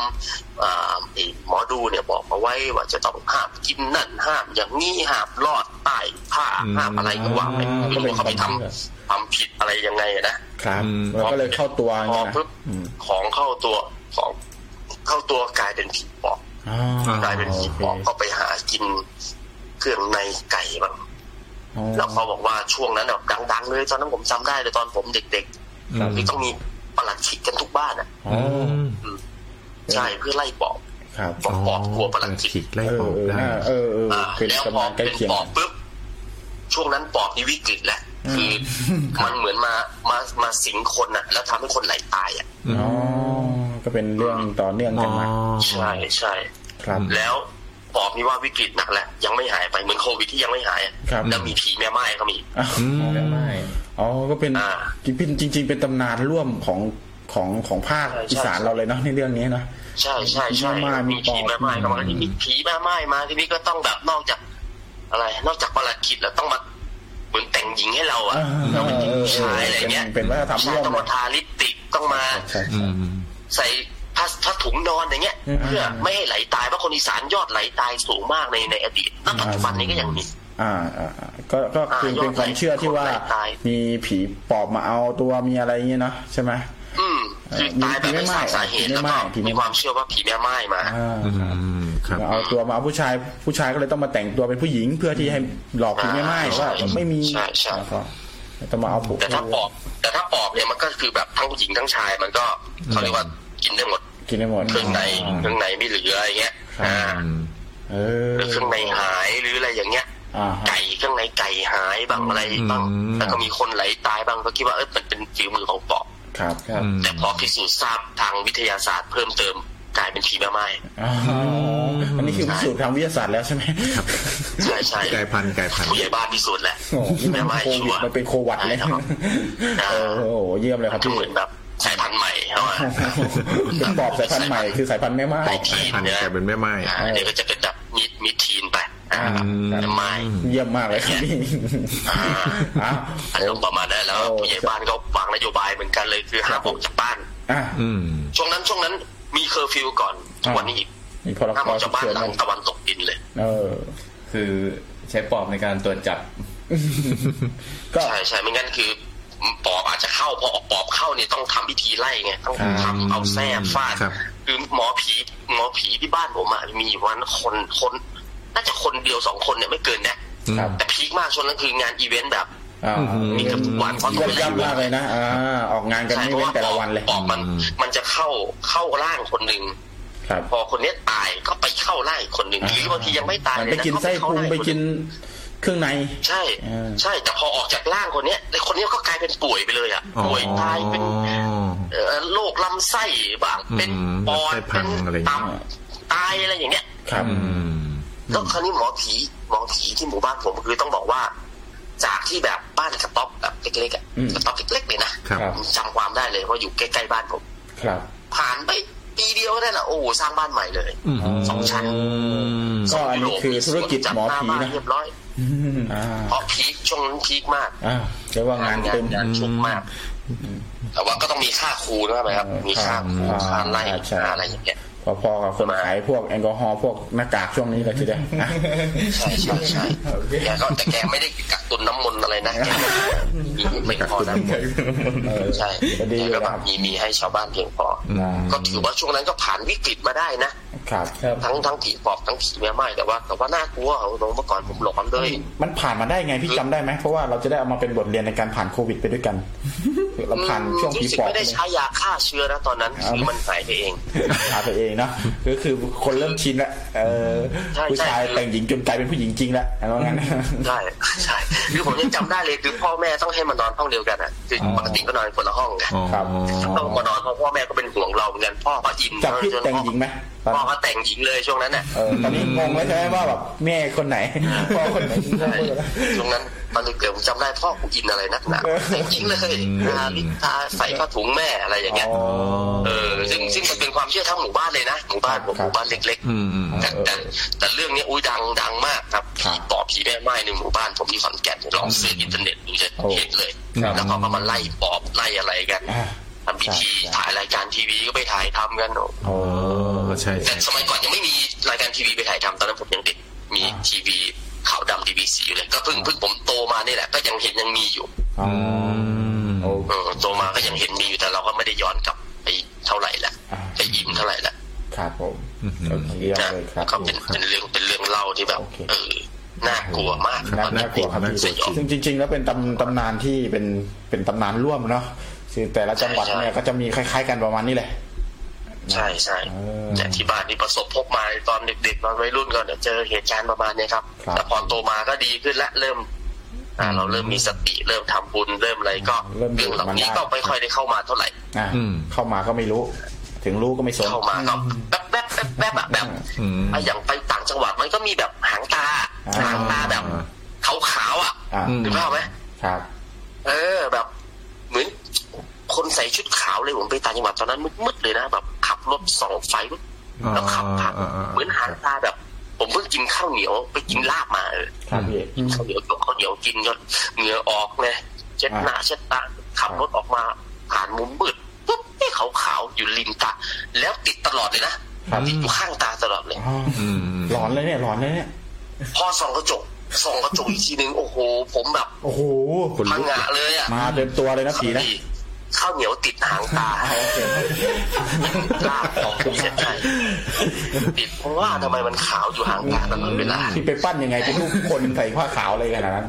เอ่อไอ้หมอดูเนี่ยบอกเอาไว้ว่าจะต้องห้ามกินนั่นห้ามอย่างนี้ห้ามลอดใต้ผ้า อืม ห้ามอะไรก็ว่าไปไม่รู้ว่าเขาไปทำทำผิดอะไรยังไงนะครับ อืม แล้วก็เลยเข้าตัว พอ เนี่ยนะ ปุ๊บของเข้าตัวของเข้าตัวกลายเป็นผีปอบ อ๋อก ลายเป็นผีปอบเขาไปหากินเครื่องในไก่บ้าง อ๋อ แล้วเขาบอกว่าช่วงนั้นแบบดังๆเลยตอนนั้นผมจำได้เลยตอนผมเด็ก ครั ๆนี่ต้องมีประหลัดขิกกันทุกบ้านอ่ะ อ๋อ ใช่เพื่อไล่ปอบ ครับ ปอบปอบกลัวประหลัดขิก ขิกไล่ เอ ป อ อบ เออ ได้ น่าเออเออ อ่า เป็น แล้วพอนตำานใกล้ เป็น เคียง ปอบปุ๊บช่วงนั้นปอบนี่วิกฤตแหละคือมันเหมือนมามามาสิงคนน่ะ แล้วทำให้คนไหลตายอ่ะ อ๋ อ๋อ ก็เป็นเรื่องต่อเนื่อง อ กันมา ใช่ใช่ ครับ แล้วปอบนี่ว่าวิกฤตหนักแหละยังไม่หายไปเหมือนโควิดที่ยังไม่หายอะ ครับ แล้วมีผีแม่ไม้ก็มี อ้าว อืม ไม่ อ๋อ ก็เป็น อ่า จริงๆจริง ๆ เป็นตำนานร่วมของของของภาค ใช่ใช่ อีสานเราเลยเนาะในเรื่องนี้เนาะ ใช่ใช่ใช่ ผีแม่ม่ายมี มีผีแม่ไม้ก็มาที่นี่ผีแม่ไม้มาที่นี่ก็ต้องแบบนอกจากอะไร นอกจากประหลัดขิดแล้วต้องมาเหมือนแต่งหญิงให้เราอ่ะ อ่า เราเป็นหญิงผู้ชายอะไรเงี้ย เป็นเป็นวัฒนธรรมร่วม ผู้ชายต้องมาทาลิปสติกต้องมา ใช่ อื ใช่ ม ใส่ผ้าผ้าถุงนอนอย่างเงี้ย อืม เพื่อไม่ให้ไหลตายเพราะคนอีสานยอดไหลตายสูงมากในในอดีตณปัจจุบันนี้ก็ยังมี อ่าอ่าอ่าก็ก็คือเป็นความเชื่อที่ว่า ยอดไหลตาย มีผีปอบมาเอาตัวมีอะไรเงี้ยเนาะใช่ไหม อืมคือตายแบบไม่ทราบสาเหตุ ผีแม่ แล้ว ม่า ก็ ยผีแม่ม่าย มีความเชื่อว่าผีแม่ไม้มา อ่า อืมครับ เอาตัวมาเอาผู้ชายผู้ชายก็เลยต้องมาแต่งตัวเป็นผู้หญิงเพื่อที่ให้หลอกผีไม่ไหม้ว่าไม่มี ใช่ใช่ แล้วก็ต้องมาเอาผู้ แต่ถ้าปอบ แต่ถ้าปอบเนี่ยมันก็คือแบบทั้งหญิงทั้งชายมันก็เขาเรียกว่ากินได้หมด กินได้หมด เครื่องในเครื่องในไม่เหลืออะไรเงี้ยอ่า เออ หรือเครื่องในหายหรืออะไรอย่างเงี้ย อ่าฮะ ไก่เครื่องในไก่หายบ้างอะไรบ้าง อืม แล้วก็มีคนไหลตายบ้างก็คิดว่าเออมันเป็นฝีมือของปอบ ครับครับ อืม แต่พอพิสูจน์ทราบทางวิทยาศาสตร์เพิ่มเติมกลายเป็นผีแม่ไม้ อ๋ออันนี้คือพิสูจน์ทางวิทยาศาสตร์แล้วใช่ไหมครับ ใช่ใช่ กลายพันธุ์กลายพันธุ์ ผู้ใหญ่บ้านพิสูจน์แหละ โอ้โหนี่ แม่ มัน ไม้ โค ชั วิ ว ด ร์ มันเป็นโควัดเลย ใช่ครับ เออโอ้โหเยี่ยมเลยครับ ก็ พี่ เหมือนแบบสายพันธุ์ใหม่เขาอะ เป็นปอบสายพันธุ์ใหม่คือสายพันธุ์แม่ไม้ ไอที พันธุ์ เนี่ย กลายเป็นแม่ไม้ อ่าเดี๋ยวก็จะเป็นแบบมิดมิดทีนไปอ่า อืม แม่ไม้ เยี่ยมมากเลยครับพี่ อ่ะ อารมณ์ประมาณนั้นแล้ว โอ้ ผู้ใหญ่บ้านก็วางนโยบายเหมือนกันเลยคือห้ามออกจากบ้าน อ่ะ อืม ช่วงนั้นช่วงนั้นมีเคอร์ฟิวก่อนทุกวันนี้อีก มีพร ห้าม ก ออกฉุจากก บ้าน เฉิน หลังตะวันตกดินเลย เออ คือใช้ปอบในการตรวจจับ ก็ ใช่ใช่ไม่งั้นคือปอบอาจจะเข้าพอปอบเข้าเนี่ยต้องทำพิธีไล่ไงต้อง อ่า ทำเอาแส้ฟาด ครับ คือหมอผีหมอผีที่บ้านผมอะมีอยู่วันคนคนน่าจะคนเดียวสองคนเนี่ยไม่เกินนะครับ แต่พีคมากช่วงนั้นคืองานอีเวนต์แบบ อ่า มีเกับทุกวันเพราะ เยี่ยมยอดมากเลยนะอ่าออกงานกัน ใช่ ไม่ เพราะ เว้น ว่า แต่ ป ละ อบ วันเลย ปอบมันมันจะเข้าเข้าร่างคนหนึ่ง ครับ พอคนเนี้ยตายก็ไปเข้าร่างอีกคนหนึ่งหรือบางทียังไม่ตายเลย ไป นะ กินไส้พุงไปกินเครื่องใน ใช่ เออ ใช่แต่พอออกจากร่างคนเนี้ยไอ้คนเนี้ยก็กลายเป็นป่วยไปเลยอะ อ๋อ ป่วยตายเป็น เอ่อโรคลำไส้บ้าง อืม เป็นปอด ลำไส้พั เป็ ง น อะไรอย่างเงี้ ตั ย บตายอะไรอย่างเงี้ย ครับ อืม แล้วคราวนี้หมอผีหมอผีที่หมู่บ้านผมคือต้องบอกว่า จากที่แบบบ้านกระต๊อบแบบเล็กๆอะ อืม กระต๊อบเล็กๆเลยนะครับ ครับ ผมจำความได้เลยว่าอยู่ใกล้ๆบ้านผม ครับ ผ่านไปปีเดียวนั่นแหละโอ้โหสร้างบ้านใหม่เลย ม สองชั้น ม ก็อันนี้คือธุรกิจหมอผี จัดน้าบ้า นะ เรียบร้อย อ่า เพราะผีคช่วงนั้นพีคมาก อ่าเรียกว่างานเต็ม งานชุกมาก แต่ว่าก็ต้องมีค่าครูนะครับ มีค่าครู อ่า ค่าไล่ ใช่ ค่าอะไรอย่างเงี้ย พอๆกับคนขายพวกแอลกอฮอล์พวกหน้ากากช่วงนี้เลยทีเดียวนะ ใช่ใช่ใช่แกก็แต่แกไม่ได้กักตุนน้ำมนต์อะไรนะแกมีไม่พอน้ำมนต์ เออ ใช่ ก็ดี แก อยู่ ก็แบ นะ บมีมีให้ชาวบ้านเพียงพออ นะ ก็ถือว่าช่วงนั้นก็ผ่านวิกฤตมาได้นะ ครับ ครับ ทั้งทั้งผีปอบทั้งผีแม่ไม้แต่ว่า แต่ว่าน่ากลัวเขาเมื่อก่อนผมหลอนเลย มันผ่านมาได้ไงพี่จำได้ไหมเพราะว่าเราจะได้เอามาเป็นบทเรียนในการผ่านโควิดไปด้วยกันเราผ่านช่วงผี รู้สึก ปอบ ไม่ได้ใช้ยาฆ่าเชื้อนะตอนนั้นคือมันหายไปเอง หาตัวเองเนาะก็คือคนเริ่มชินละเออ ใช่ ผู้ชาย ใช่ แต่งหญิงจนกลายเป็นผู้หญิงจริงละเอางั้น ใช่ ใช่คือผมยังจำได้เลยคือพ่อแม่ต้องให้มานอนห้องเดียวกันอ่ะคือปกติก็นอนคนละห้องไง อ๋อ ครับ ต้องมานอนเพราะพ่อแม่ก็เป็นห่วงเราเหมือนกันพ่อก็อิน จากพี่แต่งหญิงไหม ตอน พ่อก็แต่งหญิงเลยช่วงนั้นน่ะ เออตอนนี้งงแล้วใช่ไหมว่าแบบแม่คนไหนพ่อคนไหน ใช่ช่วงนั้นตอนเด็กๆผมจำได้พ่อกูกินอะไรนักหนาแต่งหญิงเลยนาลิปทาใส่ผ้าถุงแม่อะไรอย่างเงี้ย อ๋อ เออซึ่งซึ่งมันเป็นความเชื่อทั้งหมู่บ้านเลยนะหมู่บ้านผม ครับ หมู่บ้านเล็ก อืมอืม ๆแต่แต่แต่เรื่องเนี้ยอุ้ยดังดังมากครับ ครั ผี บ ปอบผีแม่ไม้ในหมู่บ้านผมที่ขอนแก่นลองเสิร์ชอินเทอร์เน็ตดูจะเห็นเลย ครับ แล้วเขาก็มาไล่ปอบไล่อะไรกัน อ่า ทำพิธี ใช่ ถ่ายรายการทีวีก็ไปถ่ายทำกัน อ๋อใช่ แต่ ใช่ สมัยก่อนยังไม่มีรายการทีวีไปถ่ายทำตอนนั้นผมยังเด็กมีทีวีขาวดำทีวีสีอยู่เลยก็เพิ่งเพิ่งผมโตมานี่แหละก็ยังเห็นยังมีอยู่ อ๋อโอ เออโตมาก็ยังเห็นมีอยู่แต่เราก็ไม่ได้ย้อนกลับไปเท่าไหร่ละ อ่า ไปอิ่มเท่าไหร่ละ ครับผมโอเคเยี่ยม นะ เลยครับ ก็เป็นเป็นเรื่องเป็นเรื่องเล่าที่แบบ โอเค เออน่ากลัวมาก น่า ตอนเด็ น่ากลัวครับ ๆ พี่ สยอง ซึ่งจริง ๆ แล้วเป็นตำตำนานที่เป็นเป็นตำนานร่วมเนาะคือแต่ละจังหวัด ใช่ใช่ เนี่ยก็จะมีคล้าย ๆ กันประมาณนี้แหละ ใช่ใช่ เออ แต่ที่บ้านที่ประสบพบมาตอนเด็กๆตอนวัยรุ่นก็เดี๋ยวเจอเหตุการณ์ประมาณเนี้ยครับ ครับ แต่พอโตมาก็ดีขึ้นและเริ่ม อ่า เราเริ่มมีสติเริ่มทำบุญเริ่มอะไรก็เรื่องเหล่านี้ก็ไม่ค่อยได้เข้ามาเท่าไหร่ อ่ะเข้ามาก็ไม่รู้ ถึงรู้ก็ไม่สน เข้ามาก็แป๊บแป๊บแป๊บแป๊บอะแบบไอะอย่างไปต่างจังหวัดมันก็มีแบบหางตา อ่า หางตาแบบขาวๆอ่ะ อ่า ถูกไหมไหม ครับ เออแบบ เหมือนคนใส่ชุดขาวเลยผมไปต่างจังหวัดตอนนั้นมืดๆเลยนะแบบขับรถส่องไฟปุ๊บแล้วขับผ่านเหมือนหางตาแบบ ผมเพิ่งกินข้าวเหนียวไปกินลาบมาเออ ครับพี่ กินข้าวเหนียวจกข้าวเหนียวกินก็เหงื่อออกเลยเช็ดหน้าเช็ดตาขับรถออกมาผ่านมุมมืดปุ๊บไอ้ขาวๆอยู่ริมตาแล้วติดตลอดเลยนะครับ ติดอยู่ข้างตาตลอดเลย อ๋อ อืม หลอนเลยเนี่ยหลอนเลยเนี่ย พอส่องกระจกส่องกระจกอีกทีนึงโอ้โห ผมแบบ โอ้โห พังงะเลยอ่ะ มาเต็มตัวเลยนะผีนะ ข้าวเหนียวติดหางต าลากของคุณเช่นใจติดเพราะว่าทำไมมันขาวอยู่หางตาตลอดเวลา ที่ไปปั้นยังไงเป็นรูปคนใส่ผ้าขาวอะไรขนาดนั้น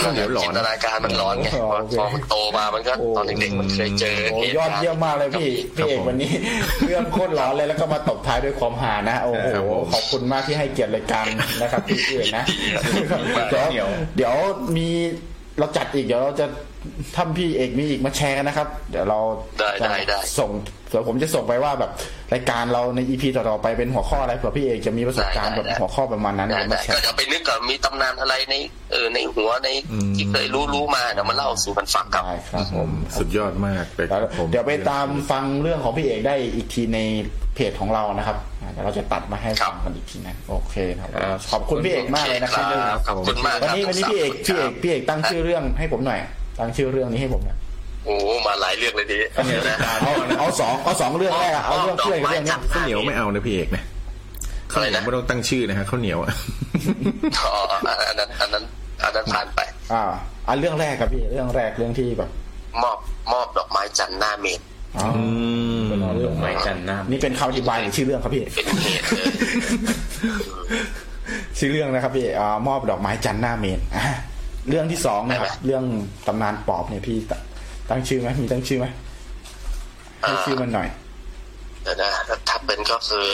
ข้าวเหนียวหลอ จิ น นตนาการมันร้อนไง อ๋อโอเค พอมันโตมามันก็ตอนเด็กๆมันเคยเจอ โอ้ เหตุ ยอ การ ด ณ์ เยี่ยมมากเลยพี่พี่เอกวันนี้ เรื่องโคตรหลอนเลยแล้วก็มาตบท้ายด้วยความหานะโอ้โห ครับผม ขอบคุณมากที่ให้เกียรติรายการนะครับพี่เอกนะเดี๋ยว เดี๋ยว เดี๋ยวมีเราจัดอีกเดี๋ยวเราจะถ้าพี่เอกมีอีกมาแชร์กันนะครับ เดี๋ยวเรา ได้ จะ ได้ได้ ส่งเดี๋ยวผมจะส่งไปว่าแบบรายการเราในอีพีต่อๆไปเป็นหัวข้ออะไรเผื่อพี่เอกจะมีประสบการณ์ ได้ แบบ ได้ หัวข้อประมาณนั้น ได้ เอา ได้ มาแช ก็ ร์ จะไปนึกก่อนมีตำนานอะไรในเออในหัวในที่เคยรู้รู้มาเดี๋ยวมาเล่าสู่กันฟังกับ ได้ครับผม สุดยอดมากไปค แล้ รั ว บผม เดี๋ยวไปตามฟังเรื่องของพี่เอกได้อีกทีในเพจของเรานะครับอ่าเดี๋ยวเราจะตัดมาให้ฟังกันอีกทีนะโอเคครับขอบคุณพี่เอกมากเลยนะครับ บขอบคุณมาก วัน ครับ นี้วันนี้พี่เอกพี่เอกพี่เอกตั้งชื่อเรื่องให้ผมหน่อย ตั้งชื่อเรื่องนี้ให้ผมหน่อย โอ้มาหลายเรื่องเลยทีนี้เดี๋ยวนะ เอาเอาสองเอาสองเรื่องแรกอะเอาเรื่องเพื่อนกับเรื่องเนี้ย ข้าวเหนียวไม่เอานะพี่เอกนะ อะ ข้าว ไร เหนีย นะ วไม่ต้องตั้งชื่อนะฮะข้าวเหนียวอะ อ๋ออันนั้นอันนั้นอันนั้นผ่านไป อ่าอันเรื่องแรกครับพี่เรื่องแรกเรื่องที่แบบ มอบมอบดอกไม้จันทร์หน้าเมน อ๋ออ ม เป็นเรื่อง ไม้จันทร์หน้ำ นี่เป็นคำอธิบายหรือชื่อเรื่องครับพี่ เป็นเหตุเลย ชื่อเรื่องนะครับพี่อ่ามอบดอกไม้จันทร์หน้าเมนอ่ะเรื่องที่สองนะครับเรื่องตำนานปอบเนี่ยพี่ตตั้งชื่อไหมมีตั้งชื่อไหม ให้ชื่อมันหน่อย เดี๋ยวนะถ้าถ้าเป็นก็คือ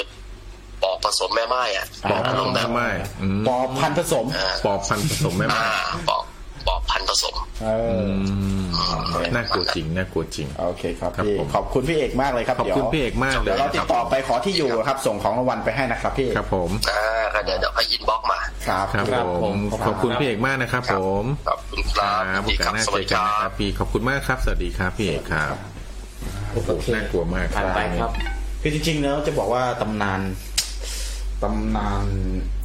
ปอกผสมแม่ไม้อะ ปอบ อาร ล ม ง ณ์แบ แม่ บ ไม้อืม ปอพันผสม ปอบพันธุ์ผสมแม่ไม้ อ่าปอกปอกพันธุ์ผสม เออ อืม โอเค น่ากลัวจริงน่ากลัวจริง โอเคครับ ครับ พี่ ผม ขอบคุณพี่เอกมากเลยครับ ขอบ เดี๋ยว คุณพี่เอกมากเล เดี๋ย ยว เราติดต่อไปขอที่อยู่ครับ ส่งของรางวัลไปให้นะครับพี่ ครับผม อ่าก็เดี๋ยวเดี๋ยวให้อินบ็อกซ์มา ครับ ครับผมขอบคุณพี่เอกมากนะครับผม ขอบคุณครับ ครับ ดี โอกา ค ส รับ หน้า ส เจ วัส อ ดี กั คน รั นะครับบพี่ขอบคุณมากครับ สวัสดีครับพี่เอกครับโอ้โหน่ากลัวมากค ผ่า รับ นไปครับ คือจริงๆแล้วจะบอกว่าตำนานตำนาน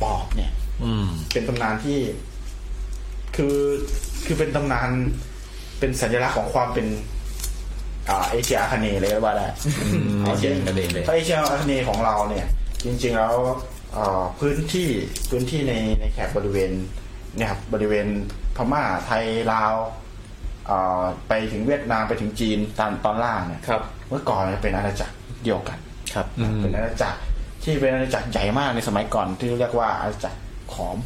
ปอบเนี่ย อืม เป็นตำนานที่ คือคือเป็นตำนานเป็นสัญลักษณ์ของความเป็น อ่าเอเชียอาคเนย์เลยก็ว่าได้เอเชียอาคเนย์เลยเอเชียอาคเนย์ของเราเนี่ย จริง ๆ แล้วเอ่อพื้นที่พื้นที่ในในแถบบริเวณ เนี่ยครับบริเวณพม่าไทยลาวเอ่อไปถึงเวียดนามไปถึงจีนตอนตอนล่างเนี่ย ครับ เมื่อก่อนเนี่ยเป็นอาณาจักรเดียวกัน ครับ เป็นอาณาจักรที่เป็นอาณาจักรใหญ่มากในสมัยก่อนที่เรียกว่าอาณาจักรขอม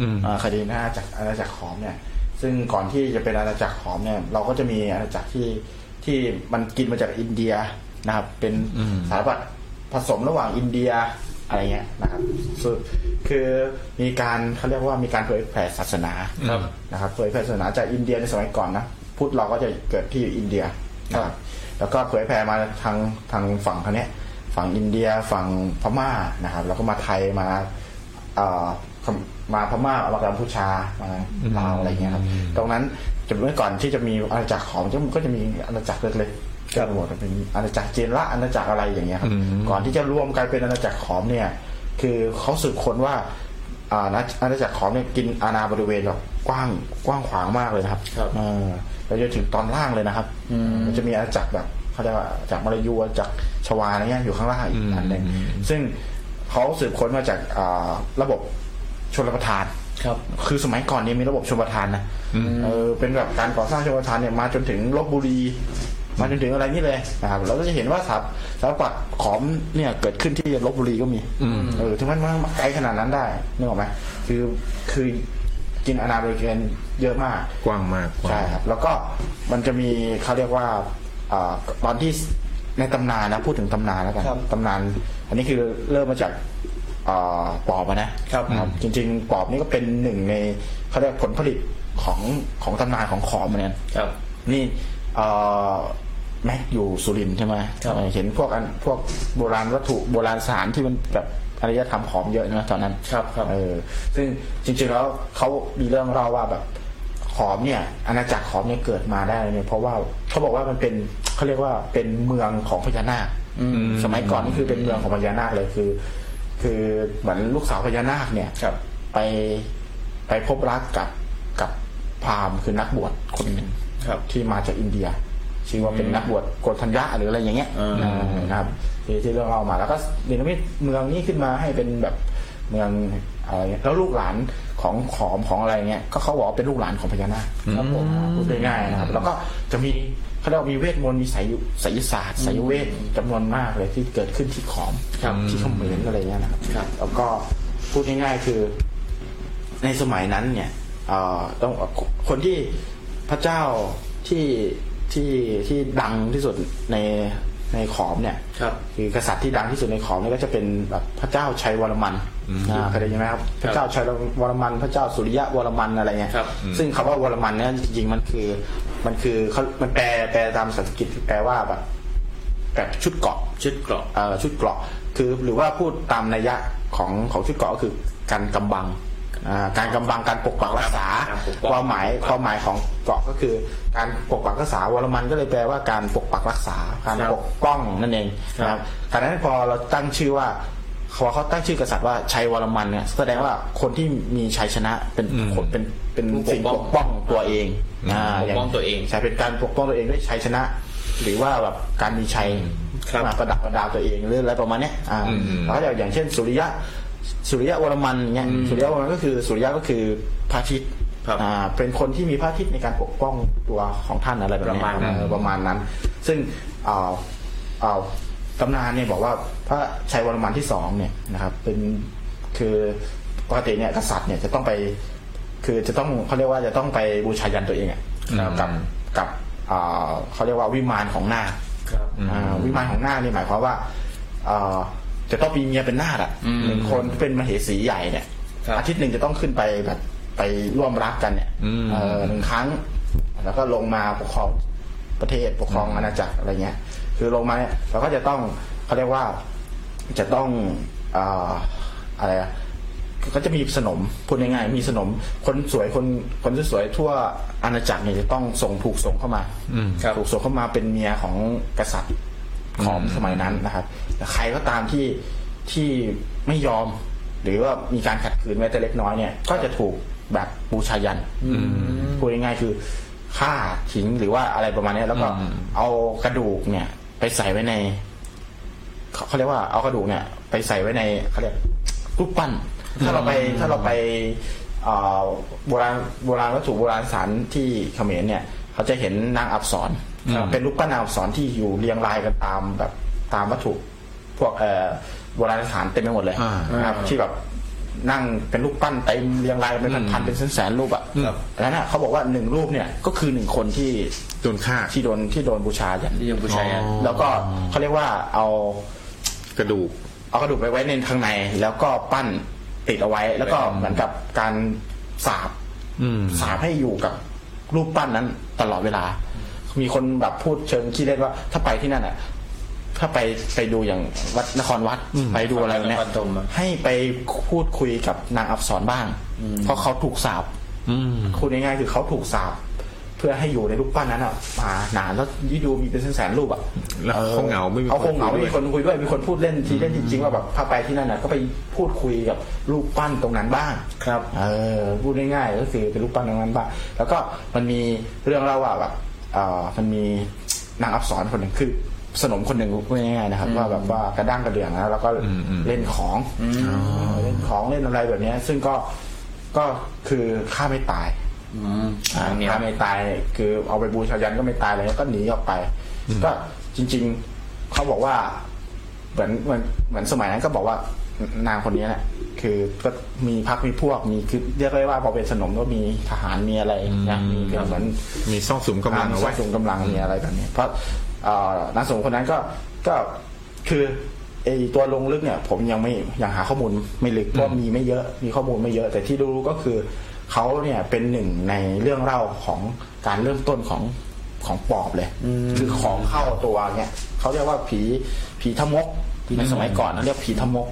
อืม อ่าคดีหน้าอาณาจักรอาณาจักรขอมเนี่ย ซึ่งก่อนที่จะเป็นอาณาจักรขอมเนี่ย เราก็จะมีอาณาจักรที่ที่มันกินมาจากอินเดียนะครับ เป็นสารบัตรผสมระหว่างอินเดียอะไรเงี้ยนะครับคือคือมีการเขาเรียกว่ามีการเผยแผ่ศาสนา ครับ นะครับเผยแผ่ศาสนาจากอินเดียในสมัยก่อนนะพุทธเราก็จะเกิดที่อินเดียนะครับ แล้วก็เผยแพร่มาทางทางฝั่งเขางเนี้ย ฝั่งอินเดียฝั่งพม่านะครับ แล้วก็มาไทยมาเอ่อมาพม่ามากัมพูชามาลาวอะไรเงี้ยครับตรงนั้นจะเมื่อก่อนที่จะมีอาณาจักรของก็จะมีอาณาจักรเล็กๆเต็มไปหมดเป็นอาณาจักรเจนละอาณาจักรอะไรอย่างเงี้ยครับ อืม ก่อนที่จะรวมกันเป็นอาณาจักรขอมเนี่ย คือเขาสืบค้นว่าอาณาอาณาจักรขอมเนี่ยกินอาณาบริเวณแบบกว้างกว้างขวางมากเลยนะครับ ครับ เออไปจนถึงตอนล่างเลยนะครับมันจะมีอาณาจักรแบบเขาเรียกว่าจากรมาลายูอาณาจากรชวาอะไรเงี้ยอยู่ข้างล่างอีกอันหนึ่ง อืม ซึ่งเขาสืบค้นมาจากอ่าระบบชนประทาน ครับ คือสมัยก่อนเนี่ยมีระบบชนประทานนะเออเป็นแบบการก่อสร้างชนประทานเนี่ยมาจนถึงลบบุรี มาจนถึงอะไรนี่เลยนะครับเราก็จะเห็นว่าสถาสถาปัตย์ขอมเนี่ยเกิดขึ้นที่ลบบุรีก็มีเออถึงมันมาไกลขนาดนั้นได้นึกออกไหมคือคือกินอนาบริเวณเยอะมาก กว้างมากกว้าง ใช่ครับ แล้วก็มันจะมีเขาเรียกว่าอาตอนที่ในตำนานนะพูดถึงตำนานแล้วกันตำนาน อันนี้คือเริ่มมาจากอ่าปอบอะนะนะครับจริง ๆ ปอบนี่ก็เป็นหนึ่งในเขาเรียกผลผลิตของของตำนานของขอมเหมือนกัน ครับ นี่เอ่อแม็กอยู่สุรินทร์ใช่ไหม ครับ เห็นพวกอันพวกโบราณวัตถุโบราณสถารที่มันแบบอารยธรรมของเยอะนะตอนนั้น ครับครับ เออซึ่งจริงๆแล้วเขามีเรื่องเล่าว่าแบบขอมเนี่ยอาณาจักรขอมเนี่ยเกิดมาได้เนี่ยเพราะว่าเขาบอกว่ามันเป็นเขาเรียกว่าเป็นเมืองของพญานาคสมัยก่อนนี่คือเป็นเมืองของพญานาคเลยคือ คือเหมือนลูกสาวพญานาคเนี่ย ครับ ไปไปพบรักกับกับพราหมณ์คือนักบวชคนหนึ่ง ครับ ที่มาจากอินเดีย ชื่อว่าเป็นนักบวชโกธัญญะหรืออะไรอย่างเงี้ย อ่า เออนะครับที่ที่เรื่องเอามาแล้วก็เดนมิตเมืองนี้ขึ้นมาให้เป็นแบบเมืองอะไรเงี้ยแล้วลูกหลานของขอมของอะไรเงี้ยก็เขาบอกว่าเป็นลูกหลานของพญานาคครับผมพูดง่ายๆนะครับ แล้วก็จะมีเขาเรียกว่ามีเวทมนต์มีไสยไสยศาสตร์ไสยเวทจำนวนมากเลยที่เกิดขึ้นที่ขอม ครับ ที่เขมรอะไรเงี้ยนะครับ ครับ แล้วก็พูดง่ายๆคือ ในสมัยนั้นเนี่ยเอ่อต้องคนที่พระเจ้าที่ที่ที่ดังที่สุดในในขอมเนี่ย ครับ คือกษัตริย์ที่ดังที่สุดในขอมเนี่ยก็จะเป็นแบบพระเจ้าชัยวรมันอ่าเคยได้ยินไหมครับพระเจ้าชัยวรมัน พระเจ้าสุริยะวรมันอะไรเงี้ย ครับอืม ซึ่งคำว่าวรมันเนี่ยจริงๆมันคือมันคือเขามันแปลแปลตามสันสกฤตแปลว่าแบบแบบชุดเกราะ ชุดเกราะ เอ่อชุดเกราะคือหรือว่าพูดตามนัยยะของของชุดเกราะก็คือการกำบังอ่าการกำบังการปกปักรักษา การปกปัก ความหมายความหมายของเกราะก็คือ การปกปักรักษาวรมันก็เลยแปลว่าการปกปักรักษาการปกป้องนั่นเองนะครับการนั้นพอเราตั้งชื่อว่าพอเขาตั้งชื่อกษัตริย์ว่าชัยวรมันเนี่ยแสดงว่าคนที่มีชัยชนะเป็นคนเป็นเป็นสิ่งปกป้องตัวเองอ่า ปกป้องตัวเอง ใช่เป็นการปกป้องตัวเองด้วยชัยชนะ หรือว่าแบบการมีชัย ครับ มาประดับประดาตัวเองหรืออะไรประมาณเนี้ยอ่าแล้วก็อย่างอย่างเช่น สุริยะ สุริยะวรมันเงี้ย สุริยะวรมันก็คือสุริยะก็คือพระอาทิตย์ ครับ อ่า เป็นคนที่มีพระอาทิตย์ในการปกป้องตัวของท่านอะไรแบบเนี้ประยมาณนั้น เออประมาณนั้น ซึ่งเอ่าเอ่าตำนานเนี่ยบอกว่าพระชัยวรมันที่สองเนี่ยนะครับ เป็นคือปกติเนี่ยกษัตริย์เนี่ยจะต้องไป คือจะต้องเขาเรียกว่าจะต้องไปบูชายันตัวเองอะกับกับอ่าเขาเรียกว่าวิมานของนาค ครับ อ่าวิมานของนาคนี่หมายความว่าเอ่อจะต้องมีเมียเป็นนาคอะหนึ่งคนเป็นมเหสีใหญ่เนี่ย ครับ อาทิตย์หนึ่งจะต้องขึ้นไปแบบไปร่วมรักกันเนี่ยเอ่อหนึ่งครั้ง แล้วก็ลงมาปกครองประเทศปกครองอาณาจักรอะไรเงี้ย คือลงมาเนี่ยเราก็จะต้องเขาเรียกว่าจะต้องเอ่ออะไรอะ ก็จะมีสนมพูดง่ายๆมีสนมคนสวยคนคนสวยๆทั่วอาณาจักรเนี่ยจะต้องส่งถูกส่งเข้ามา ครับ ถูกส่งเข้ามาเป็นเมียของกษัตริย์ของสมัยนั้นนะครับแต่ใครก็ตามที่ที่ไม่ยอม หรือว่ามีการขัดขืนแม้แต่เล็กน้อยเนี่ย ก็จะถูกแบบบูชายันพูดง่ายๆคือฆ่าทิ้งหรือว่าอะไรประมาณเนี้ยแล้วก็เอากระดูกเนี่ย ไปใส่ไว้ใน เขาเขาเรียกว่าเอากระดูกเนี่ย ไปใส่ไว้ในเขาเรียกรูปปั้น ถ้าเราไปถ้าเราไปเอ่อโบราณโบราณวัตถุโบราณสถานที่เขมรเนี่ย เขาจะเห็นนางอับสรเป็นรูปปั้นนางอับสรที่อยู่เรียงรายกันตามแบบตามวัตถุ พวกเอ่อโบราณสถานเต็มไปหมดเลย อ่า นะครับที่แบบนั่งเป็นรูปปั้นเต็มเรียงรายเป็นพันๆเป็นแสนๆรูปอ่ะอันนั้นนะเขาบอกว่าหนึ่งรูปเนี่ยก็คือหนึ่งคนที่ โดนฆ่า ที่โดนที่โดนบูชายัน ที่ยังบูชายัน แล้วก็เขาเรียกว่าเอา กระดูก เอากระดูกไปไว้ในข้างใน แล้วก็ปั้นติดเอาไว้ แล้วก็เหมือนกับการสาบ อืม สาบให้อยู่กับรูปปั้นนั้นตลอดเวลา มีคนแบบพูดเชิงขี้เล่นว่า ถ้าไปที่นั่นอ่ะ ถ้าไปไปดูอย่างวัดนครวัดไปดูอะไรเนี่ย นครปฐมอะ ให้ไปพูดคุยกับนางอับสรบ้าง เพราะเขาถูกสาบ อืม คุณง่ายๆคือเขาถูกสาบเพื่อให้อยู่ในรูปปั้นนั้นอ่ะมานานแล้วยี่ดูมีเป็นแสนๆรูปอ่ะ แล้วเขาเหงาไม่มี เขาคงเหงา คนคุยด้วย ไม่มีคนคุยด้วยมีคนพูดเล่นทีเล่นจริงๆว่าแบบถ้าไปที่นั่นน่ะก็ไปพูดคุยกับรูปปั้นตรงนั้นบ้าง ครับ เออพูดง่ายๆก็คือเป็นรูปปั้นตรงนั้นป่ะแล้วก็มันมีเรื่องเล่าว่าแบบเอ่อมันมีนางอับสรคนหนึ่งคือสนมคนหนึ่งพูดง่ายๆนะครับว่าแบบว่ากระด้างกระเดื่องนะแล้วก็ อืมอืม เล่นของเล่นของเล่นอะไรแบบเนี้ยซึ่งก็ก็คือฆ่าไม่ตาย อืมอ่าเนี่ย ฆ่าไม่ตายคือเอาไปบูชายันก็ไม่ตายอะไรแล้วก็หนีออกไป ก็จริง ๆเขาบอกว่า เหมือนเหมือนเหมือนสมัยนั้นก็บอกว่านางคนนี้แหละคือก็มีพักมีพวกมีคือเรียกได้ว่าพอเป็นสนมก็มีทหารมีอะไรนะมีเป็นเหมือน มีซ่องสุมกำลัง มี เอา ส่ ไว้ วนสูงกำลังมีอะไรแบบนี้เพราะเอ่อนางสมคนนั้นก็ก็คือไอตัวลงลึกเนี่ย ผมยังไม่ยังหาข้อมูลไม่ลึกเพราะมีไม่เยอะมีข้อมูลไม่เยอะ แต่ที่รู้ก็คือเขาเนี่ยเป็นหนึ่งในเรื่องเล่าของการเริ่มต้นของของปอบเลยคือของเข้าตัวเนี่ยเขาเรียกว่าผีผีทะมก ในสมัยก่อนเรียกผีทะมก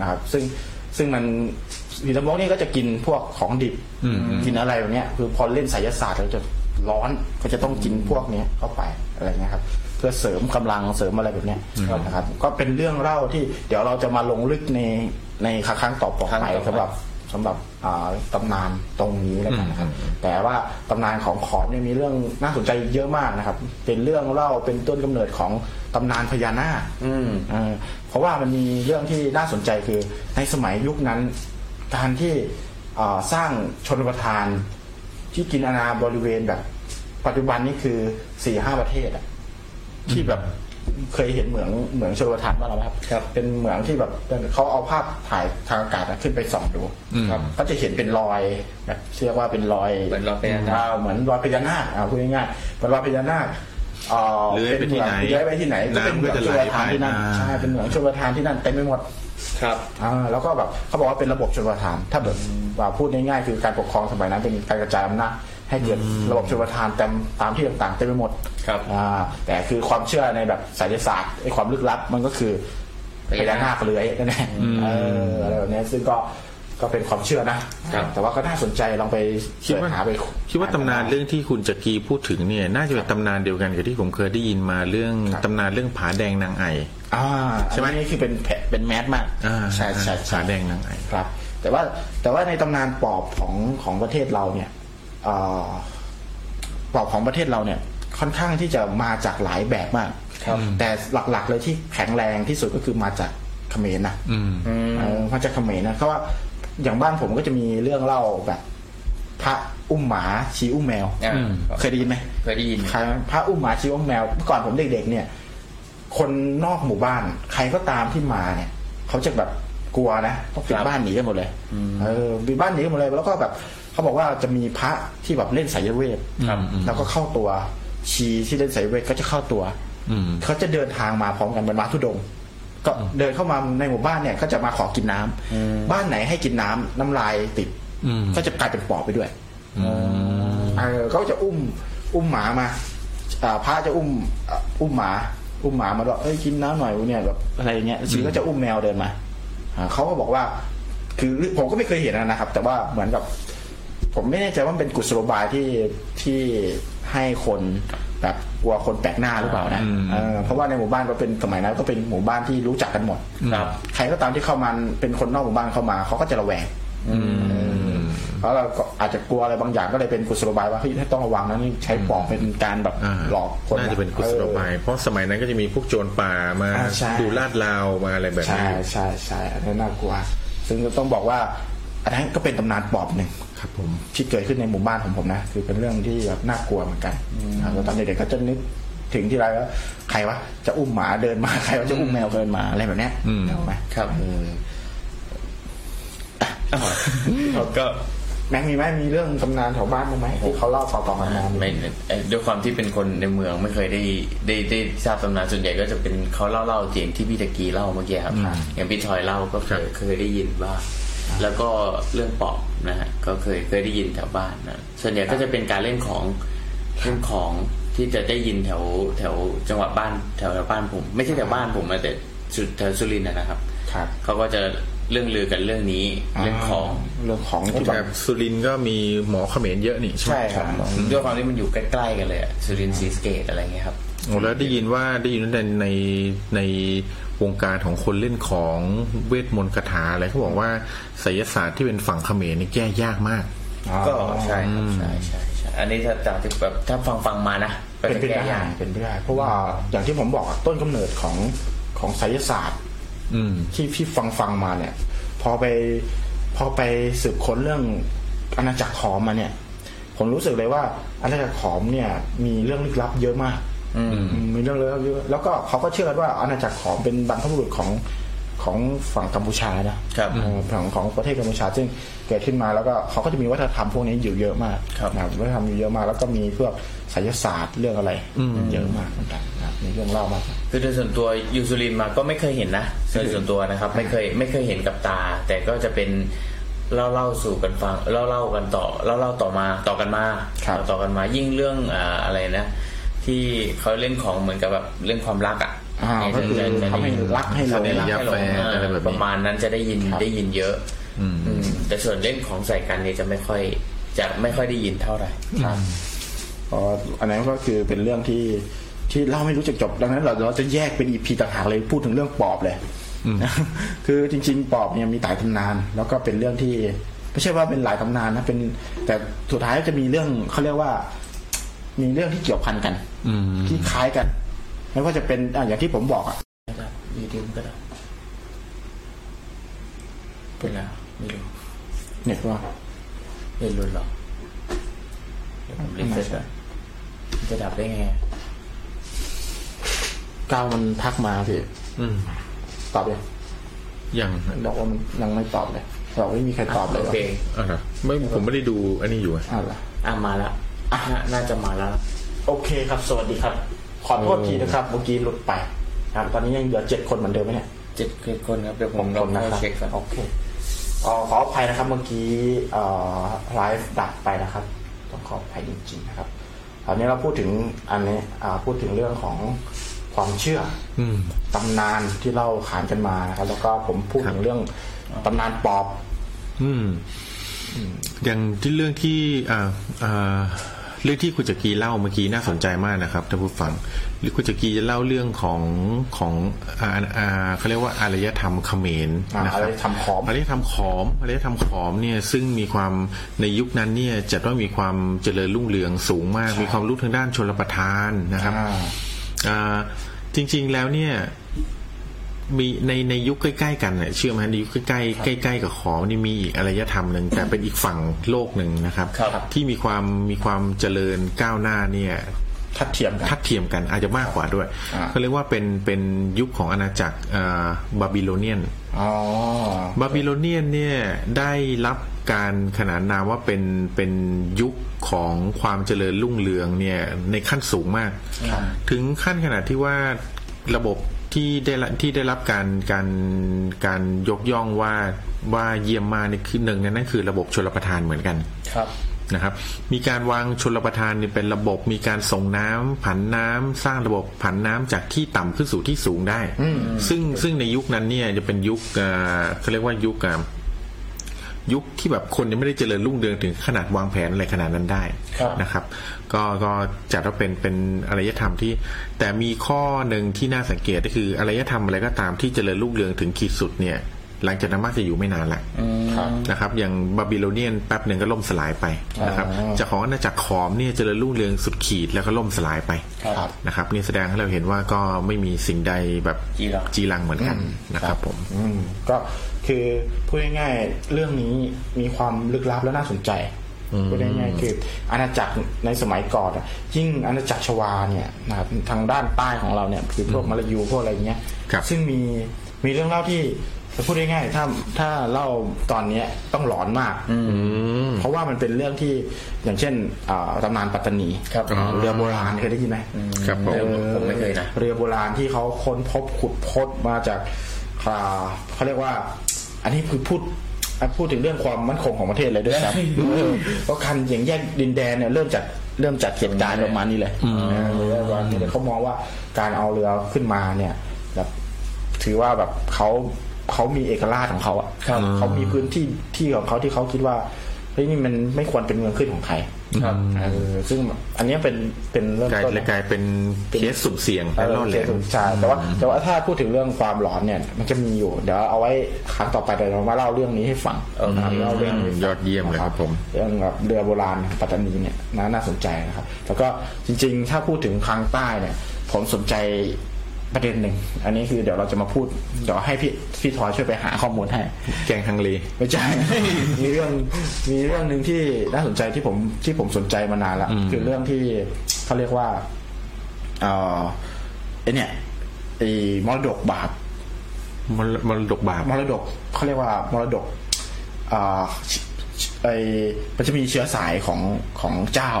นะครับซึ่งซึ่งมันผีทะมกนี่ก็จะกินพวกของดิบกินอะไรแบบเนี้ยคือพอเล่นไสยศาสตร์แล้วจะร้อนก็จะต้องกินพวกเนี้ยเข้าไปอะไรเงี้ยครับ เพื่อเสริมกำลังเสริมอะไรแบบเนี้ยนะครับ ก็เป็นเรื่องเล่าที่เดี๋ยวเราจะมาลงลึกในในครั้งต่อ ครั้ง ไป ต่อไป สำหรับสำหรับอ่าตำนานตรงนี้แล้วกันนะครับ แต่ว่าตำนานของขอมเนี่ยมีเรื่องน่าสนใจเยอะมากนะครับ เป็นเรื่องเล่าเป็นต้นกำเนิดของตำนานพญานาค อืม เอ่อเพราะว่ามันมีเรื่องที่น่าสนใจคือในสมัยยุคนั้น การที่เอ่อสร้างชนประทานที่กินอาณาบริเวณแบบ ปัจจุบันนี่คือสี่ห้าประเทศอะที่แบบเคยเห็นเหมืองเหมืองชนประทานบ้างไหมครับ ครับ เป็นเหมืองที่แบบเขาเอาภาพถ่ายทางอากาศอะขึ้นไปส่องดู อืม ครับก็จะเห็นเป็นรอยแบบเรียกว่าเป็นรอย เหมือนรอยพญานาค อ่เหมือนรอยพญานาคอ่าพูดง่ายๆเหมือนรอยพญานาคอ่า เลื้อยไปที่ไหน เลื้อยไปที่ไหนก็เป็นเหมือง น้ำก็จะ ช ไหล นประทานที่นั่น ไปอ่า ใช่เป็นเหมืองชนประทานที่นั่นเต็มไปหมด ครับ อ่าแล้วก็แบบเขาบอกว่าเป็นระบบชนประทาน ถ้าแบบว่าพูดง่ายๆคือการปกครองสมัยนั้นเป็นการกระจายอำนาจให้เกิดระบบชนประทานเต็มตามที่ต่างๆเต็มไปหมด ครับ อ่าแต่คือความเชื่อในแบบไสายศาสตร์ไอ้ความลึกลับมันก็คือพญานาคเลื้อยนั่นแหละเอออะไรแบบเนี้ยซึ่งก็ก็เป็นความเชื่อนะครับ แต่ว่าก็น่าสนใจลองไป คิดว่า เสิร์ชหาไป คิดว่าตำนานเรื่องที่คุณจักรีพูดถึงเนี่ย น่าจะเป็นตำนานเดียวกันกับที่ผมเคยได้ยินมาเรื่อง ครับ ตำนานเรื่องผาแดงนางไอ อ่า ใช่ ใช่ ไห ไห ม มนี่คือเป็นแผะเป็นแมสมาก อ่า ใช่ใช่ ผา ใช่ แดงนางไอ ครับแต่ว่าแต่ว่าในตำนานปอบของของประเทศเราเนี่ยเอ่อปอบของประเทศเราเนี่ยค่อนข้างที่จะมาจากหลายแบบมาก ครับ แต่หลักๆเลยที่แข็งแรงที่สุดก็คือมาจากเขมรนะ อืม อืม เออมาจากเขมรนะเพราะว่าอย่างบ้านผมก็จะมีเรื่องเล่าแบบพระอุ้มหมาชี้อุ้มแมว อ่า เคยได้ยินไหม เคยได้ยิน ใครพระอุ้มหมาชีวะแมวเมื่อก่อนผมเด็กๆเนี่ย คนนอกหมู่บ้าน ใครก็ตามที่มาเนี่ย เขาจะแบบกลัวนะต้องปิด ครับ บ้านหนีกันหมดเลยเออปิดบ้านหนีกันหมดเลยแล้วก็แบบเขาบอกว่าจะมีพระที่แบบเล่นสายเวท ครับ แล้วก็เข้าตัว ชีที่เล่นสายเวทก็จะเข้าตัว อืม เขาจะเดินทางมาพร้อมกันเหมือนมาทุดงค์ก็เดินเข้ามาในหมู่บ้านเนี่ยก็จะมาขอกินน้ำบ้านไหนให้กินน้ำน้ำลายติด อืม ก็จะกลายเป็นปอบไปด้วยเออเขาจะอุ้มอุ้มหมามาอ่าพระจะอุ้มอ่ะอุ้มหมา อุ้มหมามาด้วยเอ้ยกินน้ำหน่อยเนี่ยแบบอะไรอย่างเงี้ยชีก็จะอุ้มแมวเดินมาอ่าเขาก็บอกว่า คือผมก็ไม่เคยเห็นนะครับ แต่ว่าเหมือนกับ ผมไม่แน่ใจว่ามันเป็นกุศโลบายที่ที่ให้คนแบบกลัวคนแปลกหน้าหรือเปล่านะ อืม เออเพราะว่าในหมู่บ้านก็เป็นสมัยนั้นก็เป็นหมู่บ้านที่รู้จักกันหมด ครับ ใครก็ตามที่เข้ามาเป็นคนนอกหมู่บ้านเข้ามาเขาก็จะระแวงแล้วเราก็อาจจะกลัวอะไรบางอย่างก็เลยเป็นกุศโลบายว่าเฮ้ยให้ต้องระวังนะนี่ใช้ปอกเป็นการแบบ อ่า หลอกคน น่าจะเป็นกุศโลบาย เพราะสมัยนั้นก็จะมีพวกโจรป่ามา อ่าใช่ ดูลาดราวมาอะไรแบบ ใช่ นี้ ใช่ใช่อันนั้นน่ากลัว ซึ่งก็ต้องบอกว่าอันนั้นก็เป็นตำนานปอบหนึ่ง ครับผม ที่เกิดขึ้นในหมู่บ้านของผมนะ คือเป็นเรื่องที่แบบน่ากลัวเหมือนกันครับแล้วตอนเด็กๆก็จะนึกถึงที่ไรแล้วใครวะจะอุ้มหมาเดินมาใครวะจะอุ้มแมวเดินมาอะไรแบบเนี้ย อืม เห็นไหม ครับ เออ ก็ แม็กมีไหมมีเรื่องตำนานแถวบ้านบ้างไหมที่เขาเล่าต่อๆกันมา ไม่เอ่อด้วยความที่เป็นคนในเมืองไม่เคยได้ได้ได้ทราบตำนานส่วนใหญ่ก็จะเป็นเขาเล่าเล่าเสียงที่พี่ตะกี้เล่าเมื่อกี้ครับอย่างพี่ทอยเล่าก็เคยเคยได้ยินบ้างแล้วก็เรื่องปอบนะฮะก็เคยเคยได้ยินแถวบ้านนะส่วนใหญ่ก็จะเป็นการเล่นของเล่นของแ ที่จะได้ยินแถวแถวจังหวัดบ้านแถวแถวบ้านผม ไม่ใช่แถวบ้านผมนะแต่สุดแถวสุรินทร์นะครับ ครับ เขาก็จะเรื่องลือกันเรื่องนี้เรื่องของ เรื่องของที่ แบ แบบ บสุรินทร์ก็มีหมอเขมรเยอะนี่ใช่ไหม ใช่ครับ หมอ ด้วยความที่มันอยู่ใกล้ๆกันเลยอะสุรินทร์ศรีสะเกตอะไรเงี้ยครับ โอ้แล้วได้ยินว่าได้ยินในในในวงการของคนเล่นของเวทมนต์คาถาอะไรเขาบอกว่าไสยศาสตร์ที่เป็นฝั่งเขมรนี่แก้ยากมาก ก็ใช่ครับใช่ใช่ใช่อันนี้ถ้าจากที่แบบถ้าฟังฟังๆมานะก็ เป็น จะ ไป แก้ ได้ ยาก เป็นไปได้เพราะว่าอย่างที่ผมบอกอะต้นกำเนิดของของไสยศาสตร์ อืม ที่พี่ฟังฟังมาเนี่ย พอไปพอไปสืบค้นเรื่องอาณาจักรขอมมาเนี่ย ผมรู้สึกเลยว่าอาณาจักรขอมเนี่ย มีเรื่องลึกลับเยอะมากมีเรื่องลึกลับเยอะแล้วก็เขาก็เชื่อว่าอาณาจักรขอมเป็นบรรพบุรุษของของฝั่งกัมพูชานะครับ เอ่อของของประเทศกัมพูชา ซึ่งเกิดขึ้นมาแล้วก็เขาก็จะมีวัฒนธรรมพวกนี้อยู่เยอะมาก ครับ นะวัฒนธรรมอยู่เยอะมาก แล้วก็มีพวกไสยศาสตร์เรื่องอะไรเยอะมากเหมือนกันนะครับมีเรื่องเล่ามาก คือโดยส่วนตัวยูซูลินมาก็ไม่เคยเห็นนะโดยส่วนตัวนะครับ ไม่เคยไม่เคยเห็นกับตา แต่ก็จะเป็นเล่าเล่าสู่กันฟังเล่าเล่ากันต่อเล่าเล่าต่อมาต่อกันมา ครับ ต่อต่อกันมายิ่งเรื่องอ่าอะไรนะ ที่เขาเล่นของเหมือนกับแบบเรื่องความรักอ่ะ อ่าก็คือทำให้รักให้หลง ได้รักให้หลง ยับแฟนอะไรแบบนี้ ประมาณนั้นจะได้ยินได้ยินเยอะ อืมแต่ส่วนเล่นของใส่กันเนี่ยจะไม่ค่อยจะไม่ค่อยได้ยินเท่าไหร่ อ๋ออันนั้นก็คือเป็นเรื่องที่ที่เล่าไม่รู้จะจบดังนั้นเราเราจะแยกเป็นอีพีต่างหากเลยพูดถึงเรื่องปอบเลย คือจริง ๆ ปอบเนี่ยมีหลายตำนาน แล้วก็เป็นเรื่องที่ไม่ใช่ว่าเป็นหลายตำนานนะเป็น แต่สุดท้ายจะมีเรื่องเขาเรียกว่า มีเรื่องที่เกี่ยวพันกันที่คล้ายกันไม่ว่าจะเป็นอ่ะอย่างที่ผมบอกอ่ะ อยู่ดีมันก็ดับเป็นแล้วไม่รู้ เน็ตว่า ไม่รู้หรอกเดี๋ยวผมรีเซ็ตก่อนมันจะดับได้ไงอะ ก้าวมันทักมาพี่ อืม ตอบยัง อย่าง บอกว่ามันยังไม่ตอบเลยบอกไม่มีใครตอบเลย โอ ว่ะ เค อ่ะครับไม่ผมไม่ได้ดูอันนี้อยู่อะ อ่ะเหรอ อ่ะมาละอ่ะน่าจะมาแล้ว โอเคครับ สวัสดีครับ ขอโทษทีนะครับ เมื่อกี้หลุดไปครับ ตอนนี้ยังเหลือเจ็ดคนเหมือนเดิมไหมเนี่ย เจ็ดคนครับ เดี๋ยวผมลอง นะครั เช็คก่อน โอเคเอ่อขออภัยนะครับ เมื่อกี้เอ่อไลฟ์ดับไปนะครับ ต้องขออภัยจริงๆนะครับคราวนี้เราพูดถึงอันนี้อ่าพูดถึงเรื่องของความเชื่ออ ม ตำนานที่เล่าขานกันมานะครับ แล้วก็ผมพูดถึงเรื่องตำนานปอบ อืม อย่างที่เรื่องที่อ่าอ่าเรื่องที่คุณจักรีเล่าเมื่อกี้น่าสนใจมากนะครับท่านผู้ฟังหรือคุณจักรีจะเล่าเรื่องของของอาอ่าเขาเรียกว่าอารยธรรมเขมร อ่า นะค อา รั ร บ ยธรรมขอม อารยธรรมขอมอารยธรรมขอมเนี่ยซึ่งมีความในยุคนั้นเนี่ยจะต้องมีความเจริญรุ่งเรืองสูงมาก มีความรู้ทางด้านชนประทานนะครับ อ่า อ่าจริงๆแล้วเนี่ยมีในในยุคใกล้ๆกันเนี่ยเชื่อไหมฮะในยุคใกล้ๆใกล้ๆกับขอมนี่มีอีกอารยธรรมหนึ่งแต่เป็นอีกฝั่งโลกหนึ่งนะครับ ครับ ที่มีความมีความเจริญก้าวหน้าเนี่ย ทัดเทียมกัน ทัดเทียมกันอาจจะมากกว่าด้วย อ่า เขาเรียกว่าเป็นเป็นยุคของอาณาจักรอ่าบาบิโลเนียน อ๋อบ าบิโลเนียนเนี่ยได้รับการขนานนามว่าเป็นเป็นยุคของความเจริญรุ่งเรืองเนี่ยในขั้นสูงมาก ถึงขั้นขนาดที่ว่าระบบที่ได้รับที่ได้รับการการการยกย่องว่าว่าเยี่ยมมากนี่คือหนึ่งในนั้นคือระบบชลประทานเหมือนกัน ครับ นะครับมีการวางชนประทานเนี่ยเป็นระบบมีการส่งน้ำผันน้ำสร้างระบบผันน้ำจากที่ต่ำขึ้นสู่ที่สูงได้ ซึ่งซึ่งในยุคนั้นเนี่ยจะเป็นยุคเอ่อเขาเรียกว่ายุคอ่ะยุคที่แบบคนยังไม่ได้เจริญรุ่งเรืองถึงขนาดวางแผนอะไรขนาดนั้นได้ ครับ นะครับ ก็ก็จัดว่าเป็นเป็นอารยธรรมที่ แต่มีข้อหนึ่งที่น่าสังเกตก็คืออารยธรรมอะไรก็ตามที่เจริญรุ่งเรืองถึงขีดสุดเนี่ย หลังจากนั้นมักจะอยู่ไม่นานแหละ ครับ นะครับอย่างบาบิโลเนียนแป๊บหนึ่งก็ล่มสลายไปนะครับจากของอาณาจักรขอมเนี่ยเจริญรุ่งเรืองสุดขีดแล้วก็ล่มสลายไป ครับ นะครับนี่แสดงให้เราเห็นว่าก็ไม่มีสิ่งใดแบบ จีรัง งเหมือนกันนะครับผม อืมก็คือพูดง่ายๆเรื่องนี้มีความลึกลับและน่าสนใจพูดง่ายๆคืออาณาจักรในสมัยก่อนอะยิ่งอาณาจักรชวาเนี่ยนะครับทางด้านใต้ของเราเนี่ยคือพวกมาลายูพวกอะไรเงี้ยซึ่งมีมีเรื่องเล่าที่พูดง่ายๆถ้าถ้าเล่าตอนเนี้ยต้องหลอนมาก เพราะว่ามันเป็นเรื่องที่อย่างเช่นอ่าตำนานปัตตานี ครับ เรือโบราณเคยได้ยินไหม ครับผม ผมไม่เคยนะ เรือโบราณที่เขาค้นพบขุดพบมาจากอ่าเขาเรียกว่า อันนี้คือพูด อ่ะพูดถึงเรื่องความมั่นคงของประเทศเลยด้วยครับเพราะคันอย่างแยกดินแดนเนี่ยเริ่มจากเริ่มจากเหตุการณ์ประมาณนี้เลยนะเรื่องประมาณนี้เลยเขามองว่าการเอาเรือขึ้นมาเนี่ยแบบถือว่าแบบเขาเขามีเอกราชของเขาอะ ครับ เขามีพื้นที่ที่ของเขาที่เขาคิดว่าเฮ้ยนี่มันไม่ควรเป็นเมืองขึ้นของไทย ครับ เออซึ่งอันเนี้ยเป็นเป็นเริ่ม กลาย ต้น เลยกลายเป็นเคสสุ่มเสี่ยง เอ และ อ ล่อแหล เจ็ด ม ศูนย์ใช่แต่ว่าแต่ว่าถ้าพูดถึงเรื่องความหลอนเนี่ย มันจะมีอยู่ เดี๋ยวเอาไว้ครั้งต่อไปเดี๋ยวเรามาเล่าเรื่องนี้ให้ฟังนะครับเล่าเรื่องนี้ให้ฟัง ยอดเยี่ยมเลยครับผม เรื่องแบบเรือโบราณปัตตานีเนี่ยน่าน่าสนใจนะครับ แล้วก็จริงๆ ถ้าพูดถึงครั้งใต้เนี่ย ผมสนใจประเด็นหนึ่ง อันนี้คือเดี๋ยวเราจะมาพูดเดี๋ยวให้พี่พี่ทอยช่วยไปหาข้อมูลให้ แกงฮังเล ไม่ใช่ มีเรื่องมีเรื่องหนึ่งที่น่าสนใจที่ผมที่ผมสนใจมานานละ อืม คือเรื่องที่เขาเรียกว่าเออไอเนี่ยไอมรดกบาป มรมรดกบาป มรดกเขาเรียกว่ามรดกเอ่อไอมันจะมีเชื้อสายของของเจ้า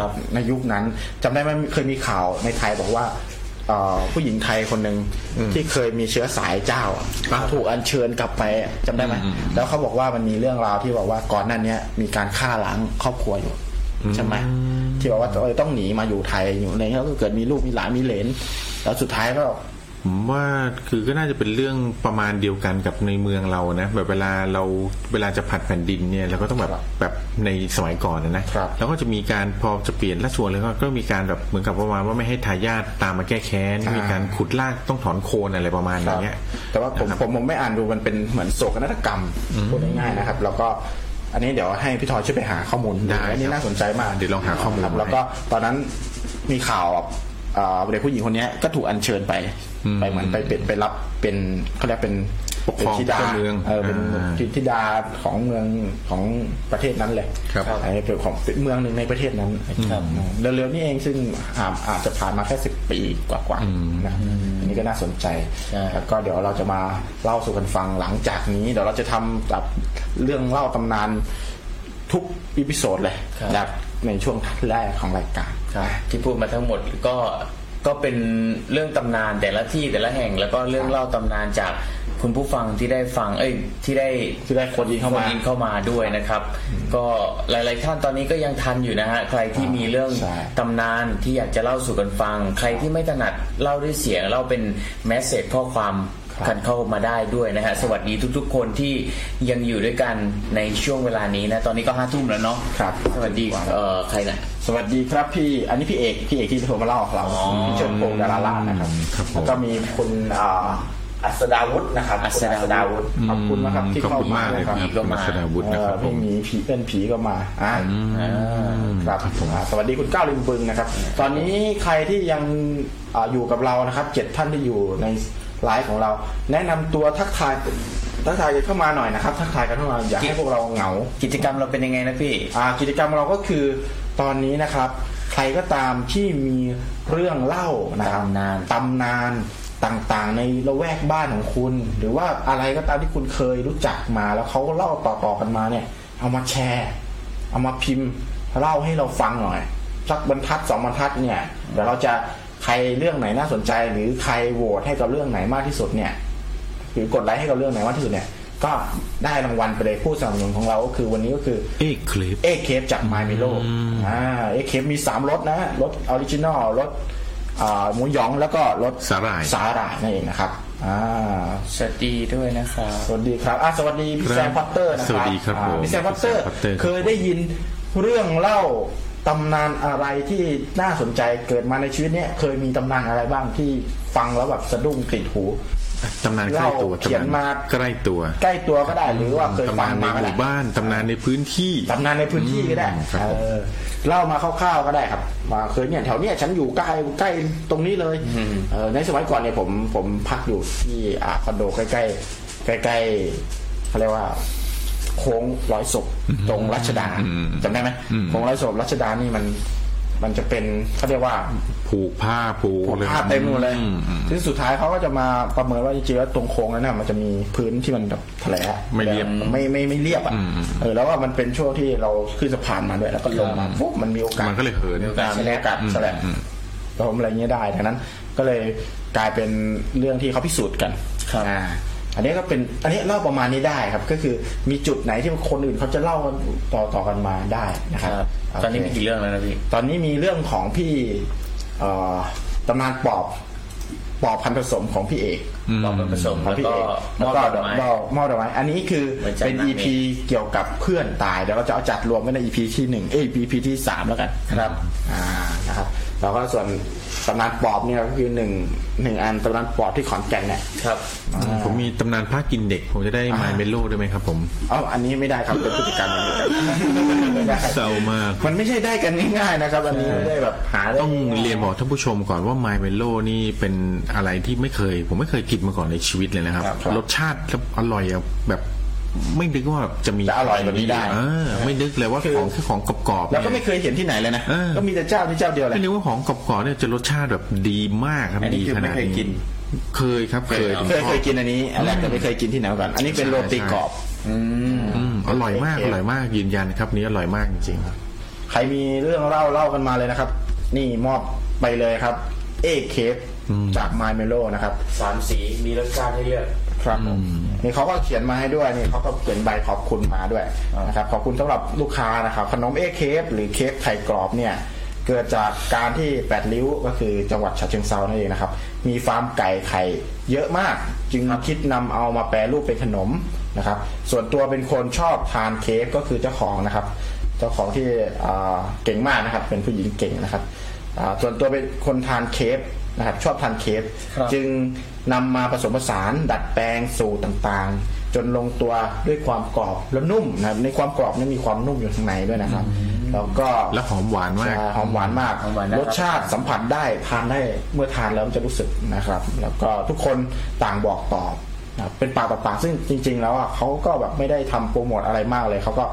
ครับ ในยุคนั้นจำได้ไหมเคยมีข่าวในไทยบอกว่าเอ่อผู้หญิงไทยคนหนึ่งที่เคยมีเชื้อสายเจ้าอะ ครับ ถูกอัญเชิญกลับไปอะจำได้ไหม แล้วเขาบอกว่ามันมีเรื่องราวที่บอกว่าก่อนหน้าเนี้ยมีการฆ่าล้างครอบครัวอยู่ใช่ไหมที่บอกว่าเออต้องหนีมาอยู่ไทยอยู่ในนี้แล้วก็เกิดมีลูกมีหลานมีเหลน แล้วสุดท้ายก็ ผมว่าคือก็น่าจะเป็นเรื่องประมาณเดียวกันกับในเมืองเรานะแบบเวลาเราเวลาจะผัดแผ่นดินเนี่ยเราก็ต้องแบบ ครับ แบบในสมัยก่อนนะนะครับแล้วก็จะมีการพอจะเปลี่ยนราชวงศ์แล้วก็ก็มีการแบบเหมือนกับประมาณว่าไม่ให้ทายาทตามมาแก้แค้น อ่ามี มีการขุดลากต้องถอนโคนอะไรประมาณอย่างเงี้ย แต่ว่าผม นะครับ ผมผมไม่อ่านดูมันเป็นเหมือนโศกนาฏกรรมพูดง่ายๆนะครับ แล้วก็อันนี้เดี๋ยวให้พี่ทอยช่วยไปหาข้อมูล ได้ อันนี้ ครับ น่าสนใจมาก เดี๋ยวลองหาข้อมูล ครับ มาให้ แล้วก็ตอนนั้นมีข่าวเอ่อเด็กผู้หญิงคนเนี้ยก็ถูกอัญเชิญไปไปเหมือนไปเป็นไปรับเป็นเขาเรียกเป็น ปกครอง เป็นธิดา เจ้าเมือง เออเป็น อ่า ธิดาของเมืองของประเทศนั้นเลย ครับ ไอ้เป็นของเป็นเมืองหนึ่งในประเทศนั้น ครับ เร็วๆนี่เองซึ่งอาจอาจจะผ่านมาแค่สิบปีกว่าๆนะอันนี้ก็น่าสนใจ ใช่ แล้วก็เดี๋ยวเราจะมาเล่าสู่กันฟังหลังจากนี้ เดี๋ยวเราจะทำแบบเรื่องเล่าตำนานทุกอีพิโซดเลย ครับ จากในช่วงแรกของรายการ ที่พูดมาทั้งหมดก็ก็เป็นเรื่องตำนานแต่ละที่แต่ละแห่งแล้วก็เรื่องเล่าตำนานจากคุณผู้ฟังที่ได้ฟัง เอ้ยที่ได้ ที่ได้คนอินเข้ามา คอินเข้ามาด้วยนะครับ ก็หลาย ๆ ท่านตอนนี้ก็ยังทันอยู่นะฮะใครที่มีเรื่อง ใช่ ตำนานที่อยากจะเล่าสู่กันฟัง ใครที่ไม่ถนัดเล่าด้วยเสียงเล่าเป็นแมสเซจข้อความ ครับ กันเข้ามาได้ด้วยนะฮะสวัสดีทุก ๆ คนที่ยังอยู่ด้วยกันในช่วงเวลานี้นะตอนนี้ก็ห้าทุ่มแล้วเนาะ ครับ สวัสดีเอ่อใครนะ สวัสดีครับพี่ อันนี้พี่เอก พี่เอกที่โทรมาเล่าของเรา อ๋อ พี่เชิญพงษ์ดาราล่าชนะครับ ครับผม แล้วก็มีคุณอ่าอัสดาวุฒินะครับ อัสดาวุฒิ คุณวุฒิขอบคุณนะครับที่ ขอบ เข้า คุมามณากเลย นะคครั รั บบ ก็ คุณ มา อัศดาวุฒิ เอ นะค อ รับผ พี่ ม หมีผีเอ็นผีก็มาอ่าอ่าครับอ่าสวัสดีคุณก้าวริมบึงนะครับ ตอนนี้ใครที่ยังอ่าอยู่กับเรานะครับเจ็ดท่านที่อยู่ในไลฟ์ของเรา แนะนำตัวทักทายทักทายกันเข้ามาหน่อยนะครับ ทักทายกันเข้ามาอย่าให้พวกเราเหงา กิจกรรมเราเป็นยังไงนะพี่ อ่ากิจกรรมเราก็คือตอนนี้นะครับ ใครก็ตามที่มีเรื่องเล่านะครับ ตำนาน ตำนานต่างๆ ในละแวกบ้านของคุณ หรือว่าอะไรก็ตามที่คุณเคยรู้จักมาแล้วเขาเล่าต่อๆกันมาเนี่ย เอามาแชร์ เอามาพิมพ์เล่าให้เราฟังหน่อยสักบรรทัดสองบรรทัดเนี่ยเดี๋ยวเราจะใครเรื่องไหนน่าสนใจ หรือใครโหวตให้กับเรื่องไหนมากที่สุดเนี่ย หรือกดไลค์ให้กับเรื่องไหนมากที่สุดเนี่ย ก็ได้รางวัลไปเลยผู้สนับสนุนของเราก็คือวันนี้ก็คือ เอ้คลิป เอเคฟจาก My m e l o อ่าเอเคฟมี 3รสนะรสออริจินอลรสอ่าหมูหยองแล้วก็รส สาหร่าย สาหร่ายนั่นเองนะครับอ่า สวัสดีด้วยนะครับ สวัสดีครับอ่าสวัสดีพี่ ครับ แซมพัตเตอร์นะครับ สวัสดีครับ อ่า ผม พี่แซมพัตเตอร์ พี่แซมพัตเตอร์ เคยได้ยินเรื่องเล่าตำนานอะไรที่น่าสนใจเกิดมาในชีวิตเนี้ยเคยมีตำนานอะไรบ้างที่ฟังแล้วแบบสะดุ้งติดหู ตำนานใกล้ตัว เราเขี ตำ ยน นาน มา ใกล้ตัว ใกล้ตัวก็ได้หรือว่าเคย ตำ ฟั นาง นใน มาก็ ห ได้ มู่บ้านตำนานในพื้นที่ ตำนานในพื้นที่ก็ได้ อืมครับผม เออเล่ามาคร่าวๆก็ได้ครับ มาเคยเนี่ยแถวเนี้ยฉันอยู่ใกล้ใกล้ตรงนี้เลยเออในสมัยก่อนเนี่ยผมผมพักอยู่ที่อ่าคอนโดใกล้ใกล้ๆใกล้ๆเขาเรียกว่า โค้งร้อยศพตรงรัชดาจำได้ไหมโค้งร้อยศพรัชดานี่มันมันจะเป็นเขาเรียกว่า ผูกผ้าผูก ผูก อะไร ผ้าเต็มหมดเลย อืมอืม ที่สุดท้ายเขาก็จะมาประเมินว่าจริงๆแล้วตรงโค้งนั้นน่ะมันจะมีพื้นที่มันแบบแถล ไม่เรียบ ไม่ไม่ไม่เรียบอ่ะ อืม เออแล้วว่ามันเป็นช่วงที่เราขึ้นสะพานมาด้วยแล้วก็ลงมาปุ๊บมันมีโอกาส มันก็เลยเหิน การแลกกัดแสลบผมอะไรเงี้ยได้ดังนั้นก็เลยกลายเป็นเรื่องที่เขาพิสูจน์กัน ครับ อ่า อันนี้ก็เป็นอันนี้เล่าประมาณนี้ได้ครับ ก็คือมีจุดไหนที่คนอื่นเขาจะเล่าต่อต่อๆกันมาได้นะครับ ครับ โเค ตอนนี้มีกี่เรื่องแล้วนะพี่ ตอนนี้มีเรื่องของพี่เอ่อตำนานปอบปอบพันธุ์ผสมของพี่เอก ปอบพันธุ์ผสม ของพี่เอก แล้วก็ ดอก มอบดอกไม้ มอบดอกไม้อันนี้คือ เหมือนจัด เป็น หนัง EP เกี่ยวกับเพื่อนตายเดี๋ยวเราจะเอาจัดรวมไว้ใน EP ที่หนึ่งเอ้ย EP ที่สามแล้วกัน ครับ อ่านะครับแล้วก็ส่วนตำนานปอบเนี่ยก็คือหนึ่งหนึ่งอันตำนานปอบที่ขอนแก่นเนี่ย ครับ ผมมีตำนานผ้ากินเด็ก ผมจะได้ไมล์เมโลด้วยไหมครับ ผม เอ้าอันนี้ไม่ได้ครับเป็นพฤติกรรมไม่ได้ เศร้ามาก มันไม่ใช่ได้กันง่ายๆนะครับ อันนี้ไม่ได้แบบหาได้ ต้อง ง่า เรียนบอกท่านผู้ชมก่อนว่าไมล์เมโลนี่เป็นอะไรที่ไม่เคย ผมไม่เคยกินมาก่อนในชีวิตเลยนะครับ ครับครับ รสชาติแล้วอร่อยแบบไม่นึกว่าจะมี จะอร่อยแบบนี้ได้ เออไม่นึกเลยว่าของคือของกรอบๆ แล้ว เนี่ย ก็ไม่เคยเห็นที่ไหนเลยนะ เออ ก็มีแต่เจ้าที่เจ้าเดียวแหละ ไม่นึกว่าของกรอบๆเนี่ยจะรสชาติแบบดีมากครับ อันดีนี้คือ ขนาด ไม่เคยกิน เคยครับเคย เคยเคยกินอันนี้อันแรกแต่ไม่เคยกินที่ไหนมาก่อน อันนี้เป็นโรตีกรอบ อืมอร่อยมาก เคย อร่อยมากยืนยันครับนี้อร่อยมากจริงๆ ใครมีเรื่องเล่าเล่ากันมาเลยนะครับ นี่มอบไปเลยครับ เอเคฟจากไมเมโลนะครับ สามสีมีรสชาติให้เลือก ครับผมนี่เขาก็เขียนมาให้ด้วยนี่เขาก็เขียนใบขอบคุณมาด้วยนะครับขอบคุณสำหรับลูกค้านะครับขนมเอเคฟหรือเค้กไข่กรอบเนี่ยเกิดจากการที่แปดริ้วก็คือจังหวัดฉะเชิงเซานั่นเองนะครับมีฟาร์มไก่ไข่เยอะมาก จึงคิดนำเอามาแปรรูปเป็นขนมนะครับ ส่วนตัวเป็นคนชอบทานเค้กก็คือเจ้าของนะครับ เจ้าของที่อ่าเก่งมากนะครับ เป็นผู้หญิงเก่งนะครับอ่าส่วนตัวเป็นคนทานเค้กนะครับ ชอบทานเค้ก ครับ จึงนำมาผสมผสานดัดแปลงสูตรต่างๆ จนลงตัวด้วยความกรอบและนุ่มนะครับ ในความกรอบนี่มีความนุ่มอยู่ข้างในด้วยนะครับ แล้วก็ และหอมหวานมาก ใช่หอมหวานมาก หอมหวานนะครับ รสชาติสัมผัสได้ทานได้เมื่อทานแล้วมันจะรู้สึกนะครับ แล้วก็ทุกคนต่างบอกต่อนะครับเป็นปากต่อปากซึ่งจริง ๆ แล้วอ่ะเขาก็แบบไม่ได้ทำโปรโมทอะไรมากเลยเขาก็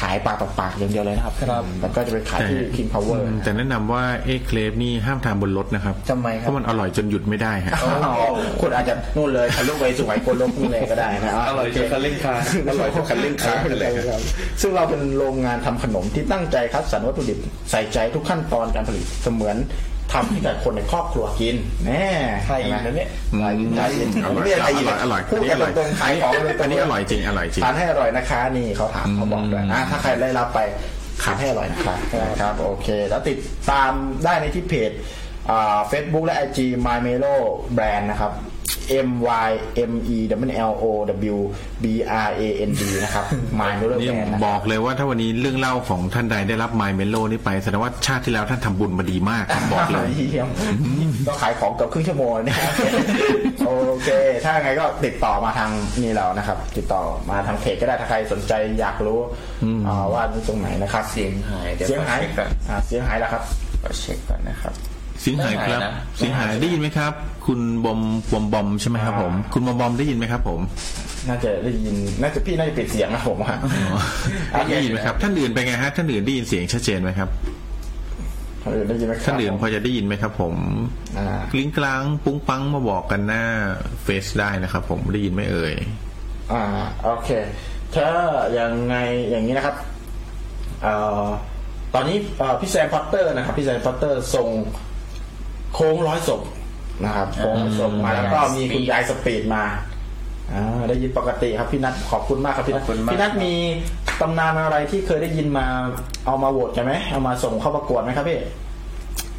ขายปากต่อปากอย่างเดียวเลยนะครับ ครับ แล้วก็จะไปขายที่ King อื Power มแต่แนะนำว่าเอ็กเคลฟนี่ห้ามทานบนรถนะครับ ทำไมครับ เพราะมันอร่อยจนหยุดไม่ได้ฮะ อ้าวคุณอาจจะนู่นเลยทะลุไปสุไหงโกลกนู่นเลยก็ได้นะ อร่อยจนคันเร่งค้างอร่อยจนคันเร่งค้างนั่นแหละ ครับซึ่งเราเป็นโรงงานทำขนมที่ตั้งใจคัดสรรวัตถุดิบใส่ใจทุกขั้นตอนการผลิตเสมือนทำให้กับคนในครอบครัวกินแน่ ไทยอินนะเนี่ย ไทยอินไทยอิน อร่อย ไม่ใช่ไทยอิน อร่อย พูดกันตรงๆขายของเลย อันนี้อร่อยจริงอร่อยจริง ทานให้อร่อยนะคะนี่เขาถามเขาบอกด้วยอ่ะถ้าใครได้รับไปขายให้อร่อยนะครับนะครับโอเค แล้วติดตามได้ในที่เพจเฟซบุ๊กและ IG My Melo Brand นะครับ M Y M E W L O W B R A N D นะครับ My Melo นี่ Brand นะ บ ครั อบ กเลยว่าถ้าวันนี้เรื่องเล่าของท่านใดได้รับไมล์เมโลนี่ไปแสดงว่าชาติที่แล้วท่านทำบุญมาดีมากครับบอกเลย เยี่ยมก็ขายของเกือบครึ่งชั่วโมงเนี่ย โอเค ถ้าไงก็ติดต่อมาทางนี่เรานะครับ ติดต่อมาทางเพจก็ได้ถ้าใครสนใจอยากรู้อ่าว่าตรงไหนนะครับ เสียงหายเดี๋ยว เสียงหาย ขอเช็คก่อน อ่าเสียงหายแล้วครับ ขอเช็คก่อนนะครับ สิงหายครับ ได้นะ สิงหายได้ยินไหมครับ คุณบอมบอมบอมใช่ไหมครับผม คุณบอมบอมได้ยินไหมครับผม น่าจะได้ยิน น่าจะพี่น่าจะปิดเสียงนะผมว่าอ่ะ ได้ยินไหมครับท่านอื่นเป็นไงฮะท่านอื่นได้ยินเสียงชัดเจนไหมครับ คนอื่นได้ยินไหมครับ ท่านอื่นพอจะได้ยินไหมครับ ผม อ่า ลิงก์กลางปุ้งปังมาบอกกันหน้าเฟซได้นะครับ ผมได้ยินไหมเอ่ย อ่าโอเค ถ้าอย่างไงอย่างนี้นะครับเอ่อตอนนี้เอ่อพี่แซมพอตเตอร์นะครับพี่แซมพอตเตอร์ส่งโค้งร้อยศพนะครับโค้งร้อยศพมาแล้วก็มีคุณยายสปีดมาอ่าได้ยินปกติครับพี่นัทขอบคุณมากครับพี่นัท ขอบคุณมาก พี่นัทมีตำนานอะไรที่เคยได้ยินมาเอามาโหวตกันไหมเอามาส่งเข้าประกวดไหมครับพี่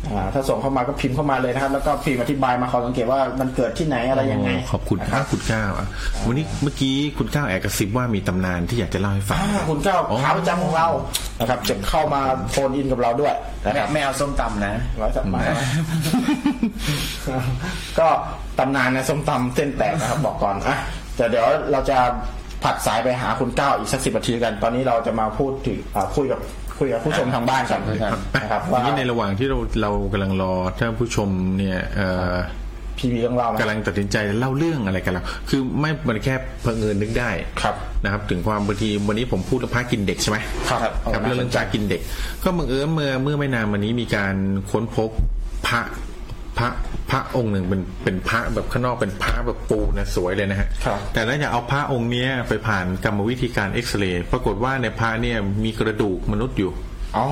อ่าถ้าส่งเข้ามาก็พิมพ์เข้ามาเลยนะครับ แล้วก็พิมพ์อธิบายมาขอสังเกตว่ามันเกิดที่ไหนอะไรยังไง โอ้ขอบคุณครับคุณก้าวอ่ะวันนี้เมื่อกี้คุณก้าวแอบกระซิบว่ามีตำนานที่อยากจะเล่าให้ฟัง อ่าคุณเจ้า อ๋อ ขาประจำของเรานะครับจะเข้ามาโฟนอินกับเราด้วยนะค ไม่ รับ ไม่เอาส้มตำนะ ร้อยสัม มาก็ตำนานนะส้มตำเส้นแตกนะครับ บอกก่อนอ่ะแต่เดี๋ยวเราจะผัดสายไปหาคุณเก้าอีกสักสิบนาทีกัน ตอนนี้เราจะมาพูดถึงอ่าคุยกับคุยกับผู้ชมทางบ้านกันนะครับ ที ว่า นี้ในระหว่างที่เราเรากำลังรอท่านผู้ชมเนี่ยเอ่อ พีวีของเราไหม กำลังตัดสินใจเล่าเรื่องอะไรกันเราคือไม่มันแค่เพิงเอิญนึกได้ ครับ นะครับ ถึงความบางทีวันนี้ผมพูดเรื่องพากินเด็กใช่ไหม ครับ ครั เอา บ มา เรื่องเรื่องจากินเด็ก ก็บังเอิญเมื่อเมื่อไม่นานมานี้มีการค้นพบพระพระพระองค์หนึ่งเป็นเป็นพระแบบข้างนอกเป็นพระแบบปูนะสวยเลยนะฮะ ครับ แต่น่าจะเอาพระองค์เนี้ยไปผ่านกรรมวิธีการเอ็กซเรย์ปรากฏว่าในพระเนี่ยมีกระดูกมนุษย์อยู่ อ๋อ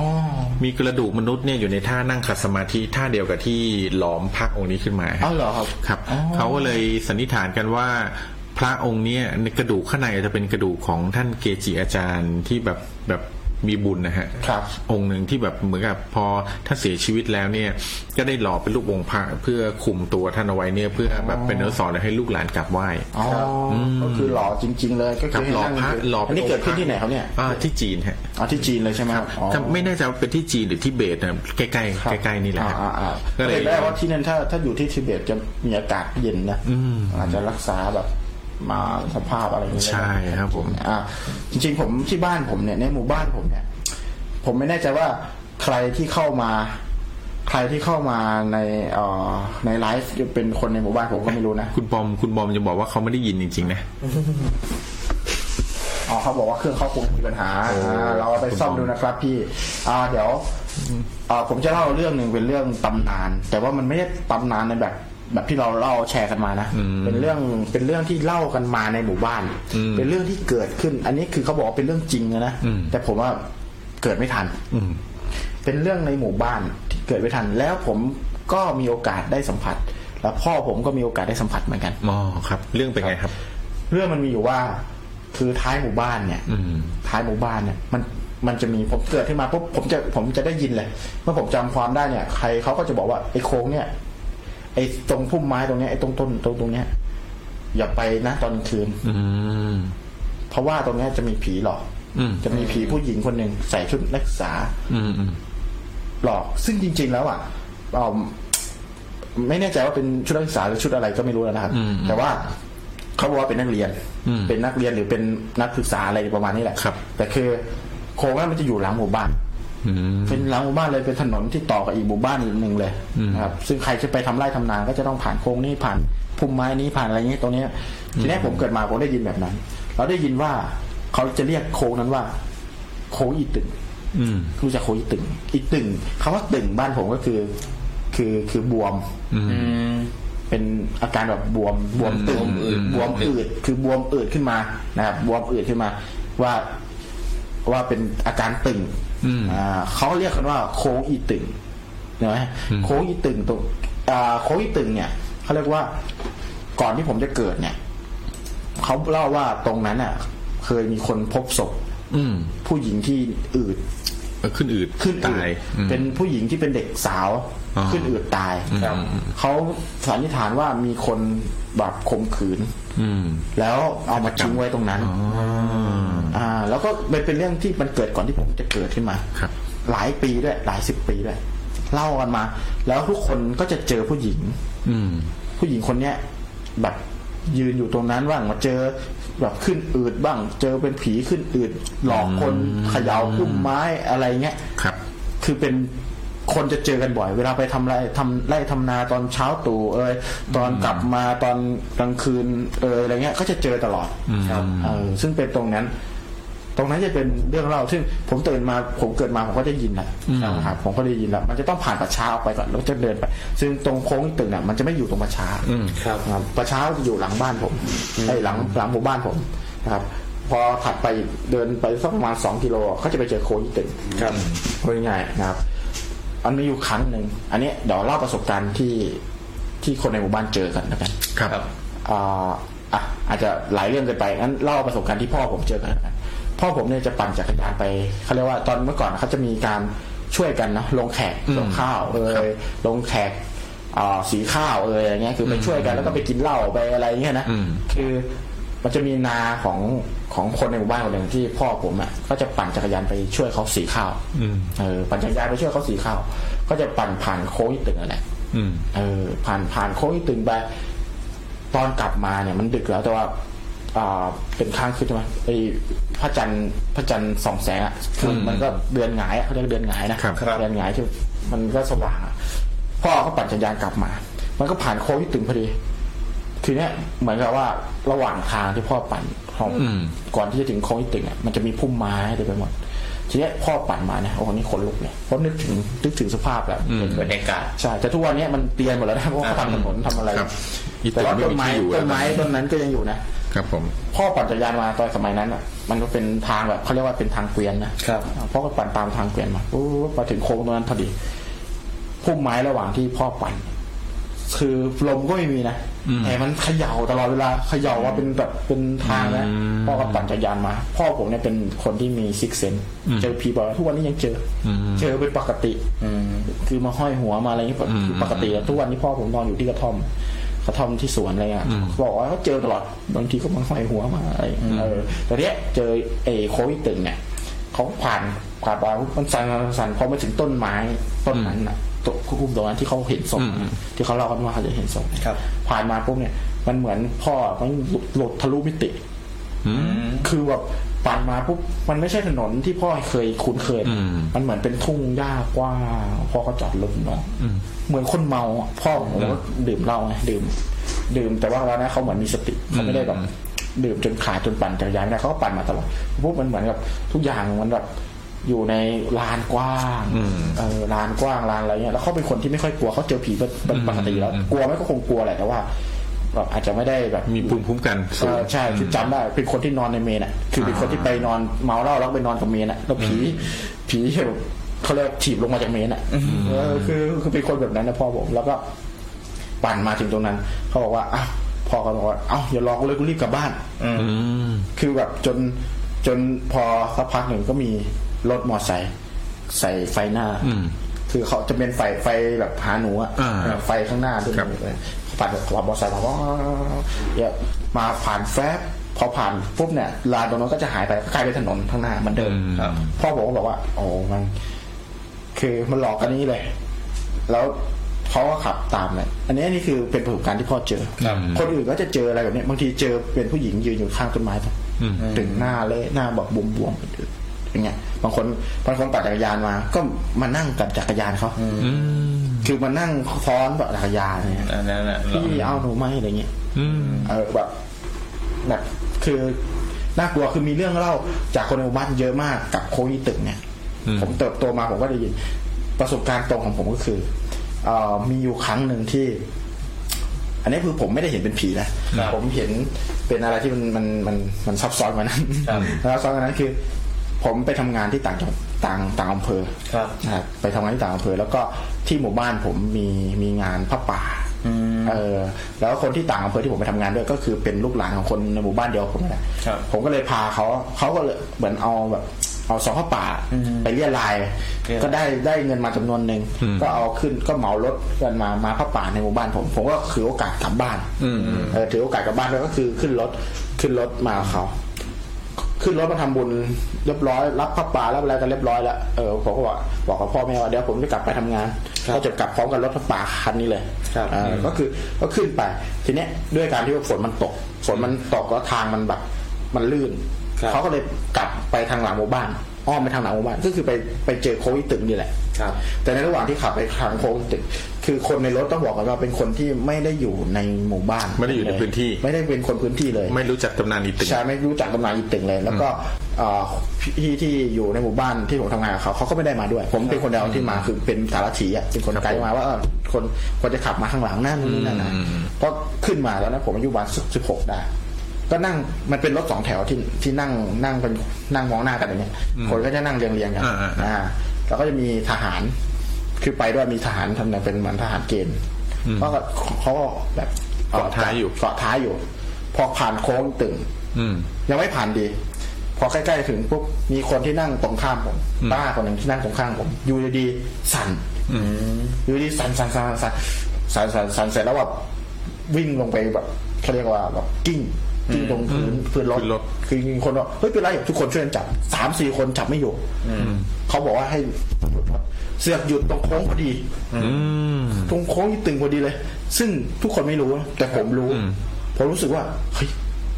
มีกระดูกมนุษย์เนี่ยอยู่ในท่านั่งขัดสมาธิท่าเดียวกับที่หลอมพระองค์นี้ขึ้นมา อ้าวเหรอครับ ครับ อ๋อ เขาก็เลยสันนิษฐานกันว่า พระองค์เนี้ยในกระดูกข้างในจะเป็นกระดูกของท่านเกจิอาจารย์ที่แบบแบบมีบุญนะฮะ ครับ องค์หนึ่งที่แบบเหมือนกับพอท่านเสียชีวิตแล้วเนี่ย ก็ได้หล่อเป็นรูปองค์พระเพื่อคุมตัวท่านเอาไว้เนี่ยเพื่อแบบเป็นอนุสรณ์ให้ลูกหลานกราบไหว้ อ๋อก็คือหล่อจริง ๆ เลยก็ ครั คื บ อ หล่อพระหล่อ อั เป็น นี้ องค์ เกิดขึ้น พะ ที่ไหนครับเนี่ย อ่าที่จีนฮะ อ๋อที่จีนเลยใช่ไหมครับอ๋อ จำไม่แน่ใจว่าเป็นที่จีนหรือที่เบตนะใกล้ ครับ ๆใกล้ๆนี่แหละฮะ อ่าอ่า ก็ ก็ เล เลย ยได้ว่าที่นั่นถ้าถ้าอยู่ที่ทิเบตจะมีอากาศเย็นนะ อืม อาจจะรักษาแบบมาสภาพอะไรอย่างเงี้ย ใช่ครับผม อ่าจริงๆผมที่บ้านผมเนี่ยในหมู่บ้านผมเนี่ย ผมไม่แน่ใจว่าใครที่เข้ามา ใครที่เข้ามาในเอ่อในไลฟ์เป็นคนในหมู่บ้านผมก็ไม่รู้นะ คุณบอมคุณบอมจะบอกว่าเขาไม่ได้ยินจริงๆนะ อ๋อเขาบอกว่าเครื่องเขาคงมีปัญหา โอ้ อ่าเราเอาไปซ่อมดูนะครับ พี่ อ่าเดี๋ยวอ่าผมจะเล่าเรื่องหนึ่งเป็นเรื่องตำนาน แต่ว่ามันไม่ได้ตำนานในแบบ แบบที่เราเล่าแชร์กันมานะ เป็นเรื่องเป็นเรื่องที่เล่ากันมาในหมู่บ้าน เป็นเรื่องที่เกิดขึ้น อันนี้คือเขาบอกว่าเป็นเรื่องจริงนะนะแต่ผมว่าเกิดไม่ทัน อืม เป็นเรื่องในหมู่บ้านที่เกิดไม่ทัน แล้วผมก็มีโอกาสได้สัมผัส แล้วพ่อผมก็มีโอกาสได้สัมผัสเหมือนกัน อ๋อครับ เรื่องเป็นไงครับ เรื่องมันมีอยู่ว่าคือท้ายหมู่บ้านเนี่ย อืม ท้ายหมู่บ้านเนี่ย มันมันจะมีผมเกิดขึ้นมาปุ๊บผมจะผมจะได้ยินเลย เมื่อผมจำความได้เนี่ย ใครเขาก็จะบอกว่าไอ้โค้งเนี่ย ไอ้ตรงพุ่มไม้ตรงเนี้ยไอ้ตรงต้นตรงตรงเนี้ยอย่าไปนะตอนกลางคืน อืม เพราะว่าตรงเนี้ยจะมีผีหลอก อืม จะมีผีผู้หญิงคนหนึ่งใส่ชุดนักศึกษา อืมอืม หลอกซึ่งจริง ๆ แล้วอ่ะเอ่อไม่แน่ใจว่าเป็นชุดนักศึกษาหรือชุดอะไรก็ไม่รู้แล้วนะครับ อืม แต่ว่าเขาบอกว่าเป็นนักเรียน อืม เป็นนักเรียนหรือเป็นนักศึกษาอะไรประมาณนี้แหละ ครับ แต่คือโค้งนั้นมันจะอยู่หลังหมู่บ้าน อืม เป็นหลังหมู่บ้านเลยเป็นถนนที่ต่อกับอีกหมู่บ้านหนึ่งเลย อืม นะครับ ซึ่งใครจะไปทำไร่ทำนาก็จะต้องผ่านโค้งนี้ผ่านพุ่มไม้นี้ผ่านอะไรอย่างนี้ตรงเนี้ยทีแรกผมเกิดมาผมได้ยินแบบนั้น เราได้ยินว่าเขาจะเรียกโค้งนั้นว่า โค้งอีตึง อืม รู้จักโคอีตึงอีตึงคำว่าตึงบ้านผมก็คือ คือคือบวม อืม เป็นอาการแบบบวมบวมตึง อืม บวมอืดคือบวมอืดขึ้นมานะครับบวมอืดขึ้นมา ว่าว่าเป็นอาการตึง อืม อ่าเขาเรียกกันว่าโคอีตึงเห็นไหมโคอีตึงตรงอ่าโคอีตึงเนี่ยเขาเรียกว่าก่อนที่ผมจะเกิดเนี่ยเขาเล่าว่าตรงนั้นอ่ะ เคยมีคนพบศพ อืม ผู้หญิงที่อืด เออขึ้นอืด ขึ้นอื ตา ด ยอืม เป็นผู้หญิงที่เป็นเด็กสาว อ๋อ ขึ้นอืดตาย ครับ เขาสันนิษฐานว่ามีคนแบบข่มขืน อืม แล้วเอามาทิ้งไว้ตรงนั้นอ่า แล้วก็มันเป็นเรื่องที่มันเกิดก่อนที่ผมจะเกิดขึ้นมา ครับ หลายปีด้วย หลายสิบปีด้วยเล่ากันมา แล้วทุกคนก็จะเจอผู้หญิง อืม ผู้หญิงคนเนี้ยแบบยืนอยู่ตรงนั้นบ้างมาเจอแบบขึ้นอืดบ้าง เจอเป็นผีขึ้นอืดหลอกคนเขย่าพุ่มไม้อะไรเงี้ย ครับ คือเป็นคนจะเจอกันบ่อย เวลาไปทำไรทำไร่ทำนาตอนเช้าตู่เอยตอนกลับมาตอนกลางคืน เอยอะไรเงี้ย ก็จะเจอตลอด ครับ เออซึ่งเป็นตรงนั้น ตรงนั้นจะเป็นเรื่องเล่าซึ่งผมตื่นมาผมเกิดมาผมก็ได้ยินนะนะครับผมก็ได้ยินแล้วมันจะต้องผ่านประช้าออกไปก่อนแล้วจะเดินไป ซึ่งตรงโค้งตึกน่ะมันจะไม่อยู่ตรงประช้า อืม ครับ ครับประช้าอยู่หลังบ้านผมไอ้หลังหลังหมู่บ้านผมนะครับ พอถัดไปเดินไปสักประมาณสองกิโลเขาจะไปเจอโคยิตึง ครับ พูดง่ายๆนะครับ อันมีอยู่ครั้งหนึ่งอันนี้เดี๋ยวเล่าประสบการณ์ที่ที่คนในหมู่บ้านเจอกันนะครับ ครับ ครับ อ่าอ่ะอาจจะหลายเรื่องเกินไปงั้นเล่าประสบการณ์ที่พ่อผมเจอกันนะครับพ่อผมเนี่ยจะปั่นจักรยานไปเขาเรียกว่าตอนเมื่อก่อนเขาจะมีการช่วยกันเนาะลงแขกลงข้าวเอ ครับ ยลงแขกอ่าสีข้าวเอออะไรเงี้ยคือไปช่วยกันแล้วก็ไปกินเหล้าไปอะไรเงี้ยนะ อืม คือมันจะมีนาของของคนในหมู่บ้านคนหนึ่งที่พ่อผมอ่ะก็จะปั่นจักรยานไปช่วยเขาสีข้าว อืม เออปั่นจักรยานไปช่วยเขาสีข้าว ก็จะปั่นผ่านโค้งอีตึงนั่นแหละ อืม เออผ่านผ่านโค้งอีตึงไปตอนกลับมาเนี่ยมันดึกแล้วแต่ว่าอ่าเป็นข้างขึ้นใช่ไหมไอ้พระจันทร์พระจันทร์สองแสงอ่ะคือมันก็เดือนหงายอะเขาเรียกเดือนหงายนะครับ ครับ เดือนหงายที่มันก็สว่างอะพ่อเขาปั่นจักรยานกลับมา มันก็ผ่านโค้งอีตึงพอดี ทีเนี้ยเหมือนกับว่าระหว่างทางที่พ่อปั่นของ อืม ก่อนที่จะถึงโค้งที่ตึงเนี่ยมันจะมีพุ่มไม้เต็มไปหมด ทีเนี้ยพ่อปั่นมาเนี่ยโอ้โหนี่ขนลุกเลยเพราะนึกถึงนึกถึงสภาพแบบ เป็นบรรยากาศ ใช่แต่ทุกวันเนี้ยมันเตียนหมดแล้วนะเพราะว่าเขาทำถนนทำอะไร ครับอีก แต่ว่า ตึ ต้ ก น ไม่มีที่ไม้อยู่แล้ว ต้นไม้ต้นนั้นก็ยังอยู่นะ ครับผม พ่อปั่นจักรยานมาตอนสมัยนั้นอ่ะ มันก็เป็นทางแบบเขาเรียกว่าเป็นทางเกวียนนะครับ พ่อก็ปั่นตามทางเกวียนมาปุ๊บมาถึงโค้งตรงนั้นพอดีพุ่มไม้ระหว่างที่พ่อปั่น คือลมก็ไม่มีนะ อืม แต่มันเขย่าตลอดเวลาเขย่าว่าเป็นแบบเป็นทางนะ อืม พ่อก็ปั่นจักรยานมา พ่อผมเนี่ยเป็นคนที่มีซิกเซน อืม เจอผีบ่อยทุกวันนี้ยังเจออ ม เจอเป็นปกติ อืม คือมาห้อยหัวมาอะไรอย่างนี้ อืม คือปกติอะทุกวันนี้พ่อผมนอนอยู่ที่กระท่อมกระท่อมที่สวนอะไรอ่ะ อืม บอกว่าเขาเจอตลอดบางทีก็มาห้อยหัวมาอะไรเออแต่เนี้ยเจอไอ้โควิดตึงเนี่ยเขาผ่านผ่านไปมันสั่นสั่นพอมาถึงต้นไม้ต้นนั้นอ่ะตัวคุ้มตรงนั้นที่เขาเห็นศพอะที่เขาเล่ากันว่าเขาจะเห็นศพ ครับ ผ่านมาปุ๊บเนี่ย มันเหมือนพ่อมันหลุดหลุดทะลุมิติ อืม คือแบบปั่นมาปุ๊บมันไม่ใช่ถนนที่พ่อเคยคุ้นเคยนะ อืม มันเหมือนเป็นทุ่งหญ้ากว้างพ่อก็จอดรถเนาะ อืม เหมือนคนเมาอะพ่อผมก็ดื่มเหล้าไงดื่ม ดื่มแต่ว่าแล้วนะเขาเหมือนมีสติเขาไม่ได้แบบ อืม ดื่มจนขาดจนปั่นจักรยานไม่ได้เขาก็ปั่นมาตลอดปุ๊บมันเหมือนกับทุกอย่างมันแบบอยู่ในลานกว้างเออลานกว้างลานอะไรเงี้ยแล้วเขาเป็นคนที่ไม่ค่อยกลัวเขาเจอผีเป็นเป็นปกติแล้ว กลัวไหมก็คงกลัวแหละแต่ว่าแบบอาจจะไม่ได้แบบ มีภูมิคุ้มกันสู เอง อใช่คือจำได้เป็นคนที่นอนในเมนอ่ะ คือเป็นคนที่ไปนอนเมาเหล้าแล้วก็ไปนอนกับเมนอ่ะ แล้วผีผีแบบเขาเรียกถีบลงมาจากเมนอ่ะเออคือคือเป็นคนแบบนั้นนะพ่อผมแล้วก็ ปั่นมาถึงตรงนั้นเขาบอกว่าอ้าวพ่อก็บอกว่าเอ้าอย่ารอกูเลยกูรีบกลับบ้าน อืม คือแบบจนจนพอสักพักหนึ่งก็มีรถมอไซค์ใส่ไฟหน้า อืม คือเขาจะเป็นไฟไฟแบบพาหนูอะ อ่า เออไฟข้างหน้าด้วย ครับ เลยผ่านขับมอไซค์มาว่าเนี่ยมาผ่านแฟบพอผ่านปุ๊บเนี่ยลานตรงนั้นก็จะหายไปก็กลายเป็นถนนข้างหน้าเหมันเดิม อืมครับ พ่อผมก็บอกว่า โอ้มัน คือมันหลอกกันนี้เลย แล้วเขาก็ขับตามเลยอันนี้นี่คือเป็นประสบการณ์ที่พ่อเจอ ครับ คนอื่นก็จะเจออะไรแบบเนี้ยบางทีเจอเป็นผู้หญิงยืนอยู่ข้างต้นไม้ปะ อืม ถึงหน้าเละหน้าแบบบวมๆอย่างเงี้ย บางคนบางคนปั่นจักรยานมา ก็มานั่งกับจักรยานเขา อืม คือมานั่งซ้อนกับจักรยานเนี่ย อันนั้นอ่ะ พี่เอาหนูไหมอะไรเงี้ย อืม เออแบบแบบคือน่ากลัวคือมีเรื่องเล่าจากคนในหมู่บ้านเยอะมากกับโควิดตึกเนี่ย อืม ผมเติบโตมาผมก็ได้ยินประสบการณ์ตรงของผมก็คือเออมีอยู่ครั้งหนึ่งที่ อันนี้คือผมไม่ได้เห็นเป็นผีนะผมเห็นเป็นอะไรที่มันมันมันมันซับซ้อนกว่านั้น แล้วซับซ้อนกว่านั้นคือ ผมไปทำงานที่ต่างจังหวัดต่างต่างอำเภอ ครับ นะครับไปทำงานที่ต่างอำเภอแล้วก็ที่หมู่บ้านผมมีมีงานพระป่าเออแล้วคนที่ต่างอำเภอที่ผมไปทำงานด้วยก็คือเป็นลูกหลานของคนในหมู่บ้านเดียวผมนั่นแหละ ครับ ผมก็เลยพาเขาเขาก็เลยเหมือนเอาแบบ เอาซองพระป่าไปเรียลายก็ได้ได้เงินมาจำนวนหนึ่งก็เอาขึ้นก็เหมารถกันมามาพระป่าในหมู่บ้านผม ผมก็ถือโอกาสกลับบ้านเออถือโอกาสกลับบ้านแล้วก็คือขึ้นรถขึ้นรถมากับเขา ขึ้นรถมาทำบุญเรียบร้อย รับพระป่ารับอะไรกันเรียบร้อยแล้วเออผมก็บอกบอกกับพ่อแม่ว่าเดี๋ยวผมจะกลับไปทำงานก็จะกลับพร้อมกับรถพระป่าคันนี้เลย ครับ เออก็คือก็ขึ้นไป ทีเนี้ยด้วยการที่ว่าฝนมันตกฝนมันตกแล้วทางมันแบบมันลื่นเขาก็เลยกลับไปทางหลังหมู่บ้านอ้อมไปทางหลังหมู่บ้านก็คือไปไปเจอโควิดตึกนี่แหละ ครับ แต่ในระหว่างที่ขับไปทางโค้งตึก คือคนในรถต้องบอกกันว่าเป็นคนที่ไม่ได้อยู่ในหมู่บ้าน ไม่ได้อยู่ในพื้นที่ ไม่ได้เป็นคนพื้นที่เลย ไม่รู้จักตำนานอีตึก ใช่ไม่รู้จักตำนานอีตึงเลย แล้วก็เอ่อพี่ที่อยู่ในหมู่บ้านที่ผมทำงานกับเขาเขาก็ไม่ได้มาด้วย ผมเป็นคนเดียวที่มาคือเป็นสารถีอ่ะเป็นคนไกด์มาว่าเออคนคนจะขับมาข้างหลังนั่นนี่นั่นนะ อืม ก็ขึ้นมาแล้วนะผมอายุประมาณสิบหกได้ ก็นั่งมันเป็นรถสองแถวที่ที่นั่งนั่งเป็นนั่งมองหน้ากันอย่างเงี้ยคนก็จะนั่งเรียงเรียงๆกัน อ่าๆๆ อ่าแล้วก็จะมีทหาร คือไปด้วยมีทหารทำงานเป็นเหมือนทหารเกณฑ์เขาก็เขาก็แบบ เกาะท้ายอยู่ เกาะท้ายอยู่ พอผ่านโค้งตึง อืม ยังไม่ผ่านดี พอใกล้ๆถึงปุ๊บมีคนที่นั่งตรงข้ามผมป้าคนหนึ่งที่นั่งตรงข้างผมอยู่ดีๆสั่นอยู่ดีๆสั่นสั่นสั่นสั่นสั่นสั่นสั่นเสร็จแล้วแบบวิ่งลงไปแบบเขาเรียกว่าแบบกิ้งกิ้งตรงพื้นพื้นรถ พื้นรถ คือยิงคนว่าเฮ้ยเป็นไรทุกคนช่วยกันจับสามสี่คนจับไม่อยู่เขาบอกว่าให้เสือกหยุดตรงโค้งพอดี อืม ตรงโค้งยี่ตึงพอดีเลย ซึ่งทุกคนไม่รู้นะแต่ผมรู้ผมรู้สึกว่าเฮ้ย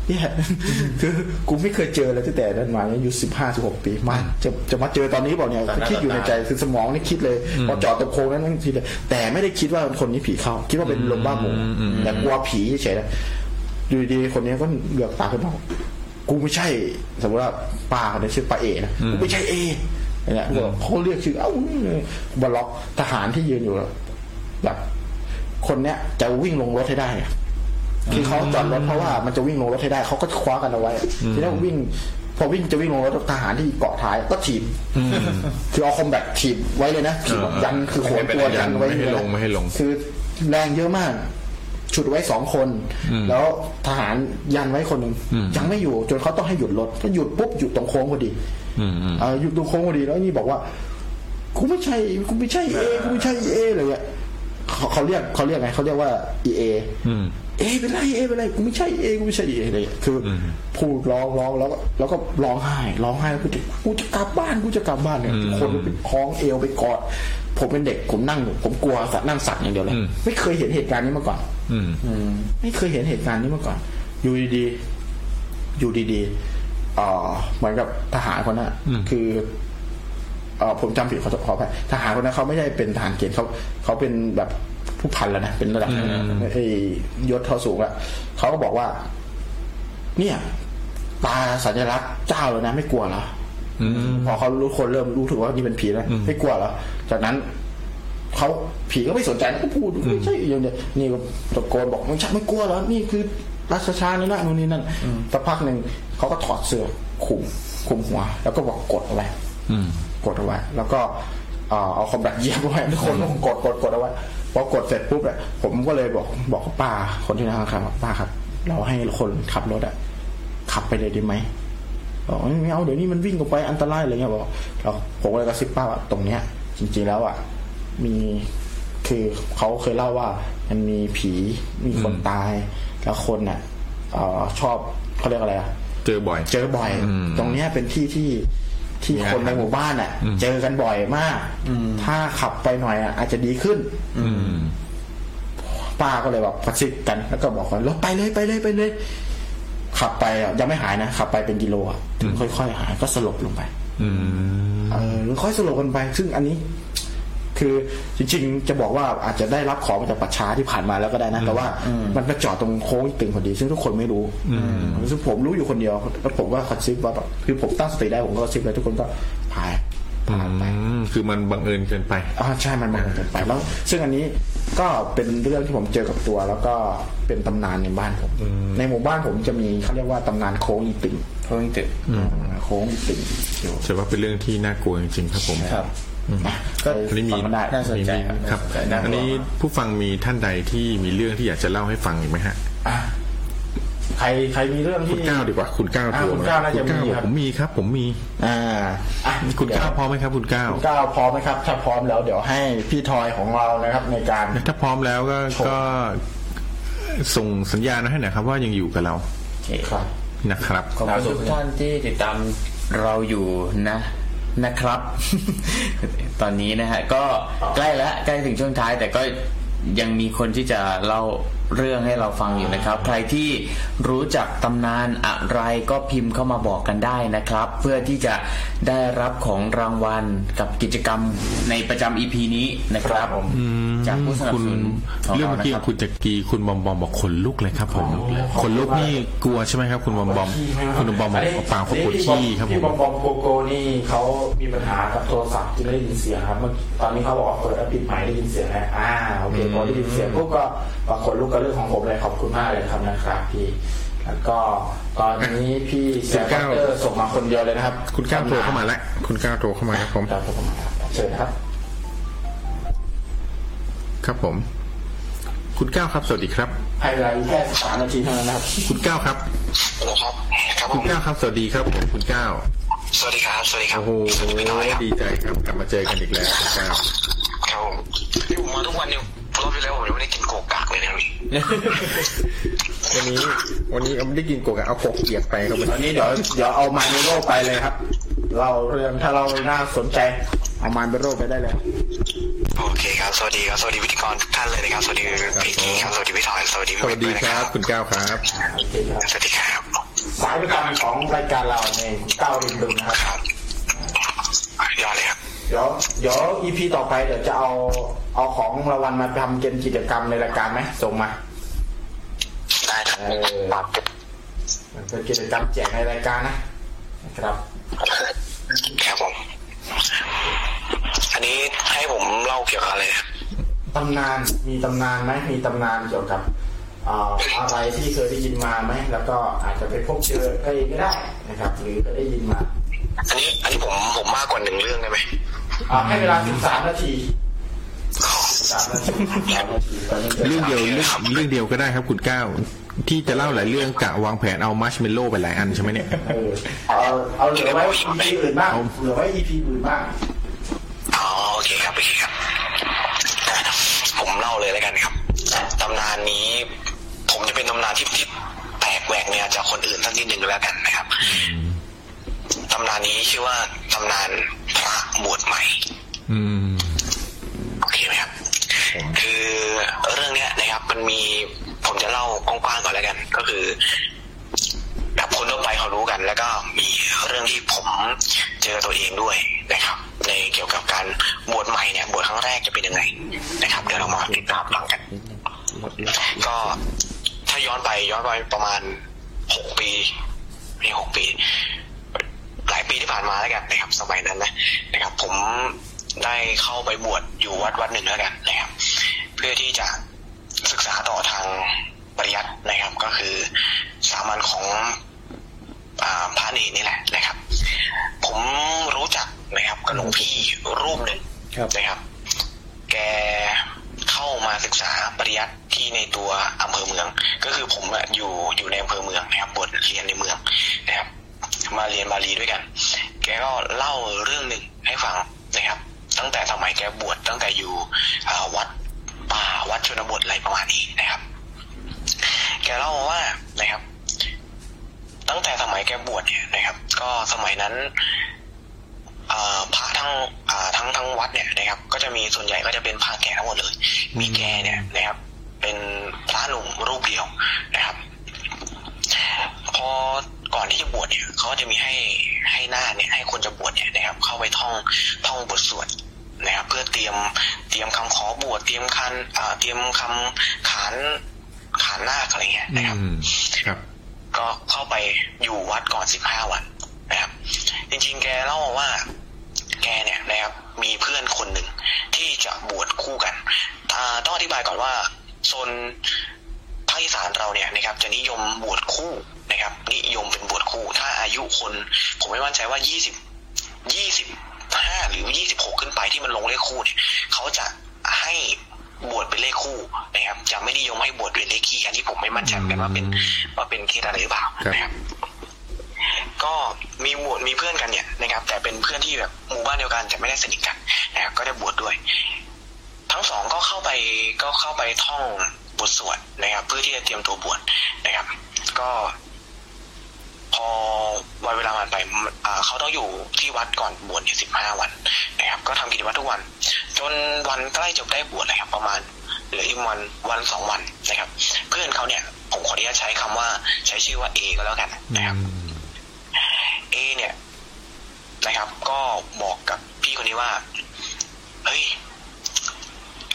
เนี่ย คือกูไม่เคยเจอเลยตั้งแต่นั้นมาเนี่ยอายุสิบห้าสิบหกปีมาจะจะมาเจอตอนนี้บอกเนี่ย ตอนนั้น คิดอยู่ในใจ ตอนนั้น คือสมองนี่คิดเลยพอจอดตรงโค้งนั้นนั่งคิดเลย แต่ไม่ได้คิดว่าคนนี้ผีเข้า คิดว่าเป็นลมบ้าหมูแต่กลัวผีเฉยๆนะอยู่ดีๆคนนี้ก็เหลือกตาขึ้นมากูไม่ใช่ สมมติว่าป้าคนนี้ชื่อป้าเอนะกูไม่ใช่เออย่างเงี้ยเขาเรียกชื่อเอ้าบล็อกทหารที่ยืนอยู่ แบบคนเนี้ยจะวิ่งลงรถให้ได้อะคือเขาจอดรถเพราะว่ามันจะวิ่งลงรถให้ได้เขาก็คว้ากันเอาไว้ ทีนี้วิ่ง พอวิ่งจะวิ่งลงรถทหารที่เกาะท้ายก็ถีบคือเอาคอมแบทถีบไว้เลยนะถีบแบบยันคือโขนตัวยันไว้ ไม่ให้ลงไม่ให้ลง คือ แรงเยอะมาก ฉุดไว้สองคน แล้วทหารยันไว้คนหนึ่งยังไม่อยู่จนเขาต้องให้หยุดรถถ้าหยุดปุ๊บหยุดตรงโค้งพอดี อืมอืม เอ่อหยุดตรงโค้งพอดีแล้วนี่บอกว่ากูไม่ใช่กูไม่ใช่เอกูไม่ใช่เออะไรเงี้ยเขาเขาเรียกเขาเรียกไงเขาเรียกว่าเอเอ อืม เอ้ยเป็นไรเอ้ยเป็นไรกูไม่ใช่เอ้ยกูไม่ใช่เอ้ยอะไรอย่างเงี้ยคืออพูดร้องร้องแล้วก็แล้วก็ร้องไห้ร้องไห้แล้วคือกูจะกลับบ้านกูจะกลับบ้านเนี่ยคนไปคล้องเอวไปกอดผมเป็นเด็กผมนั่งอยู่ผมกลัวสัตว์นั่งสัตว์อย่างเดียวเลย อืม ไม่เคยเห็นเหตุการณ์นี้มาก่อน อืม ไม่เคยเห็นเหตุการณ์นี้มาก่อน อยู่ดีๆ อยู่ดีๆเอ่อเหมือนกับทหารคนนั้นอะ อืม คือเอ่อผมจำผิดขอขอไปทหารคนนั้นเขาไม่ได้เป็นทหารเกณฑ์เขาเขาเป็นแบบผู้พันแล้วนะ เป็นระดับไอ้ยศเขาสูงอะเขาก็บอกว่า เนี่ย ตาสัญลักษณ์เจ้าแล้วนะ ไม่กลัวเหรออพอเขารู้คนเริ่มรู้ถึงว่านี่เป็นผีแล้วไม่กลัวเหรอจากนั้น เขาผีก็ไม่สนใจนะก็พูดไม่ใช่อย่างเดียวนี่ก็ตะโกนบอกไม่ใช่ไม่กลัวเหรอนี่คือรัชชาเนี่ยนะนู่นนี่นั่นสักพักหนึ่งเขาก็ถอดเสื้อคลุมคลุมหัว แล้วก็บอกกดเอาไว้ อืม กดเอาไว้แล้วก็เอ่อเอาคอมดักเยียบไว้ทุกคนก็กดกดกดเอาไว้พอกดเสร็จปุ๊บเนี่ยผมก็เลยบอกบอกป้าคนที่นั่งข้างๆว่าป้าครับ เราให้คนขับรถอะขับไปเลยดีไหม บอกไม่เอาเดี๋ยวนี้มันวิ่งออกไปอันตรายอะไรเงี้ยบอกเราผมก็เลยกระซิบป้าว่าตรงเนี้ย จริงๆแล้วอ่ะมีคือเขาเคยเล่าว่า มันมีผีมีคนตาย แล้วคนอ่ะเอ่อชอบเขาเรียกอะไรอ่ะ เจอบ่อย เจอบ่อย อืม ตรงเนี้ยเป็นที่ที่ที่ มีอาถรรพ์ คนในหมู่บ้านอ่ะ อืม เจอกันบ่อยมาก ถ้าขับไปหน่อยอ่ะอาจจะดีขึ้น อืม ป้าก็เลยแบบประชิดกันแล้วก็บอกว่ารถไปเลยไปเลยไปเลย ขับไปอ่ะยังไม่หายนะขับไปเป็นกิโลอ่ะถึงค่อยๆหายก็สลบลงไป อืม เออค่อยสรุปกันไป ซึ่งอันนี้ คือจริงๆ จะบอกว่าอาจจะได้รับของมาจากปัจฉาที่ผ่านมาแล้วก็ได้นะ แต่ว่ามันไปจอดตรงโค้งตึงพอดี ซึ่งทุกคนไม่รู้ซึ่งผมรู้อยู่คนเดียว แล้วผมก็คอนซิปว่าแบบคือผมตั้งสติได้ผมก็คอนซิปแล้วทุกคนก็ผ่านผ่านไป อืม คือมันบังเอิญเกินไป อ่าใช่มันมองเกินไปแล้ว ซึ่งอันนี้ก็เป็นเรื่องที่ผมเจอกับตัว แล้วก็เป็นตำนานในบ้านผม ในหมู่บ้านผมจะมีเขาเรียกว่าตำนานโค้งอีติง โค้งตึก อ่าโค้งอีติงอยู่ ใช่ว่าเป็นเรื่องที่น่ากลัวจริงๆครับผม ครับ ก็ อันนี้มี ฟังกัได้ น่าสนใจครับ ครับ น่าสนใจน่ากลัว อันนี้ผู้ฟังมีท่านใดที่มีเรื่องที่อยากจะเล่าให้ฟังอีกไหมฮะ ใครใครมีเรื่อง คุ ที่ ณก้าวดีกว่า คุณก้าว อ่ะ โทร คุณ มา ก้าวน่าจะ คุณก้าว มี บอก ครับ ผมมีครับ ผมมี อ่าอ่ะ คุณก้าวพร้อมไหมครับคุณก้าว คุณก้าวพร้อมไหมครับ ถ้าพร้อมแล้วเดี๋ยวให้พี่ทอยของเรานะครับ ในการ ถ้าพร้อมแล้วก็ โทร ก็ส่งสัญญาณมาให้หน่อยครับ ว่ายังอยู่กับเรา โอเค ครับ นะครับ ขอบคุณทุกท่านที่ติดตามเราอยู่นะนะครับ ตอนนี้นะฮะก็ใกล้แล้วใกล้ถึงช่วงท้าย แต่ก็ยังมีคนที่จะเล่าเรื่องให้เราฟังอยู่นะครับ ใครที่รู้จักตำนานอะไรก็พิมพ์เข้ามาบอกกันได้นะครับ เพื่อที่จะได้รับของรางวัลกับกิจกรรมในประจำ EP นี้นะครับ ครับผม จากผู้สนับ คุณ สนุนของ เรื่อง เรา เมื่อ นะ กี้ ครับ คุณจักรีคุณบอมบอมบอกขนลุกเลยครับผมขนลุกนี่กลัวใช่ไหมครับ คุณบอมบอม คุณบอมบอมบอกเปล่าเขาปวดขี้ครับผ พี่ ม บอมบอมโกโก้นี่เขามีปัญหากับโทรศัพท์ที่ไม่ได้ยินเสียงครับเมื่อตอนนี้เขาบอกว่าเปิดแล้วปิดหมายได้ยินเสียงแล้วอ่าโอเคพอได้ยินเสียงปุ๊บก็ปรากฏลูกก็เรื่องของผมเลยขอบคุณมากเลยครับนะครับพี่แล้วก็ตอนนี้พี่แซคุมณก้าว เตอร์ส่งมาคนเดียวเลยนะครับ คุณก้าวโทรเข้ามาแล้วคุณก้าวโทรเข้ามาครับผม ครับผมเชิญครับ ครับผม คุณก้าวครับ สวัสดีครับ ให้เวลาอีกแค่สามนาทีเท่านั้นนะครับ คุณก้าวครับ นะครับครับผ คุณ ม ก้าวครับ สวัสดีครับผมคุณก้าว สวัสดีครับสวัสดีครับ โอ้โห สวัสดีพี่น้อยครับ ดีใจครับกลับมาเจอกันอีกแล้วคุณก้าว ครับผมที่ผมมาทุกวันเนี่ยรอบที่แล้วผมยังไม่ได้กินโกกากเลยนะพี่ วันนี้ วันนี้เอาไม่ได้กินโกกะเอาโกกเปียกไปครับวัน ตอน นี้ นี้เดี๋ยวเดี๋ยวเอามานโรไปเลยครับ เราเรื่องถ้าเราน่าสนใจ เอามานโรไปได้เลย โอเคครับสวัสดีครับสวัสดีพิธีกรทุกท่านเลยนะครับสวัสดีพี่กี้ครับสวัสดีพี่ถอยสวัสดี ส พี่ วัส เบ ดี นด้วย ค นะ รั ค บ รับ คุณก้าวครับ สวัสดีครับ สายประจำของรายการเราในคุณก้าวริมดึงนะครับ ครับยอดเลยครับ เดี๋ยวเดี๋ยวอีพีต่อไปเดี๋ยวจะเอาเอาของรางวัลมาทำเกณฑ์กิจกรรมในรายการไหมส่งมา ได้ครับ เออ ปรับ มันเป็นกิจกรรมแจกในรายการนะนะครับ ครับผม อันนี้ให้ผมเล่าเกี่ยวกับอะไรนะครับ ตำนานมีตำนานไหมมีตำนานเกี่ยวกับเอ่ออะไรที่เคยได้ยินมาไหมแล้วก็อาจจะไปพบเจอใครก็ได้นะครับ หรือก็ได้ยินมา อันนี้ อันนี้ผมผมมากกว่าหนึ่งเรื่องได้ไหม อ่าให้เวลา13นาที เรื่องเดียวเรื่องเรื่องเดียวก็ได้ครับคุณก้าวที่จะเล่าหลายเรื่องกะวางแผนเอามัชเมลโล่ไปหลายอันใช่ไหมเนี่ย เออเอาเอาเหลือไว้ EP อื่นบ้างเหลือไว้ EP อื่นบ้าง อ๋อโอเคครับโอเคครับ ผมเล่าเลยแล้วกันครับตำนานนี้ ผมจะเป็นตำนานที่ที่แปลกแหวกเนี่ยจากคนอื่นสักนิดหนึ่งแล้วกันนะครับตำนานนี้ชื่อว่าตำนานพระบวชใหม่ อืม โอเคไหมครับคือเรื่องเนี้ยนะครับมันมีผมจะเล่ากว้างๆก่อนแล้วกัน ก็คือ แบบคนทั่วไปเขารู้กัน แล้วก็มีเรื่องที่ผมเจอตัวเองด้วยนะครับ ในเกี่ยวกับการบวชใหม่เนี่ยบวชครั้งแรกจะเป็นยังไงนะครับเดี๋ยวเรามาติดตามฟังกัน ก็ถ้าย้อนไปย้อนไปประมาณหกปีไม่หกปี หลายปีที่ผ่านมาแล้วกันนะครับสมัยนั้นนะนะครับ ผมได้เข้าไปบวชอยู่วัดวัดหนึ่งแล้วกันนะครับ เพื่อที่จะศึกษาต่อทางปริยัตินะครับ ก็คือสามัญของอ่าพระเนรนี่แหละนะครับ ผมรู้จักนะครับกับหลวงพี่รูปหนึ่งนะครับ แกเข้ามาศึกษาปริยัติที่ในตัวอำเภอเมือง ก็คือผมอะอยู่อยู่ในอำเภอเมืองนะครับบวชเรียนในเมืองนะครับ มาเรียนบาลีด้วยกัน แกก็เล่าเรื่องหนึ่งให้ฟังนะครับ ตั้งแต่สมัยแกบวชตั้งแต่อยู่อ่าวัดป่าวัดชนบทอะไรประมาณนี้นะครับ แกเล่ามาว่านะครับ ตั้งแต่สมัยแกบวชเนี่ยนะครับ ก็สมัยนั้น เอ่อพระทั้งอ่าทั้งทั้งวัดเนี่ยนะครับ ก็จะมีส่วนใหญ่ก็จะเป็นพระแก่ทั้งหมดเลย มีแกเนี่ยนะครับ เป็นพระหนุ่มรูปเดียวนะครับ พอก่อนที่จะบวชเนี่ยเขาก็จะมีให้ให้หน้าคเนี่ยให้คนจะบวชเนี่ยนะครับ เข้าไปท่องท่องบทสวดนะครับ เพื่อเตรียมเตรียมคำขอบวชเตรียมคันอ่าเตรียมคำขานขานหน้าคอะไรเงี้ย อื นะครับ ม ครับ ก็เข้าไปอยู่วัดก่อน 15 วันนะครับ จริงๆ แกเล่ามาว่า แกเนี่ยนะครับ มีเพื่อนคนหนึ่งที่จะบวชคู่กันอ่าต้องอธิบายก่อนว่าโซนภาคอีสานเราเนี่ยนะครับ จะนิยมบวชคู่นะครับ นิยมเป็นบวชคู่ ถ้าอายุคน ผมไม่มั่นใจว่า 20 25 หรือ 26 ขึ้นไปที่มันลงเลขคู่เนี่ย เขาจะให้บวชเป็นเลขคู่นะครับ จะไม่นิยมให้บวชเป็นเลขคี่ อันนี้ผมไม่มั่นใจเหมือนกันว่าเป็น ว่าเป็นเคสอะไรหรือเปล่า ครับ นะครับ ก็มีหมวดมีเพื่อนกันเนี่ยนะครับ แต่เป็นเพื่อนที่แบบหมู่บ้านเดียวกันแต่ไม่ได้สนิทกันนะครับก็ได้บวชด้วย ทั้งสองก็เข้าไปก็เข้าไปท่องบทสวดนะครับ เพื่อที่จะเตรียมตัวบวชนะครับ ก็ พอวันเวลาผ่านไปมันอ่าเขาต้องอยู่ที่วัดก่อนบวชเนี่ยสิบห้าวันนะครับ ก็ทำกิจวัตรทุกวัน จนวันใกล้จะได้บวชนะครับ ประมาณเหลืออีกวันวันสองวันนะครับ เพื่อนเขาเนี่ยผมขออนุญาตใช้คำว่าใช้ชื่อว่าเอก็แล้วกันนะครับ เอเนี่ยนะครับ ก็บอกกับพี่คนนี้ว่า เฮ้ย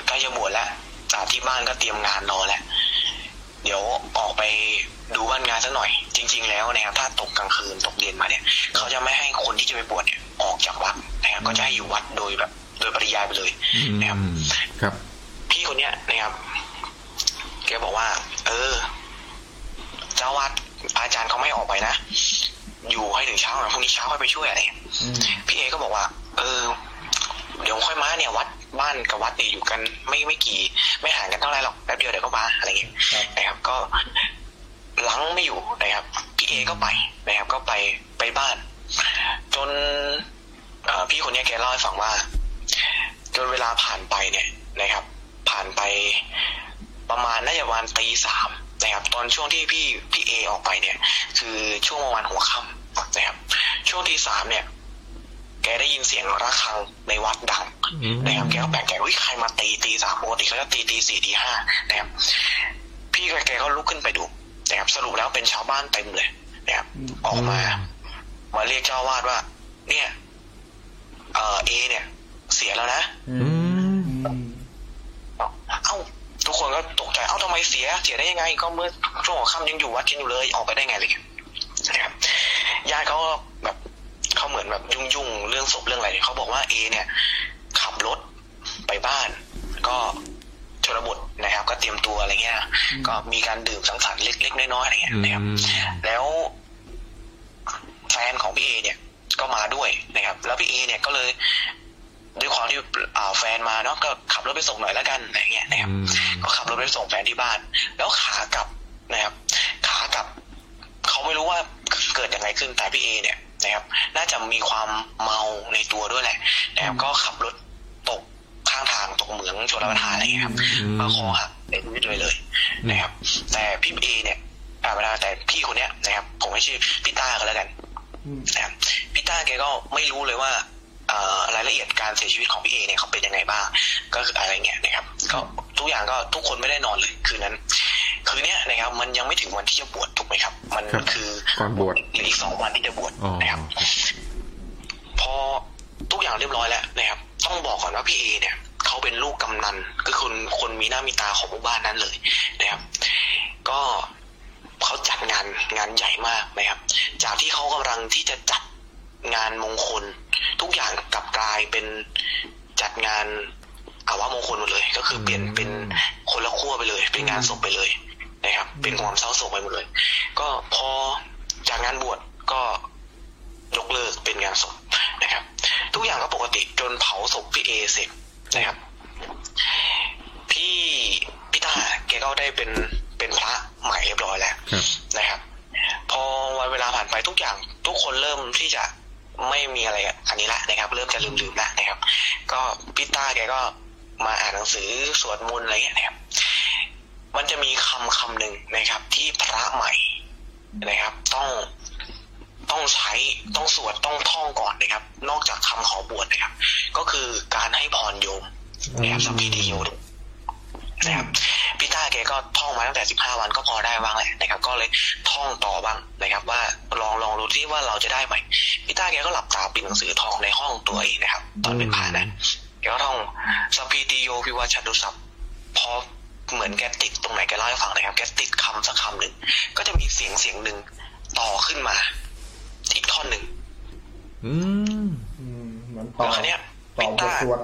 ใกล้จะบวชแล้วจากที่บ้านก็เตรียมงานรอแล้ว เดี๋ยวออกไปดูบ้านงานสักหน่อย จริง ๆ แล้วนะครับ ถ้าตกกลางคืนตกเย็นมาเนี่ย เขาจะไม่ให้คนที่จะไปบวชเนี่ยออกจากวัดนะครับ ก็จะให้อยู่วัดโดยแบบ โดยปริยายไปเลย อืม นะครับ ครับ พี่คนเนี้ยนะครับ แกบอกว่า เออ เจ้าวัดอาจารย์เขาไม่ออกไปนะ อยู่ให้ถึงเช้าหน่อยพรุ่งนี้เช้าค่อยไปช่วยอะไรอย่างเงี้ยพี่เอก็บอกว่า เออ เดี๋ยวค่อยมาเนี่ยวัดบ้านกับวัดเนี่ยอยู่กัน ไม่ไม่กี่ ไม่ห่างกันเท่าไหร่หรอกแป๊บเดียวเดี๋ยวก็มาอะไรอย่างเงี้ยนะครับ ก็หลังไม่อยู่นะครับ พี่เอก็ไปนะครับ ก็ไปไปบ้าน จนเอ่อพี่คนเนี้ยแกเล่าให้ฟังว่า จนเวลาผ่านไปเนี่ยนะครับ ผ่านไปประมาณน่าจะประมาณตีสามนะครับ ตอนช่วงที่พี่พี่เอออกไปเนี่ย คือช่วงประมาณหัวค่ำนะครับ ช่วงตีสามเนี่ย แกได้ยินเสียงระฆังในวัดดัง อืม นะครับแกก็แปลกใจอุ้ยใครมาตีตีสามปกติเขาจะตีตีสี่ตีห้านะครับ พี่กับแกก็ลุกขึ้นไปดูนะครับสรุปแล้วเป็นชาวบ้านเต็มเลยนะครับออกมา มาเรียกเจ้าอาวาดว่า เนี่ย เออเอเนี่ย เสียแล้วนะ อืม เอ้า ทุกคนก็ตกใจ เอ้าทำไมเสีย เสียได้ยังไง ก็เมื่อช่วงหัวค่ำยังอยู่วัดกันอยู่เลย ออกไปได้ไงอะไรเลยนะครับญาติเขาก็แบบเขาเหมือนแบบยุ่งๆ เรื่องศพเรื่องอะไรเนี่ยเขาบอกว่าเอเนี่ย ขับรถไปบ้าน ก็ชนบทนะครับ ก็เตรียมตัวอะไรเงี้ย ก็มีการดื่มสังสรรค์เล็กๆ น้อยๆอะไรเงี้ยนะครับ อืม แล้ว แฟนของพี่เอเนี่ย ก็มาด้วยนะครับ แล้วพี่เอเนี่ยก็เลยด้วยความที่ อ่าแฟนมาเนาะก็ขับรถไปส่งหน่อยแล้วกันอะไรเงี้ยนะครับ อืม ก็ขับรถไปส่งแฟนที่บ้าน แล้วขากลับนะครับ ขากลับเขาไม่รู้ว่าเกิดยังไงขึ้นแต่พี่เอเนี่ยนะครับ น่าจะมีความเมาในตัวด้วยแหละนะครับก็ขับรถตกข้างทางตกเหมืองชนรับประทานอะไรอย่างเงี้ยครับ อืม ก็คอหักเสียชีวิตเลยเลยนะครับ แต่พี่เอเนี่ยอ่าเวลาแต่พี่คนเนี้ยนะครับ ผมให้ชื่อพี่ต้าก็แล้วกันนะครับพี่ต้าแกก็ไม่รู้เลยว่าเอ่อรายละเอียดการเสียชีวิตของพี่เอเนี่ยเขาเป็นยังไงบ้างก็คืออะไรเงี้ยนะครับก็ทุกอย่างก็ทุกคนไม่ได้นอนเลยคืนนั้น คืนเนี้ยนะครับ มันยังไม่ถึงวันที่จะบวชถูกไหมครับ มัน ครับ คือ ก่อนบวช เหลืออีกสองวันที่จะบวช อ๋อ นะครับ พอทุกอย่างเรียบร้อยแล้วนะครับ ต้องบอกก่อนว่าพี่เอเนี่ยเขาเป็นลูกกำนันก็คือคนคนมีหน้ามีตาของหมู่บ้านนั้นเลยนะครับ ก็เขาจัดงานงานใหญ่มากนะครับ จากที่เขากำลังที่จะจัดงานมงคล ทุกอย่างกลับกลายเป็นจัดงานอาวะมงคลหมดเลย ก็คือเปลี่ยนเป็นคนละขั้วไปเลย เป็นงานศพไปเลยนะครับ เป็นความเศร้าโศกไปหมดเลย ก็พอจากงานบวชก็ ยกเลิกเป็นงานศพนะครับ ทุกอย่างก็ปกติจนเผาศพพี่เอเสร็จนะครับ พี่พี่ตาแกก็ได้เป็นเป็นพระใหม่เรียบร้อยแล้ว ครับ นะครับ พอวันเวลาผ่านไปทุกอย่าง ทุกคนเริ่มที่จะไม่มีอะไรอันนี้ละนะครับ เริ่มจะลืมลืมๆละนะครับ ก็พี่ต้าแกก็มาอ่านหนังสือสวดมนต์อะไรอย่างเงี้ยนะครับ มันจะมีคำคำหนึ่งนะครับ ที่พระใหม่นะครับ ต้อง ต้องใช้ต้องสวดต้องท่องก่อนนะครับ นอกจากคำขอบวชนะครับ ก็คือการให้พรโยมนะครับสัมพีติโยมนะครับพี่ต้าแกก็ท่องมาตั้งแต่สิบห้าวันก็พอได้บ้างแหละนะครับ ก็เลยท่องต่อบ้างนะครับ ว่าลองลองดูที่ว่าเราจะได้ไหมพี่ต้าแกก็หลับตาปิดหนังสือท่องในห้องตัวเองนะครับ ตอนเป็นผ่านะแกก็ท่องสัมพีติโยพิวัชดุสัพ พอเหมือนแกติดตรงไหนแกเล่าให้ฟังหนะครับ แกติดคำสักคำหนึ่งก็จะมีเสียงเสียงหนึ่งต่อขึ้นมา อีกท่อนหนึ่ง อืม อืมเหมือนต่อ แล้วเนี่ย ต่อบทสวด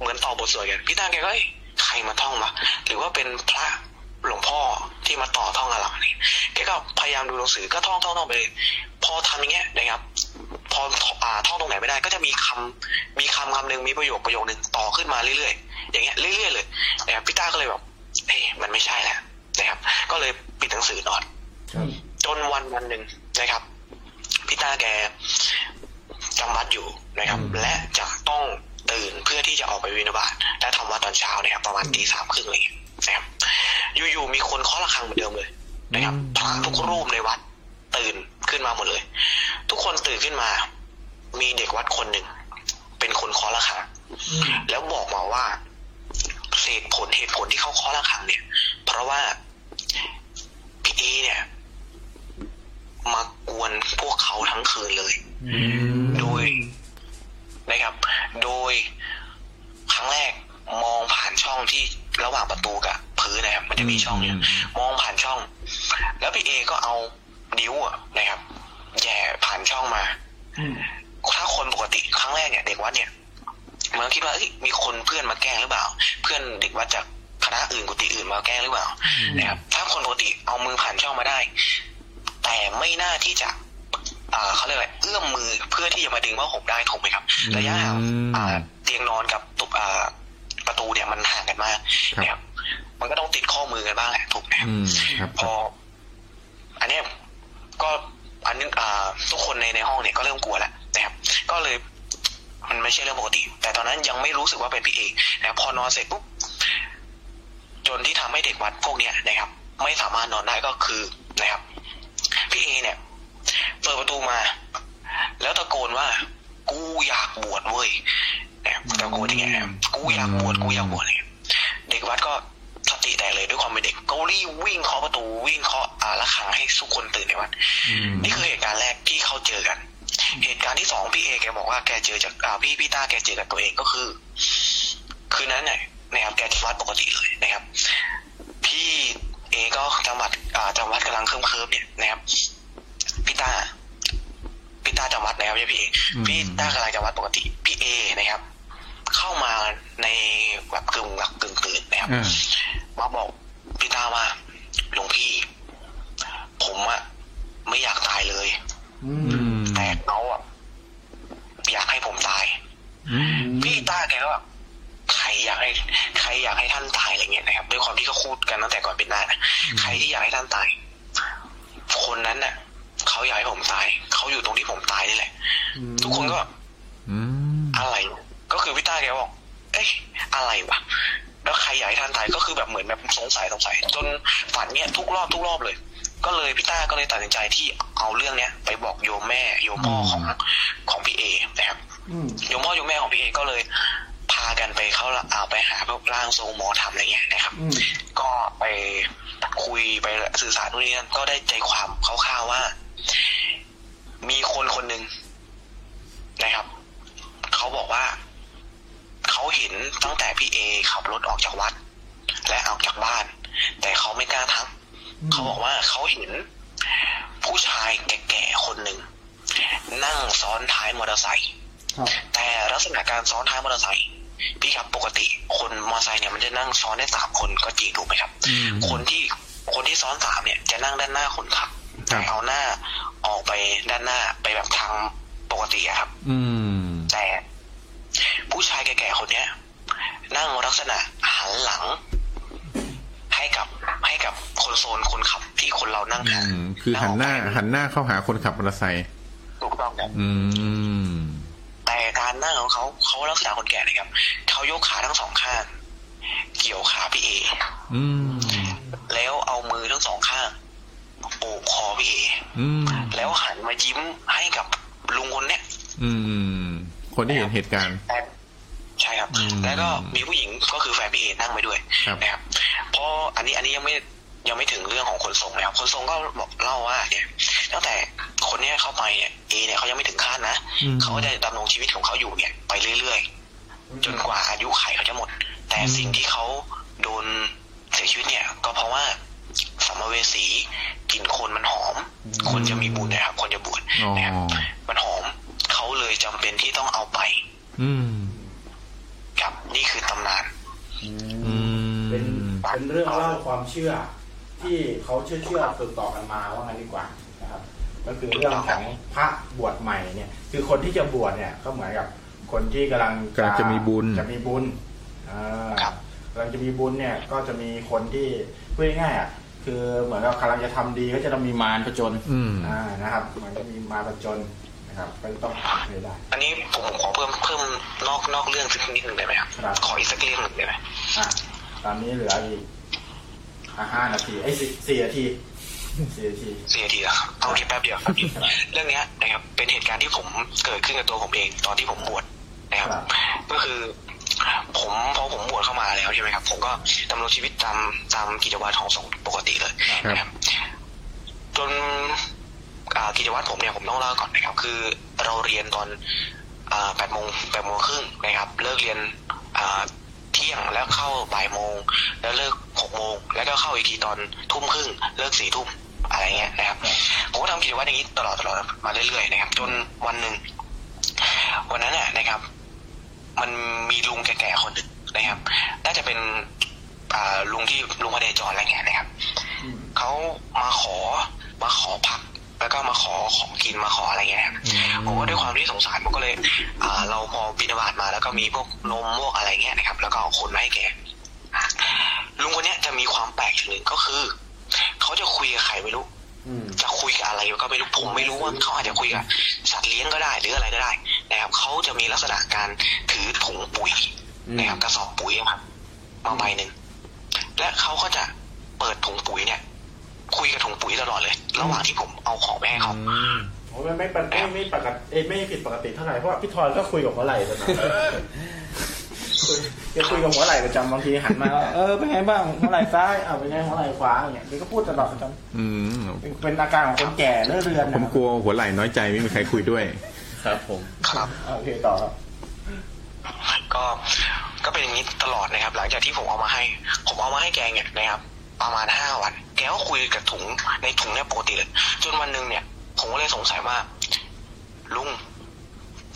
เหมือนต่อบทสวดกันพี่ตาแกก็เอ้ยใครมาท่องวะหรือว่าเป็นพระหลวงพ่อที่มาต่อท่องกับเรานี่แกก็พยายามดูหนังสือก็ท่องท่องท่องไปเลยพอทำอย่างเงี้ยนะครับ พออ่าท่องตรงไหนไม่ได้ ก็จะมีคำมีคำคำหนึ่งมีประโยคประโยคหนึ่งต่อขึ้นมาเรื่อยๆอย่างเงี้ยเรื่อยๆเลยนะครับพี่ต้าก็เลยแบบเฮ้ยมันไม่ใช่แหละนะครับ ก็เลยปิดหนังสือนอน จนวันวันหนึ่งนะครับพี่ต้าแกจำวัดอยู่นะครับ และจะต้องตื่นเพื่อที่จะออกไปวินาบาตและทำวัดตอนเช้านะครับ ประมาณตีสามครึ่งอะไรอย่างเลยนะครับ อยู่ๆมีคนเคาะระฆังเหมือนเดิมเลยนะครับพระทุกรูปในวัด ตื่นขึ้นมาหมดเลย ทุกคนตื่นขึ้นมา มีเด็กวัดคนหนึ่งเป็นคนเคาะระฆังแล้วบอกมาว่าเหตุผลเหตุผลที่เขาเคาะระฆังเนี่ย เพราะว่าพี่เอเนี่ย มากวนพวกเขาทั้งคืนเลย โดยนะครับ โดยครั้งแรกมองผ่านช่องที่ระหว่างประตูกับพื้นนะครับ มันจะมีช่องเนี่ย อืม มองผ่านช่อง แล้วพี่เอก็เอานิ้วอะนะครับแหย่ผ่านช่องมาถ้าคนปกติครั้งแรกเนี่ย เด็กวัดเนี่ย มันก็คิดว่าเอ้ยมีคนเพื่อนมาแกล้งหรือเปล่า เพื่อนเด็กวัดจากคณะอื่นกุฏิอื่นมาแกล้งหรือเปล่านะครับ ถ้าคนปกติเอามือผ่านช่องมาได้ แต่ไม่น่าที่จะอ่าเขาเรียกอะไรเอื้อมมือเพื่อที่จะมาดึงว่าผมได้ถูกไหมครับ ระยะห่างอ่าเตียงนอนกับตุกอ่าประตูเนี่ยมันห่างกันมาก ครับ นะครับ มันก็ต้องติดข้อมือกันบ้างแหละถูกไหมครับ อืมครับ พออันเนี้ยก็อันนึงอ่าทุกคนในในห้องเนี่ยก็เริ่มกลัวแล้วนะครับ ก็เลย มันไม่ใช่เรื่องปกติ แต่ตอนนั้นยังไม่รู้สึกว่าเป็นพี่เอนะครับพอนอนเสร็จปุ๊บจนที่ทำให้เด็กวัดพวกเนี้ยนะครับ ไม่สามารถนอนได้ก็คือนะครับ พี่เอเนี่ยเปิดประตูมา แล้วตะโกนว่า กูอยากบวชเว้ยนะครับตะโกนอย่างเงี้ยนะครับกูอยากบวชกูอยากบวชเนี่ย เด็กวัดก็สติแตกเลยด้วยความเป็นเด็กก็รีบวิ่งเคาะประตูวิ่งเคาะอ่าระฆังให้ทุกคนตื่นในวัด อืม นี่คือเหตุการณ์แรกที่เขาเจอกัน เหตุการณ์ที่สองพี่เอแกบอกว่าแกเจอจากอ่าพี่พี่ต้าแกเจอกับตัวเองก็คือ คืนนั้นเนี่ยนะครับแกจำวัดปกติเลยนะครับ พี่เอก็จำวัดอ่าจำวัดกำลังเคลิ้มเคิมๆเนี่ยนะครับพี่ต้าพี่ต้าจำวัดนะครับใช่พี่เอ อืม พี่ต้ากำลังจำวัดปกติพี่เอนะครับ เข้ามาในแบบกึ่งหลับกึ่งตื่นนะครับ อ่า มาบอกพี่ตาว่าหลวงพี่ ผมอะไม่อยากตายเลย อืม แต่เขาอะอยากให้ผมตาย พี่ต้าแกก็แบบใครอยากให้ ใครอยากให้ท่านตายอะไรเงี้ยนะครับด้วยความที่เขาคูดกันตั้งแต่ก่อนเป็นหน้านะใครที่อยากให้ท่านตาย คนนั้นน่ะเขาอยากให้ผมตายเขาอยู่ตรงที่ผมตายนี่แหละ ทุกคนก็แบบ อืม อะไรก็คือพี่ต้าแกบอก เอ๊ะ อะไรวะ แล้วใครอยากให้ท่านตายก็คือแบบเหมือนแบบสงสัยสงสัย จนฝันเนี้ยทุกรอบทุกรอบเลย ก็เลยพี่ต้าก็เลยตัดสินใจที่เอาเรื่องเนี้ยไปบอกโยมแม่โยมพ่อของของพี่เอนะครับโยมพ่อโยมแม่ของพี่เอก็เลย พากันไปเข้าละเอาไปหาพวกร่างทรงหมอทำอะไรเงี้ยนะครับ ก็ไปคุยไปสื่อสารนู่นนี่นั่นก็ได้ใจความคร่าวๆว่า มีคนคนหนึ่งนะครับ เขาบอกว่า เขาเห็นตั้งแต่พี่เอขับรถออกจากวัด และออกจากบ้าน แต่เขาไม่กล้าทักเขาบอกว่าเขาเห็น ผู้ชายแก่ๆคนหนึ่ง นั่งซ้อนท้ายมอเตอร์ไซค์แต่ลักษณะการซ้อนท้ายมอเตอร์ไซค์พี่ครับปกติ คนมอเตอร์ไซค์เนี่ยมันจะนั่งซ้อนได้สามคนก็จริงถูกไหมครับ คนที่คนที่ซ้อนสามเนี่ย จะนั่งด้านหน้าคนขับ ครับ แต่เอาหน้าออกไปด้านหน้าไปแบบทางปกติอะครับ อืม แต่ผู้ชายแก่ๆคนเนี้ย นั่งลักษณะหันหลัง ให้กับให้กับคนโซนคนขับที่คนเรานั่ง อื หัน ม คือหันหน้า ออกไป หันหน้าเข้าหาคนขับมอเตอร์ไซค์ ถูกต้องครับ อืม แต่การนั่งของเขาเขาลักษณะคนแก่นะครับเขายกขาทั้งสองข้าง เกี่ยวขาพี่เอ อืม แล้วเอามือทั้งสองข้างโอบคอพี่เอ อืม แล้วหันมายิ้มให้กับลุงคนเนี้ย อืม คนที่เห็นเหตุการณ์ ใช่ครับ อืม แล้วก็มีผู้หญิงก็คือแฟนพี่เอนั่งไปด้วย ครับ นะครับเพราะอันนี้อันนี้ยังไม่ยังไม่ถึงเรื่องของคนส่งนะครับคนส่งก็บอกเล่าว่าเนี่ยตั้งแต่คนเนี้ยเข้าไปเนี่ยเอเนี่ยเขายังไม่ถึงคาดนะเขาก็จะดำรงชีวิตของเขาอยู่เนี่ยไปเรื่อยๆ จนกว่าอายุไขเขาจะหมด แต่สิ่งที่เขาโดนเสียชีวิตเนี่ย ก็เพราะว่าสัมภเวสีกลิ่นคนมันหอม คนจะมีบุญนะครับ คนจะบวช อ๋อ นะครับมันหอมเขาเลยจำเป็นที่ต้องเอาไป อืม ครับนี่คือตำนาน อื เป็น ม เป็นเรื่องเล่าความเชื่อ ที่เขาเชื่อเชื่อสืบต่อกันมาว่างั้นดีกว่านะครับ ก็คือเรื่องของพระบวชใหม่เนี่ย คือคนที่จะบวชเนี่ยก็เหมือนกับคนที่กำลัง กำลังจะมีบุญ จะมีบุญอ่า ครับ กำลังจะมีบุญเนี่ย ก็จะมีคนที่พูดง่ายๆอ่ะคือเหมือนกับกำลังจะทำดีก็จะต้องมีมารประจน อืม อ่านะครับมันจะมีมารประจนนะครับก็ต้องผ่านให้ได้ อันนี้ผมขอเพิ่มเพิ่มนอกนอกเรื่องสักนิดหนึ่งได้ไหมครับ ครับ ขออีกสักเรื่องหนึ่งได้ไหม อ่ะตอนนี้เหลืออีกอ่ะห้านาทีไอ้ยสี่สี่นาทีสี่นาที สี่นาทีแล้วครับเอาแค่แป๊บเดียวครับ เรื่องเนี้ยนะครับเป็นเหตุการณ์ที่ผมเกิดขึ้นกับตัวผมเอง ตอนที่ผมบวชนะครับ ครับ ก็คือผมพอผมบวชเข้ามาแล้วใช่ไหมครับ ผมก็ดำรงชีวิตตามตามกิจวัตรของสงฆ์ปกติเลยนะครับ จนอ่ากิจวัตรผมเนี่ยผมต้องเล่าก่อนนะครับ คือเราเรียนตอนแปดโมงแปดโมงครึ่งนะครับ เลิกเรียนอ่าเที่ยงแล้วเข้าบ่ายโมง แล้วเลิกหกโมงแล้วก็เข้าอีกทีตอนทุ่มครึ่งเลิกสี่ทุ่มอะไรเงี้ยนะครับผมก็ทำกิจวัตรอย่างนี้ตลอดตลอดมาเรื่อยๆนะครับ จนวันหนึ่งวันนั้นน่ะนะครับ มันมีลุงแก่ๆคนหนึ่งนะครับ น่าจะเป็นอ่าลุงที่ลุงพระเดจรอะไรเงี้ยนะครับ เขามาขอมาขอผัก แล้วก็มาขอของกินมาขออะไรเงี้ยครับผมก็ด้วยความที่สงสารผมก็เลย อ่า เราพอบินบาตมาแล้วก็มีพวกนมพวกอะไรเงี้ยนะครับ แล้วก็เอาคนมาให้แกลุงคนเนี้ยจะมีความแปลกอย่างหนึ่งก็คือเขาจะคุยกับใครไม่รู้จะคุยกับอะไรก็ไม่รู้ผมไม่รู้ว่าเขาอาจจะคุยกับสัตว์เลี้ยงก็ได้หรืออะไรก็ได้นะครับเขาจะมีลักษณะการถือถุงปุ๋ยนะครับกระสอบปุ๋ยอะครับมาใบหนึ่งและเขาก็จะเปิดถุงปุ๋ยเนี่ย คุยกับถุงปุ๋ยตลอดเลย ระหว่างที่ผมเอาของไปให้เขา ผมไม่ไม่ปกติไม่ปกติเอ้ยไม่ผิดปกติเท่าไหร่เพราะว่าพี่ทอยก็คุยกับหัว ไหล่ตอนนั้นคุยแกคุยกับหัวไหล่ประจำบางทีหันมาก็เออเป็นไงบ้างหัวไหล่ซ้ายเอาเป็นไงหัวไหล่ขวาอย่างเงี้ยแกก็พูดตลอดประจำ อืม เป็นเป็นอาการของคนแก่เรื่อเรือน ผ นะ มกลัวหัวไหล่น้อยใจไม่มีใครคุยด้วย ครับผม ครับ โอเคต่อครับ ก็ก็เป็นอย่างนี้ตลอดนะครับ หลังจากที่ผมเอามาให้ ผมเอามาให้แกเนี่ยนะครับ ประมาณห้าวัน แกก็คุยกับถุงในถุงเนี่ยปกติเลยจนวันหนึ่งเนี่ย ผมก็เลยสงสัยว่า ลุง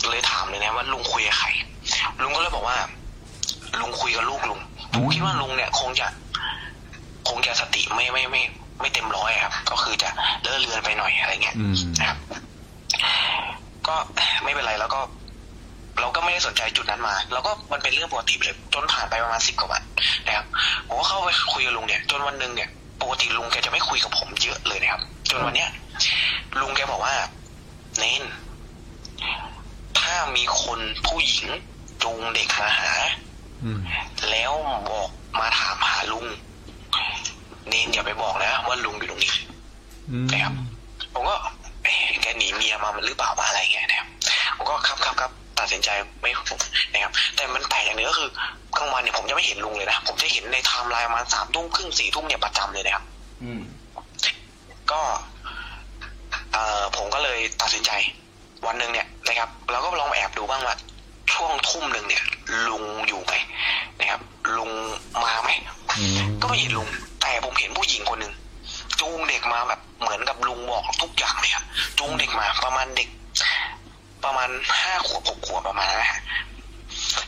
เลยถามเลยนะว่าลุงคุยกับใครลุงก็เลยบอกว่า ลุงคุยกับลูกลุงผมคิดว่าลุงเนี่ย คงจะ คงจะสติไม่ไม่ไม่ ไม่เต็มร้อยอะครับ ก็คือจะเลอะเลือนไปหน่อยอะไรเงี้ย อืม นะครับ ก็ไม่เป็นไรแล้วก็ เราก็ไม่ได้สนใจจุดนั้นมาเราก็มันเป็นเรื่องปกติไปเลยจนผ่านไปประมาณสิบกว่าวันนะครับผมก็เข้าไปคุยกับลุงเนี่ย จนวันหนึ่งเนี่ย ปกติลุงแกจะไม่คุยกับผมเยอะเลยนะครับ จนวันเนี้ย ลุงแกบอกว่า เน้น ถ้ามีคนผู้หญิงจูงเด็กมาหา อืม แล้วบอกมาถามหาลุง เนนอย่าไปบอกนะว่าลุงอยู่ตรงนี้ อืม นะครับ ผมก็เอ๊ะแกหนีเมียมามันหรือเปล่าวะอะไรเงี้ยนะครับ ผมก็ครับครับครับตัดสินใจไม่ผมนะครับ แต่มันแปลกอย่างหนึงก็คือกลางวันเนี่ยผมจะไม่เห็นลุงเลยนะ ผมจะเห็นในไทม์ไลน์ประมาณสามทุ่มครึ่งสี่ทุ่มเนี่ยประจำเลยนะครับ อืม ก็เออผมก็เลยตัดสินใจ วันหนึ่งเนี่ยนะครับเราก็ลองแอบดูบ้างว่าช่วงทุ่มหนึ่งเนี่ย ลุงอยู่ไหมนะครับ ลุงมาไหมก็ไม่เห็นลุง แต่ผมเห็นผู้หญิงคนหนึ่งจูงเด็กมาแบบเหมือนกับลุงบอกทุกอย่างเลยครับจูงเด็กมาประมาณเด็ก ประมาณห้าขวบหกขวบประมาณนั้นนะฮะ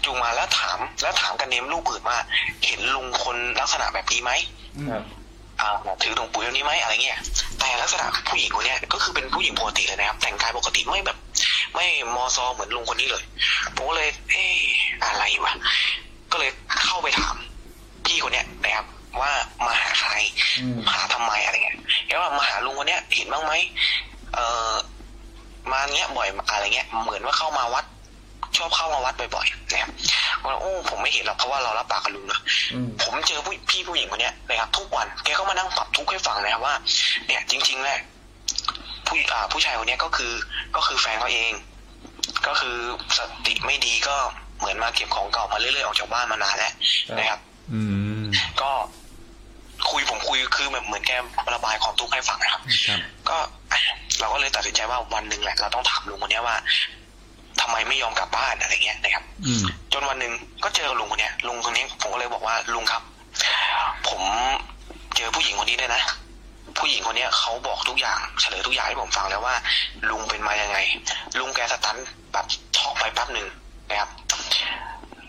จูงมาแล้วถามแล้วถามกันเนมลูกปืนว่าเห็นลุงคนลักษณะแบบนี้ไหม ครับ อ่าถือถุงปุ๋ยแบบนี้ไหมอะไรเงี้ย แต่ลักษณะผู้หญิงคนเนี้ยก็คือเป็นผู้หญิงปกติเลยนะครับ แต่งกายปกติไม่แบบ ไม่มอซอเหมือนลุงคนนี้เลยผมก็เลย เอ๊ะอะไรวะ ก็เลยเข้าไปถามพี่คนเนี้ยนะครับ ว่ามาหาใครมาหาทำไมอะไรเงี้ยแล้วว่ามาหาลุงคนเนี้ยเห็นบ้างไหมเออมาเนี้ยบ่อยอะไรเงี้ย เหมือนว่าเข้ามาวัด ชอบเข้ามาวัดบ่อยๆนะครับผมบอกโอ้ผมไม่เห็นหรอกเพราะว่าเรารับปากกับลุงเนอะ อืม ผมเจอผู้พี่ผู้หญิงคนเนี้ยนะครับทุกวันแกก็มานั่งปรับทุกข์ให้ฟังนะครับว่า เนี่ย จริงๆแหละผู้อ่าผู้ชายคนเนี้ยก็คือก็คือแฟนเขาเอง ก็คือสติไม่ดีก็เหมือนมาเก็บของเก่ามาเรื่อยๆออกจากบ้านมานานแล้วนะครับ อืม ก็คุยผมคุยคือแบบเหมือนแกระบายความทุกข์ให้ฟังนะครับ ครับ ก็ อ่ะเราก็เลยตัดสินใจว่าวันหนึ่งแหละเราต้องถามลุงคนเนี้ยว่าทำไมไม่ยอมกลับบ้านอะไรเงี้ยนะครับ อืม จนวันหนึ่งก็เจอกับลุงคนเนี้ยลุงคนนี้ผมก็เลยบอกว่าลุงครับ ผมเจอผู้หญิงคนนี้ด้วยนะ ผู้หญิงคนเนี้ยเขาบอกทุกอย่างเฉลยทุกอย่างให้ผมฟังแล้วว่า ลุงเป็นมายังไง ลุงแกสตันแบบช็อกไปแป๊บหนึ่งนะครับ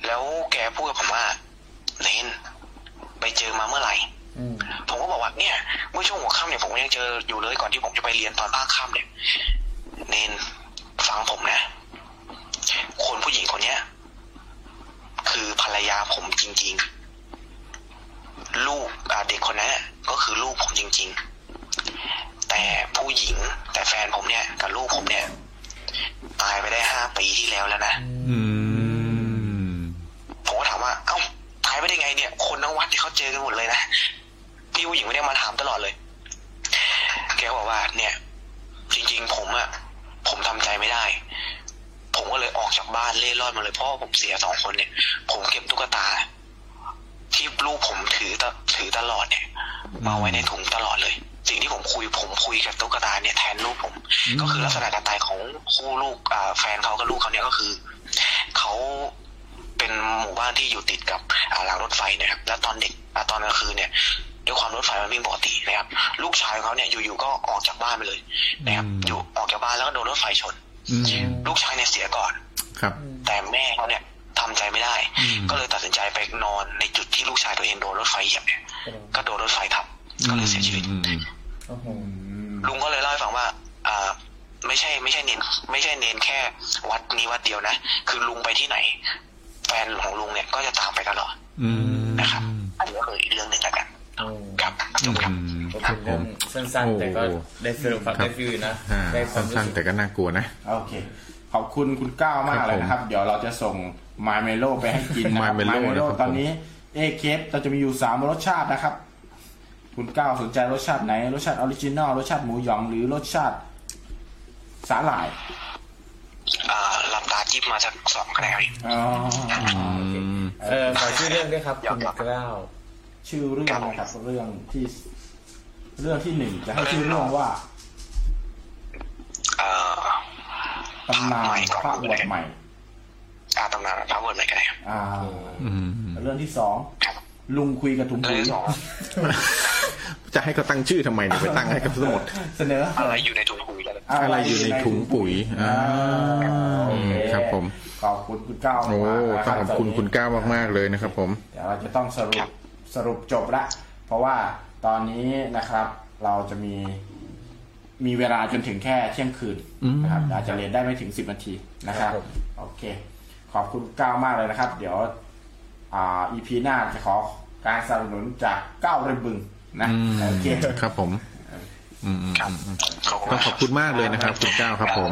แล้วแกพูดกับผมว่าเลนไปเจอมาเมื่อไหร่ อืม ผมก็บอกว่าเนี่ยเมื่อช่วงหัวค่ำเนี่ยผมก็ยังเจออยู่เลยก่อนที่ผมจะไปเรียนตอนภาคค่ำเนี่ยเนนฟังผมนะ คนผู้หญิงคนเนี้ย คือภรรยาผมจริง ๆ ลูกอ่าเด็กคนนั้นน่ะก็คือลูกผมจริง ๆ แต่ผู้หญิงแต่แฟนผมเนี่ย กับลูกผมเนี่ย ตายไปได้ห้าปีที่แล้วแล้วนะ อืม ผมก็ถามว่า เอ้า ตายไปได้ไงเนี่ย คนทั้งวัดที่ยเขาเจอกันหมดเลยนะ พี่ผู้หญิงไม่ได้มาถามตลอดเลย แกก็บอกว่า เนี่ย จริงๆ ผมอะผมทำใจไม่ได้ ผมก็เลยออกจากบ้านเล่ร่อนมาเลยเพราะว่าผมเสียสองคนเนี่ย ผมเก็บตุ๊กตา ที่ลูกผมถือตะถือตลอดเนี่ย มาไว้ในถุงตลอดเลย สิ่งที่ผมคุยผมคุยกับตุ๊กตาเนี่ยแทนลูกผม ก็คือลักษณะการตายของคู่ลูกอ่าแฟนเขากับลูกเขาเนี่ยก็คือเขาเป็นหมู่บ้านที่อยู่ติดกับอ่ารางรถไฟนะครับ แล้วตอนเด็กอ่าตอนกลางคืนเนี่ยด้วยความรถไฟมันวิ่งปกตินะครับ ลูกชายของเขาเนี่ยอยู่ๆก็ออกจากบ้านไปเลยนะครับ อืม อยู่ออกจากบ้านแล้วก็โดนรถไฟชน อืม ลูกชายเนี่ยเสียก่อน ครับ แต่แม่เขาเนี่ยทำใจไม่ได้ อืม ก็เลยตัดสินใจไปนอนในจุดที่ลูกชายตัวเองโดนรถไฟเหยียบเนี่ยก็โดนรถไฟทับก็เลยเสียชีวิต อืมอืม โอ้โห ลุงก็เลยเล่าให้ฟังว่าอ่าไม่ใช่ไม่ใช่เนนไม่ใช่เนนแค่วัดนี้วัดเดียวนะ คือลุงไปที่ไหน แฟนของลุงเนี่ยก็จะตามไปตลอด อืม นะครับอันนี้ก็คืออีกเรื่องหนึ่งแล้วกัน โอ้ ครับจบครับ อืม ก็ ครั เป็ บ น ผ เรื่อง ม สั้นๆ แต่ก็ได้ฟิลครับ ครับ ได้ฟิลนะ อ่า ได้ความรู้ สั้น สึ ๆ ก แต่ก็น่ากลัวนะ โอเค ขอบคุณคุณก้าวมาก ครับ เลยนะครับ เดี๋ยวเราจะส่งมาเมโลไปให้กินนะครับ My Mellow นะโลครับผม ตอนนี้เอเคฟเราจะมีอยู่สามรสชาตินะครับ คุณก้าวสนใจรสชาติไหน รสชาติออริจินอล รสชาติหมูหยองหรือรสชาติสาหร่าย อ่าหลับตาจิบมาสักสองคะแนนดิ อ๋อ อืม เออขอชื่อเรื่องด้วยครับ คุณกล้าว ชื่อเรื่องนะครับ เรื่องที่ เรื่องที่หนึ่งจะให้ชื่อเรื่องว่า เอ่อ ตำนานพระอวดใหม่ อาตำนานพระเวิร์ดไหนกันนะครับ อ่า อืม เรื่องที่สองลุงคุยกับถุงปุ๋เรื่ย องสอง จะให้เขาตั้งชื่อทำไมเนี่ยไปตั้งให้เขาทั้งหมด เสนอ อะไรอยู่ในถุงปุ๋ยแล้ว อะไรอยู่ในถุงปุ๋ยอ่า อืมครับผม ขอบคุณคุณก้าว โอ้ มากๆนะ ต้องขอบคุณ ตนนี้ คุณก้าวมากๆเลยนะครับผม เดี๋ยวเราจะต้องสรุ ครั ป บ สรุปจบละ เพราะว่าตอนนี้นะครับ เราจะมีมีเวลาจนถึงแค่เที่ยงคืน อืม นะครับอาจจะเรียนได้ไม่ถึงสิบนาทีนะครับ ครับผม โอเค ขอบคุณก้าวมากเลยนะครับ เดี๋ยวอ่า EP หน้าจะขอการสนับสนุนจากก้าวเรมบึงนะ อืม โอเค ครับผม อืมอืม ครับ อืม ขอบคุณ ก็ มาก ข ค อ รั บบ คุณมากเลยนะครับ คุณก้าวครับผม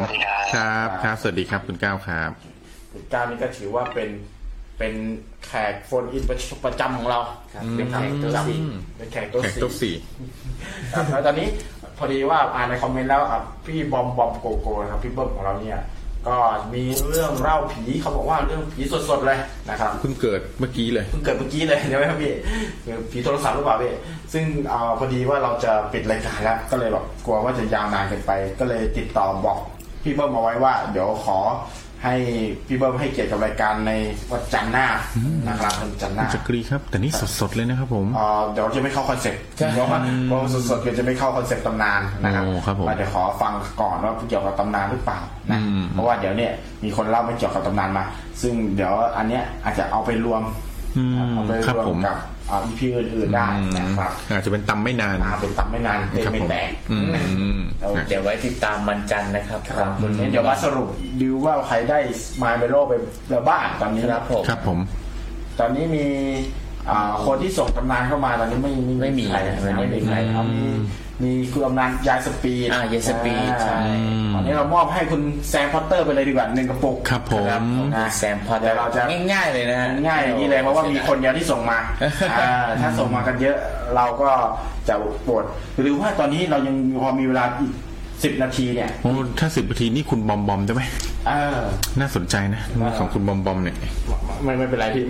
ครับครับสวัสดีครับคุณก้าวครับ คุณก้าวนี่ก็ถือว่าเป็นเป็นแขกโฟนอินประจำของเราเป็นแขกตัวสี่เป็นแขกตัว แขก สี่ ตัวสี่ ครับแล้วตอนนี้พอดีว่าอ่านในคอมเมนต์แล้วอ่ะพี่บอมบอมโกโก้นะครับพี่เบิ้มของเราเนี่ย ก็มีเรื่องเล่าผีเขาบอกว่าเรื่องผีสดๆเลยนะครับ เพิ่งเกิดเมื่อกี้เลย เพิ่งเกิดเมื่อกี้เลยใช่ไหม ครับพี่คือผีโทรศัพท์หรือเปล่าพี่ซึ่งเอ่อพอดีว่าเราจะปิดรายการแล้ว ก็เลยแบบกลัวว่าจะยาวนานเกินไป ก็เลยติดต่อบอกพี่เบิ้มเอาไว้ว่า เดี๋ยวขอให้พี่เบิ้มให้เกียรติกับรายการในวันจันทร์หน้านะครับวันจันทร์หน้า จักรีครับ แต่นี่สดๆเลยนะครับผม เอ่อเดี๋ยวจะไม่เข้าคอนเซ็ปต์เพราะว่าเพราะว่าสดๆเดี๋ยวจะไม่เข้าคอนเซ็ปต์ตำนานนะครับ โอ้ครับผม เดี๋ยวขอฟังก่อนว่าเกี่ยวกับตำนานหรือเปล่านะ อืม เพราะว่าเดี๋ยวเนี่ยมีคนเล่าไม่เกี่ยวกับตำนานมา ซึ่งเดี๋ยวอันเนี้ยอาจจะเอาไปรวม อืม เอาไป ครับรว ผม ม กับอีพีอื่นๆได้ อืม นะครับ อาจจะเป็นตำไม่นาน อ่าเป็นตำไม่นานเต้น ครับ ไม่ ผม แตก อืมอืม เอา นะ เดี๋ยวไว้ติดตามวันจันทร์นะครับ ครับ คุณ เดี๋ยวมาสรุปดูว่าใครได้มาเมโลไปแล้วบ้างตอนนี้ ครับผม ครับผม ตอนนี้มีอ่าคนที่ส่งตำนานเข้ามาตอนนี้ไม่ ไม่มี ใคร ไม่มี ไม่มีใครเอามีมีคุณตำนานยายสปีด อ่ายายสปีดใช่ ตอนนี้เรามอบให้คุณแซมพอตเตอร์ไปเลยดีกว่าหนึ่งกระปุก ครับผม ครับผม อ่ะ แซมพอด เดี๋ยวเราจะ ง่ายๆเลยนะฮะ ง่ายอย่างนี้เลยเพราะว่ามีคนเดียวที่ส่งมาอ่าถ้าส่งมากันเยอะเราก็จะปวดหรือว่าตอนนี้เรายังพอมีเวลาอีกสิบนาทีเนี่ย โอ้ถ้าสิบนาทีนี่คุณบอมบอมได้ไหม เออ น่าสนใจนะของคุณบอมบอมเนี่ย ไม่ไม่เป็นไรพี่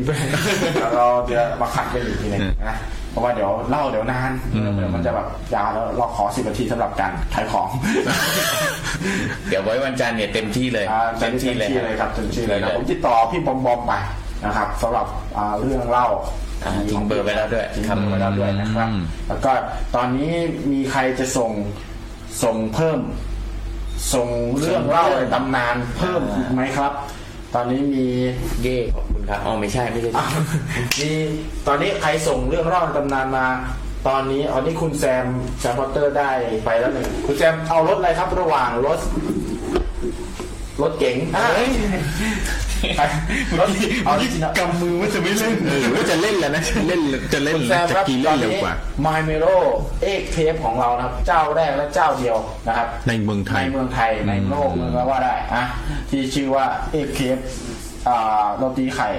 เราจะมาขัดกันอีกทีหนึงนะเพราะว่าเดี๋ยวเล่าเดี๋ยวนาน อืม เดี๋ยวมันจะแบบยาวแล้วเราขอสิบนาทีสำหรับ การขายของ เดี๋ยวไว้วันจันทร์เนี่ยเต็มที่เลย อ่าเต็มที่เลยครับเต็มที่เลยนะผมติดต่อพี่บอมบอมไปนะครับสำหรับอ่าเรื่องเล่า อ่าทิ้งเบอร์ไว้แล้วด้วย ทิ้งเบอร์ไว้แล้วด้วยนะครับ อืม แล้วก็ตอนนี้มีใครจะส่งส่งเพิ่ม ส่งเรื่องเล่าในตำนานเพิ่มอีกไหมครับ ตอนนี้มี เย่ขอบคุณครับอ๋อไม่ใช่ไม่ใช่ อ่ะมีตอนนี้ใครส่งเรื่องเล่าในตำนานมา ตอนนี้อันนี้คุณแซมแซมพอตเตอร์ได้ไปแล้วหนึ่งคุณแซมเอารถอะไรครับ ระหว่างรถ รถเก๋งอ่ะ รถออริจินอล กำมือว่าจะไม่เล่นว่าจะเล่นแล้วนะจะเล่นจะเล่น แซม จะ ครับ กี ต เล่ อน นเร็ว นี้ กว่า ไมเมโลเอกเทปของเรานะครับ เจ้าแรกและเจ้าเดียวนะครับ ในเมืองไทย ในเมืองไทยในโลกเมืองก็ว่าได้อะที่ชื่อว่าเอกเทปอ่าโรตีไข่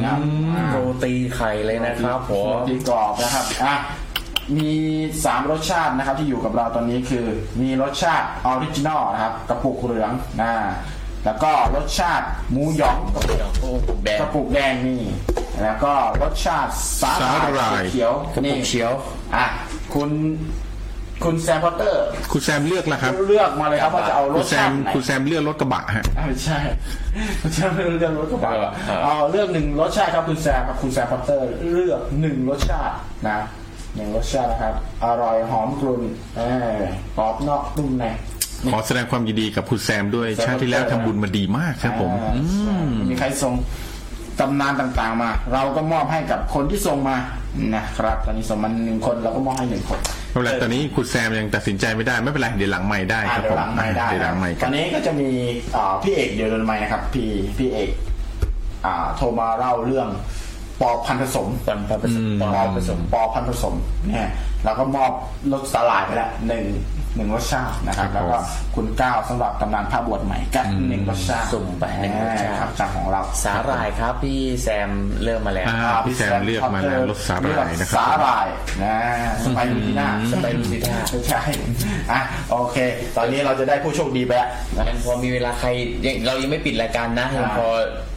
นะครับอ่า โรตีไข่เลยนะครับผ โร ม ตีกรอบนะครับอ่ะมีสามรสชาตินะครับที่อยู่กับเราตอนนี้คือ มีรสชาติออริจินอลนะครับ กระปุกเหลืองนะแล้วก็รสชาติหมูหยองกระปุก แดง กระปุกแดงนี่ แล้วก็รสชาติสาห สาห ร่า ร่าย ย เขียว กระปุ นี่ กเขียว อ่ะคุณคุณแซมพอตเตอร์ คุณแซมเลือกแล้วครับ เลือกมาเลยครับว่าจะเอาร คุ ส ณแซ ชาม ติไหน คุณแซมเลือกรถกระบะฮะ อ่ะไม่ใช่ คุณแซมเลือกรสกระบะ เออเออ เอาเลือกหนึ่งรสชาติครับคุณแซมครับคุณแซมพอตเตอร์ เลือกหนึ่งรสชาตินะหนึ่งรสชาตินะครับ อร่อยหอมกลุ่นเออกรอบนอกนุ่มใน ขอแสดงความยินดีกับคุณแซมด้วย ชาติที่แล้วทำบุญมาดีมากครับผม อืม มีใครส่งตำนานต่างๆมา เราก็มอบให้กับคนที่ส่งมานะครับ ตอนนี้ส่งมาหนึ่งคนเราก็มอบให้หนึ่งคน ไม่เป็นไรตอนนี้คุณแซมยังตัดสินใจไม่ได้ไม่เป็นไรเดี๋ยวหลังใหม่ได้ อ่ะ ครับ เดี๋ย ผ ว ม หลังไม้ได้ เดี๋ยวหลังใหม่ ต กั อน นนี้ก็จะมีเอ่อพี่เอกเดี๋ยวเดินไม้นะครับ พี่พี่เอกอ่าโทรมาเล่าเรื่องปอบพันผสม ตอนพระประสบ อืม ต ป อน อ พระ บ ป ผ ระ ส ส ม บ ปอบพันผสมเนี่ยเราก็มอบรสสลายไปละหนึ่งหนึ่งรสชาตินะครับ ครั แล้ บผมวก็คุณก้าวสำหรับตำนานผ้าบวชใหม่กันหนึ่งรสชาติ สุ่มไปหนึ่งรสชาติ ครับจากของเรา สาหร่ายครับพี่แซมเริ่มมาแล้ว อ่าพี่แซมเลือกมาแล้วรถสาหร่ายนะครับ สาหร่ายนะสไปรูติน่า อืม สไปรูติน่าใช่อ่ะโอเค ตอนนี้เราจะได้ผู้โชคดีไปแล้วนะ ยังพอมีเวลาใครยังเรายังไม่ปิดรายการนะยังพอ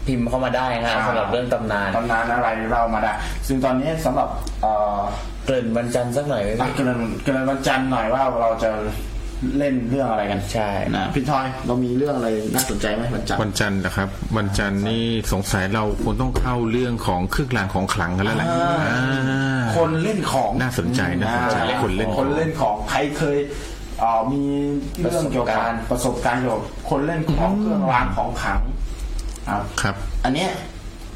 พิมพ์เข้ามาได้นะฮะสำหรับเรื่องตำนาน ตำนานอะไรเรามาได้ ซึ่งตอนนี้สำหรับเอ่อ เกริ่นวันจันทร์สักหน่อยไหม อ่ะ พี่ เกรินเกรินวันจันทร์หน่อยว่าเราจะเล่นเรื่องอะไรกัน ใช่ นะพี่ทอยเรามีเรื่องอะไรน่าสนใจไหมวันจันทร์ วันจันทร์นะครับ วันจันทร์นี่สงสัยเราควรต้องเข้าเรื่องของเครื่องรางของขลังกันแล้วแหละอ่า คนเล่นของ น่าสนใจน่าสนใจ อ่า คนเล่นของ คนเล่นของใครเคยเอ่อมีเรื่องเกี่ยวกับประสบการณ์เกี่ยวกับคนเล่นของเครื่องรางของขลังอ่ะ ครับ อันเนี้ย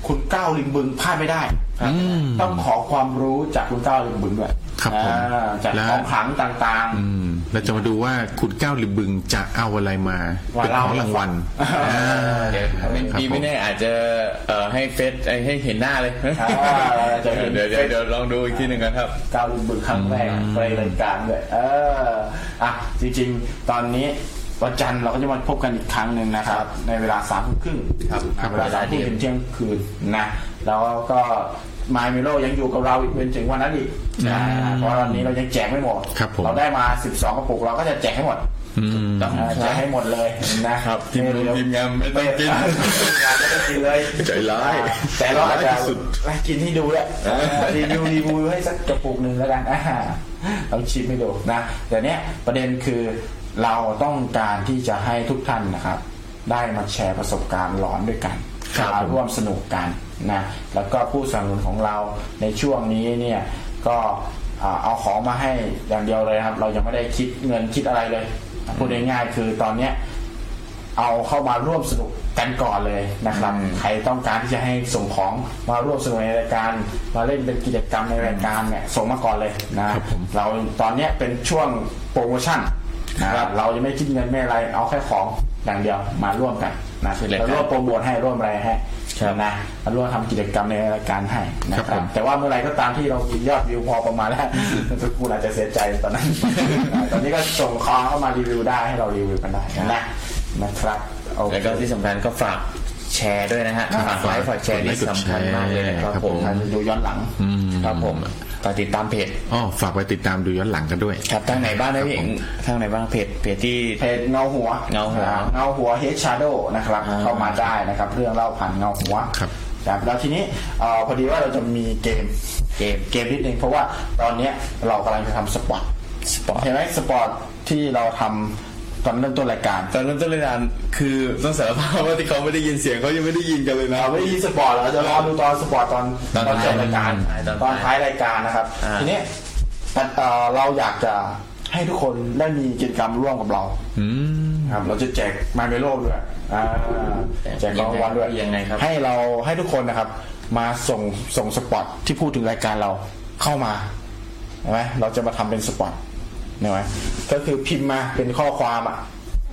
คุณก้าวลิมบึงพลาดไม่ได้ครับต้องขอความรู้จากคุณก้าวลิมบึงด้วย ครับผม อ่าจาก และ ของขลังต่าง อื ๆ มเราจะมาดูว่าคุณก้าวหรือบึงจะเอาอะไรมา ว่า เป็น เล่า ของรางวัลอ่า เดี๋ยวไม่ ครับ ดี ผ ไม่ ม แน่อาจจะเอ่อให้เฟซให้เห็นหน้าเลย อ่าจะเห็น เดี๋ยวเดี๋ยวเดี๋ยวลองดูอีกทีหนึ่งนะครับ ก้าวลิมบึงครั้งแรกในรายการด้วยเอออ่ะจริงๆ ตอนนี้วันจันทร์เราก็จะมาพบกันอีกครั้งหนึ่งนะครับ ในเวลาสามทุ่มครึ่งครับเวลาสามทุ่มถึงเที่ยงคืนนะแล้วก็มายเมโลยังอยู่กับเราอีกเป็นถึงวันนั้นอีกนะเพราะวันนี้เรายังแจกไม่หมด ครับผม เราได้มา 12กระปุกเราก็จะแจกให้หมด อืม อ่าจะให้หมดเลยนะครับ ทีมรู้ทีมงานไม่ต้องกิน งานไม่ ต้องกินเลย ใจร้าย แต่เราอาจจะ ใจร้ายที่สุด กินให้ดูแหละรีวิวรีวิวให้สักกระปุกหนึ่งแล้วกันอ่าลองชิมให้ดูนะแต่เนี้ยประเด็นคือเราต้องการที่จะให้ทุกท่านนะครับ ได้มาแชร์ประสบการณ์หลอนด้วยกัน ครับผม ร่วมสนุกกันนะแล้วก็ผู้สนับสนุนของเราในช่วงนี้เนี่ยก็อ่าเอาของมาให้อย่างเดียวเลยนะครับ เรายังไม่ได้คิดเงินคิดอะไรเลยพูดง่ายๆคือตอนเนี้ย เอาเข้ามาร่วมสนุกกันก่อนเลยนะครับ ใครต้องการที่จะให้ส่งของมาร่วมสนุกในรายการ มาเล่นเป็นกิจกรรมในรายการเนี่ยส่งมาก่อนเลยนะ ครับผม เราตอนเนี้ยเป็นช่วงโปรโมชั่นนะครับเราจะไม่คิดเงินไม่อะไรเอาแค่ของอย่างเดียวมาร่วมกันนะ เป็นรายการ เราร่วมโปรโมทให้ร่วมอะไรให้นะมาร่วมทำกิจกรรมในรายการให้นะคครั รั บบ ผม แต่ว่าเมื่อไหรก็ตามที่เรามียอดวิวพอประมาณ แล้วกูอาจจะเสียใจตอนนั้น ตอนนี้ก็ส่งของเข้ามารีวิวได้ให้เรารีวิวกันได้นะนะครับโอเค แล้วก็ที่สำคัญก็ฝากแชร์ด้วยนะฮะฝากไลค์ฝากแชร์ที่สำคัญมากเลยนะครับผม ท่านดูย้อนหลัง ครับผมฝากติดตามเพจ อ๋อฝากไปติดตามดูย้อนหลังกันด้วย ครับทางไหนบ้างนะพี่เอกทางไหนบ้างเพจเพจที่ เพจเงาหัว เงาหัว อ่เงาหัวเฮดชาโดนะครับ อ่า เข้ามาได้นะครับ เรื่องเล่าผ่านเงาหัว ครับ ครับแล้วทีนี้เอ่อพอดีว่าเราจะมีเกม เกม เกมนิดนึงเพราะว่าตอนเนี้ยเรากำลังจะทำสปอต สปอร์ต เห็นไหมสปอตที่เราทำตอนเริ่มต้นรายการ ตอนเริ่มต้นรายการคือต้องสารภาพว่าที่เขาไม่ได้ยินเสียงเขายังไม่ได้ยินกันเลยนะ เราไม่ได้ยินสปอตเราจะรอดูตอนสปอตตอน ตอน ตอนจบรายการ ท้ายตอน ตอน ท้า ท้าย ยรายการนะครับ อ่า ทีนี้ปัดเอ่อเราอยากจะให้ทุกคนได้มีกิจกรรมร่วมกับเรา อืม ครับเราจะแจกไมเมโลด้วยอ่าแจกรางวัลด้วย ยังไงครับ ให้เราให้ทุกคนนะครับ มาส่งส่งสปอตที่พูดถึงรายการเราเข้ามาเห็นไหมเราจะมาทำเป็นสปอตเห็นไหมก็คือพิมพ์มาเป็นข้อความอ่ะ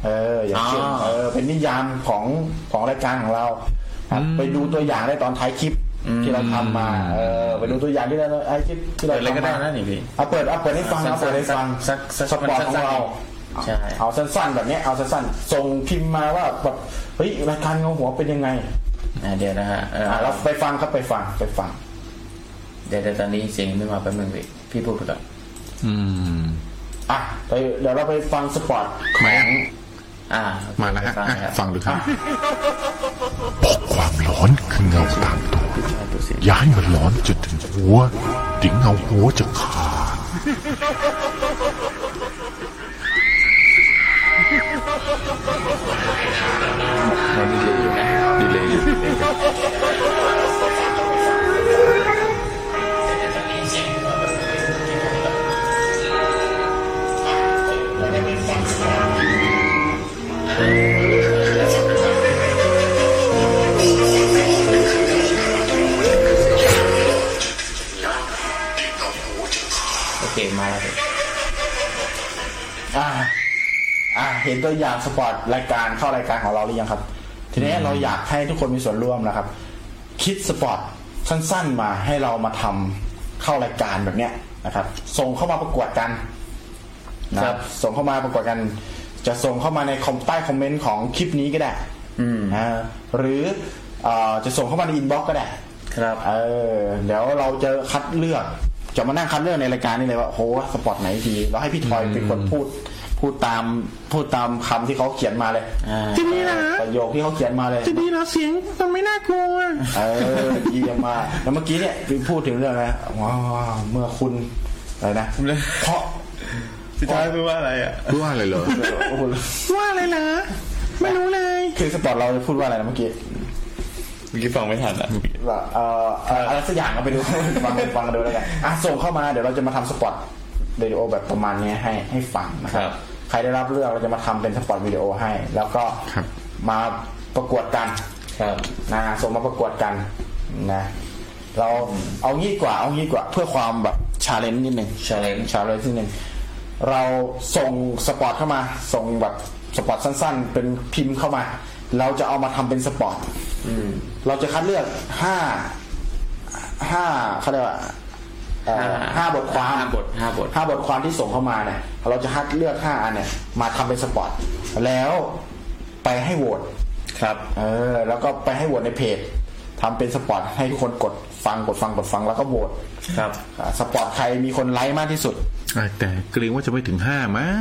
เอออย่างเช่น อ๋อ เออเป็นนิยามของของรายการของเราครับไปดูตัวอย่างได้ตอนท้ายคลิปที่เราทำมา เออไปดูตัวอย่างที่เราไอ้คลิปที่เรา เปิดอะไร ทำ ก็ได้ มา นะนี่พี่ เอาเปิดเอาเปิดให้ฟังเอาเปิดให้ฟัง สักสัก สปอตของเรา ใช่ เอาสั้นๆ แบบเนี้ยเอาสั้นๆส่งพิมพ์มาว่าแบบเฮ้ยรายการเงาหัวเป็นยังไง อ่ะเดี๋ยวนะฮะเอ่อ อ่ะเราไปฟังครับไปฟังไปฟัง เดี๋ยวเดี๋ยวตอนนี้เสียงไม่มาแป๊บนึงพี่พี่พูดไปก่อน อืม อ่ะไปเดี๋ยวเราไปฟังสปอตข มา อ ยัง ง อ่ามา มาแล้วฮะอ่ะ ฟั ฟั ง งดูครับ บอกความร้อนคือเงาตามตัว ย้ายมันร้อนจนถึงหัว ถึงเงาหัวจะขาด โอเคมาแล้วพี่ อ่ะอ่ะเห็นตัวอย่างสปอตรายการเข้ารายการของเราหรือยังครับ ทีนี้เราอยากให้ทุกคนมีส่วนร่วมนะครับ คิดสปอตสั้นๆมาให้เรามาทำเข้ารายการแบบเนี้ยนะครับ ส่งเข้ามาประกวดกันนะครับ ส่งเข้ามาประกวดกัน จะส่งเข้ามาในคอมใต้คอมเมนต์ของคลิปนี้ก็ได้อ่าหรือเอ่อจะส่งเข้ามาในอินบ็อกก็ได้ ครับ เออเดี๋ยวเราจะคัดเลือก จะมานั่งคัดเลือกในรายการนี่เลยว่าโหสปอตไหนดีเราให้พี่ทอยเป็นคนพูด พูดตามพูดตามคำที่เขาเขียนมาเลย อ่า จะดีนะประโยคที่เขาเขียนมาเลยจะดีนะเสียงมันไม่น่ากลัวเออดีมากแล้วเมื่อกี้เนี่ยพี่พูดถึงเรื่องอะไรว้าวเมื่อคุณอะไรนะเพราะ สุดท้ายคือว่าอะไรอ่ะ รู้ว่าอะไรเหรอ โอ้โห ว่าอะไรเหรอ ไม่รู้เลย คือสปอตเราพูดว่าอะไรนะเมื่อกี้ เมื่อกี้ฟังไม่ทันอ่ะ ว่าเอ่อเอ่ออะไรสักอย่างเอาไปดู ฟังฟังกันดูแล้วกันอ่ะส่งเข้ามาเดี๋ยวเราจะมาทำสปอตเรดิโอแบบประมาณเนี้ยให้ให้ฟังนะครับ ครับ ใครได้รับเลือกเราจะมาทำเป็นสปอตวิดีโอให้ แล้วก็ ครับ มาประกวดกัน ครับ นะส่งมาประกวดกัน นะ เราเอางี้กว่าเอางี้กว่า เพื่อความแบบชาเลนจ์นิดหนึ่ง Challenge ชาเลนจ์นิดหนึ่งเราส่งสปอร์ตเข้ามาส่งแบบสปอร์ตสั้นๆ เป็นพิมพ์เข้ามา เราจะเอามาทำเป็นสปอร์ตเราจะคัดเลือกห้าห้าเขาเรียกว่าเอ่อห้าบทความ ห้าบทห้าบท ห้าบทความที่ส่งเข้ามาเนี่ยเราจะคัดเลือกห้าอันเนี่ยมาทำเป็นสปอร์ตแล้วไปให้โหวต ครับ เออแล้วก็ไปให้โหวตในเพจทำเป็นสปอตให้คนกดฟังกดฟังกดฟังแล้วก็โหวต ครับ อ่าสปอตใครมีคนไลค์มาก ที่สุด อ่ะแต่เกรงว่าจะไม่ถึงห้ามั้ง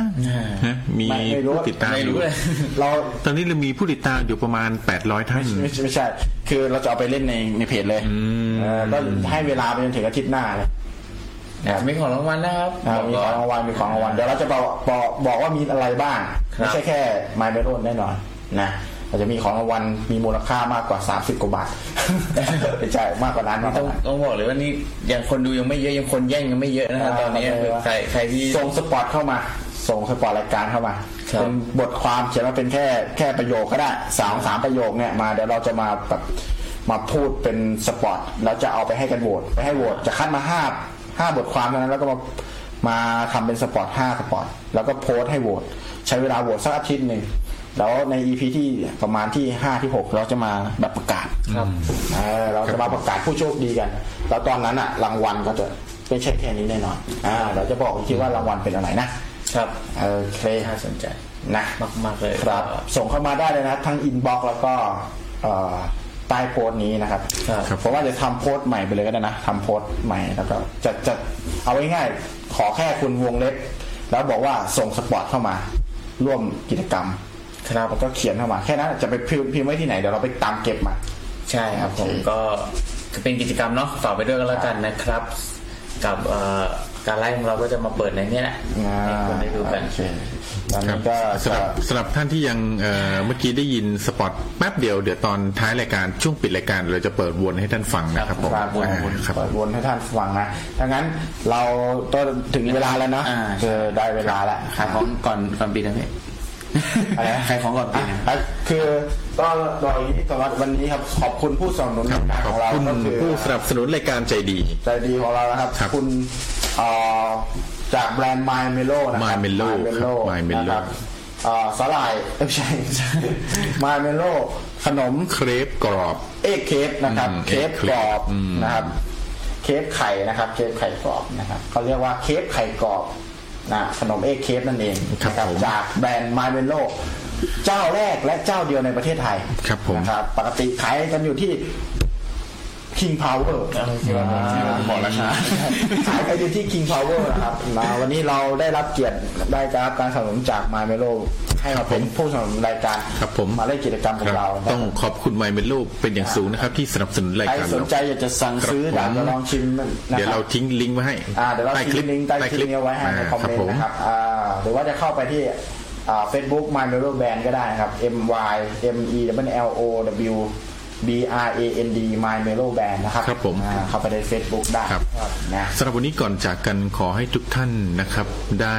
ฮะมี ไม่ไม่รู้ ผู้ติดตาม ไม่ อ รู้ ยู่ เลย เรา ตอนนี้เรามีผู้ติดตามอยู่ประมาณแปดร้อยท่าน ไม่ใช่ไม่ใช่ คือเราจะเอาไปเล่นในในเพจเลย ม เออก็ให้เวลาไปจนถึงอาทิตย์หน้าเลย อ่ะมีของรางวัลนะครับ อ่า บอก มี ก่ ข อ อน งรางวัลมีของรางวัลเดี๋ยวเราจะบอกบอกบอกว่ามีอะไรบ้าง ครับ ไม่ใช่แค่ไมล์เบโอนแน่นอนนะเราจะมีของรางวัลมีมูลค่ามากกว่า 30กว่าบาท ไม่ใช่มากกว่านั้นมากก ต้อ ว่าง นั้น ต้องบอกเลยว่านี่ยังคนดูยังไม่เยอะยังคนแย่งยังไม่เยอะนะฮะตอนนี้คือใครใครที่ ส่งสปอตเข้ามา ส่งสปอตรายการเข้ามา ครับ เป็นบทความเขียนว่าเป็นแค่แค่ประโยคก็ได้สามสามประโยคเนี่ยมาเดี๋ยวเราจะมาแบบมาพูดเป็นสปอตแล้วจะเอาไปให้กันโหวตไปให้โหวตจะคัดมาห้าห้าบทความเท่านั้นแล้วก็มามาทำเป็นสปอตห้าสปอตแล้วก็โพสต์ให้โหวตใช้เวลาโหวตสักอาทิตย์หนึ่งแล้วใน EP ที่ประมาณที่ห้าที่หกเราจะมาแบบประกาศ เออเราจะมาประกาศผู้โชคดีกัน แล้วตอนนั้นอะรางวัลก็จะไม่ใช่แค่นี้แน่นอน อ่า เราจะบอกอีกทีว่ารางวัลเป็นอะไรนะครับ เออเค น่าสนใจ นะ มากๆเลย ครับ ส่งเข้ามาได้เลยนะ ทั้งอินบ็อกแล้วก็เอ่อใต้โพสต์นี้นะครับ ครับ เพราะว่าจะทำโพสต์ใหม่ไปเลยก็ได้นะทำโพสต์ใหม่แล้วก็จะจะเอาไว้ง่ายขอแค่คุณวงเล็บ แล้วบอกว่าส่งสปอร์ตเข้ามา ร่วมกิจกรรม ครับ แล้วก็เขียนเข้ามาแค่นั้นจะไปพิมพ์พิมพ์ไว้ที่ไหนเดี๋ยวเราไปตามเก็บมา ใช่ครับผม โอเค ก็ก็เป็นกิจกรรมเนาะฝากไปด้วยกันแล้วกันนะครับ กับเอ่อการไลฟ์ของเราก็จะมาเปิดในเนี้ยแหละให้คนได้ดูกัน โอเคตอน ครั นี้ บ ก็ สำหรับสำหรับท่านที่ยังเอ่อเมื่อกี้ได้ยินสปอตแป๊บเดียวเดี๋ยวตอนท้ายรายการช่วงปิดรายการเราจะเปิดวนให้ท่านฟังนะครับผม ปราบวน อ่าครับ เปิดวนให้ท่านฟังนะถ้างั้นเราก็ถึงเวลาแล้วเนาะ อ่า เออได้เวลาแล้ว ขายของก่อนก่อนปีนะพี่ อะไรนะ ขายของก่อนปีนะ อ่ะคือตอนเราอย่างนี้สำหรับวันนี้ครับขอบคุณผู้สนับสนุน ครับข ข อ อบ งเรา คุณ ก็คือ ผู้สนับสนุนรายการใจดี ใจดีของเรานะครับ ครับ คุณเอ่อจากแบรนด์ My Melo นะครั My บ Melo ครับ My Melo นะครับเอ่อสาหร่ายเอ้ยไม่ใช่ ไม่ใช่ My Melo ขนม เครปกรอบ เอกเคฟนะครับ อืม เคฟ เคฟ กรอบ อืม นะครับ เคฟไข่นะครับเคฟไข่กรอบนะครับเขาเรียกว่าเคฟไข่กรอบนะขนมเอกเคฟนั่นเองนะจากแบรนด์มาเ e นโลเจ้าแรกและเจ้าเดียวในประเทศไทย ครับผม นะครับ ปกติขายกันอยู่ที่ King Power บอกราคาขายกันอยู่ที่ King Power นะครับมาวันนี้เราได้รับเกียรติได้รับการสนับสนุนจากมาเ e นโลให้มาเป็นผู้สนับสนุนรายการ ครับผม มาเล่นกิจกรรมกับเรา คบ นะค ต้ รั อบ งขอบคุณไมเมนโลเป็นอย่างสูงนะครับ ที่สนับสนุนราย ใคร การ สน เรา ใจอยากจะสั่งซื้อ ครั ดา บ ว ผม จะลองชิมนะครับ เดี๋ยวเราทิ้งลิงก์ไว้ให้ อ่าเดี๋ยวเรา ใต้ ทิ้งลิงก์ใต้คลิปนี้เอาไว้ให้ในคอมเมนต์ า นะครับอ่าหรือว่าจะเข้าไปที่เฟซบุ๊ก My Melo Band ก็ได้นะครับ M Y M E W L O W B R A N D My Melo Band นะครับ ครับผม อ่าเข้าไปใน Facebook ได้ ครับ นะ สำหรับวันนี้ก่อนจากกันขอให้ทุกท่านนะครับ ได้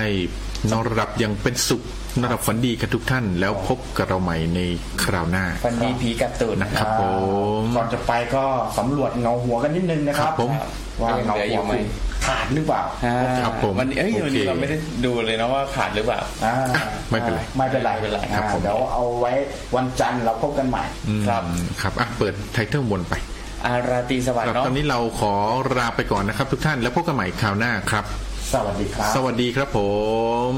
นอนรับอยังเป็นสุขนอนรับฝันดีกันทุกท่าน แล้วพบกับเราใหม่ในคราวหน้า ฟัน มี ดี ผีกัดตูดนะ ครับผม ก่อนจะไปก็สำรวจเงาหัวกันนิดนึงนะครั ครับ บผม ว่าเงา เหลืออ หั ยู่ ว ไหม คุณขาดหรือเปล่า ครับผม วันนี้เอ้ยวันนี้ โอเค เราไม่ได้ดูเลยนะว่าขาดหรือเปล่า อ่า ไม่เป็นไร ไม่เป็นไร ไม่เป็นไร อ่าเดี๋ยวเอาไว้วันจันทร์เราพบกันใหม่ ครับ อืมครับอ่ะเปิดไทเทลวนไป อาราตรีสวัส ครั ดิ์ บ เนาะ ตอนนี้เราขอลาไปก่อนนะครับ ทุกท่านแล้วพบกันใหม่คราวหน้าครับ สวัสดีครับ สวัสดีครับผม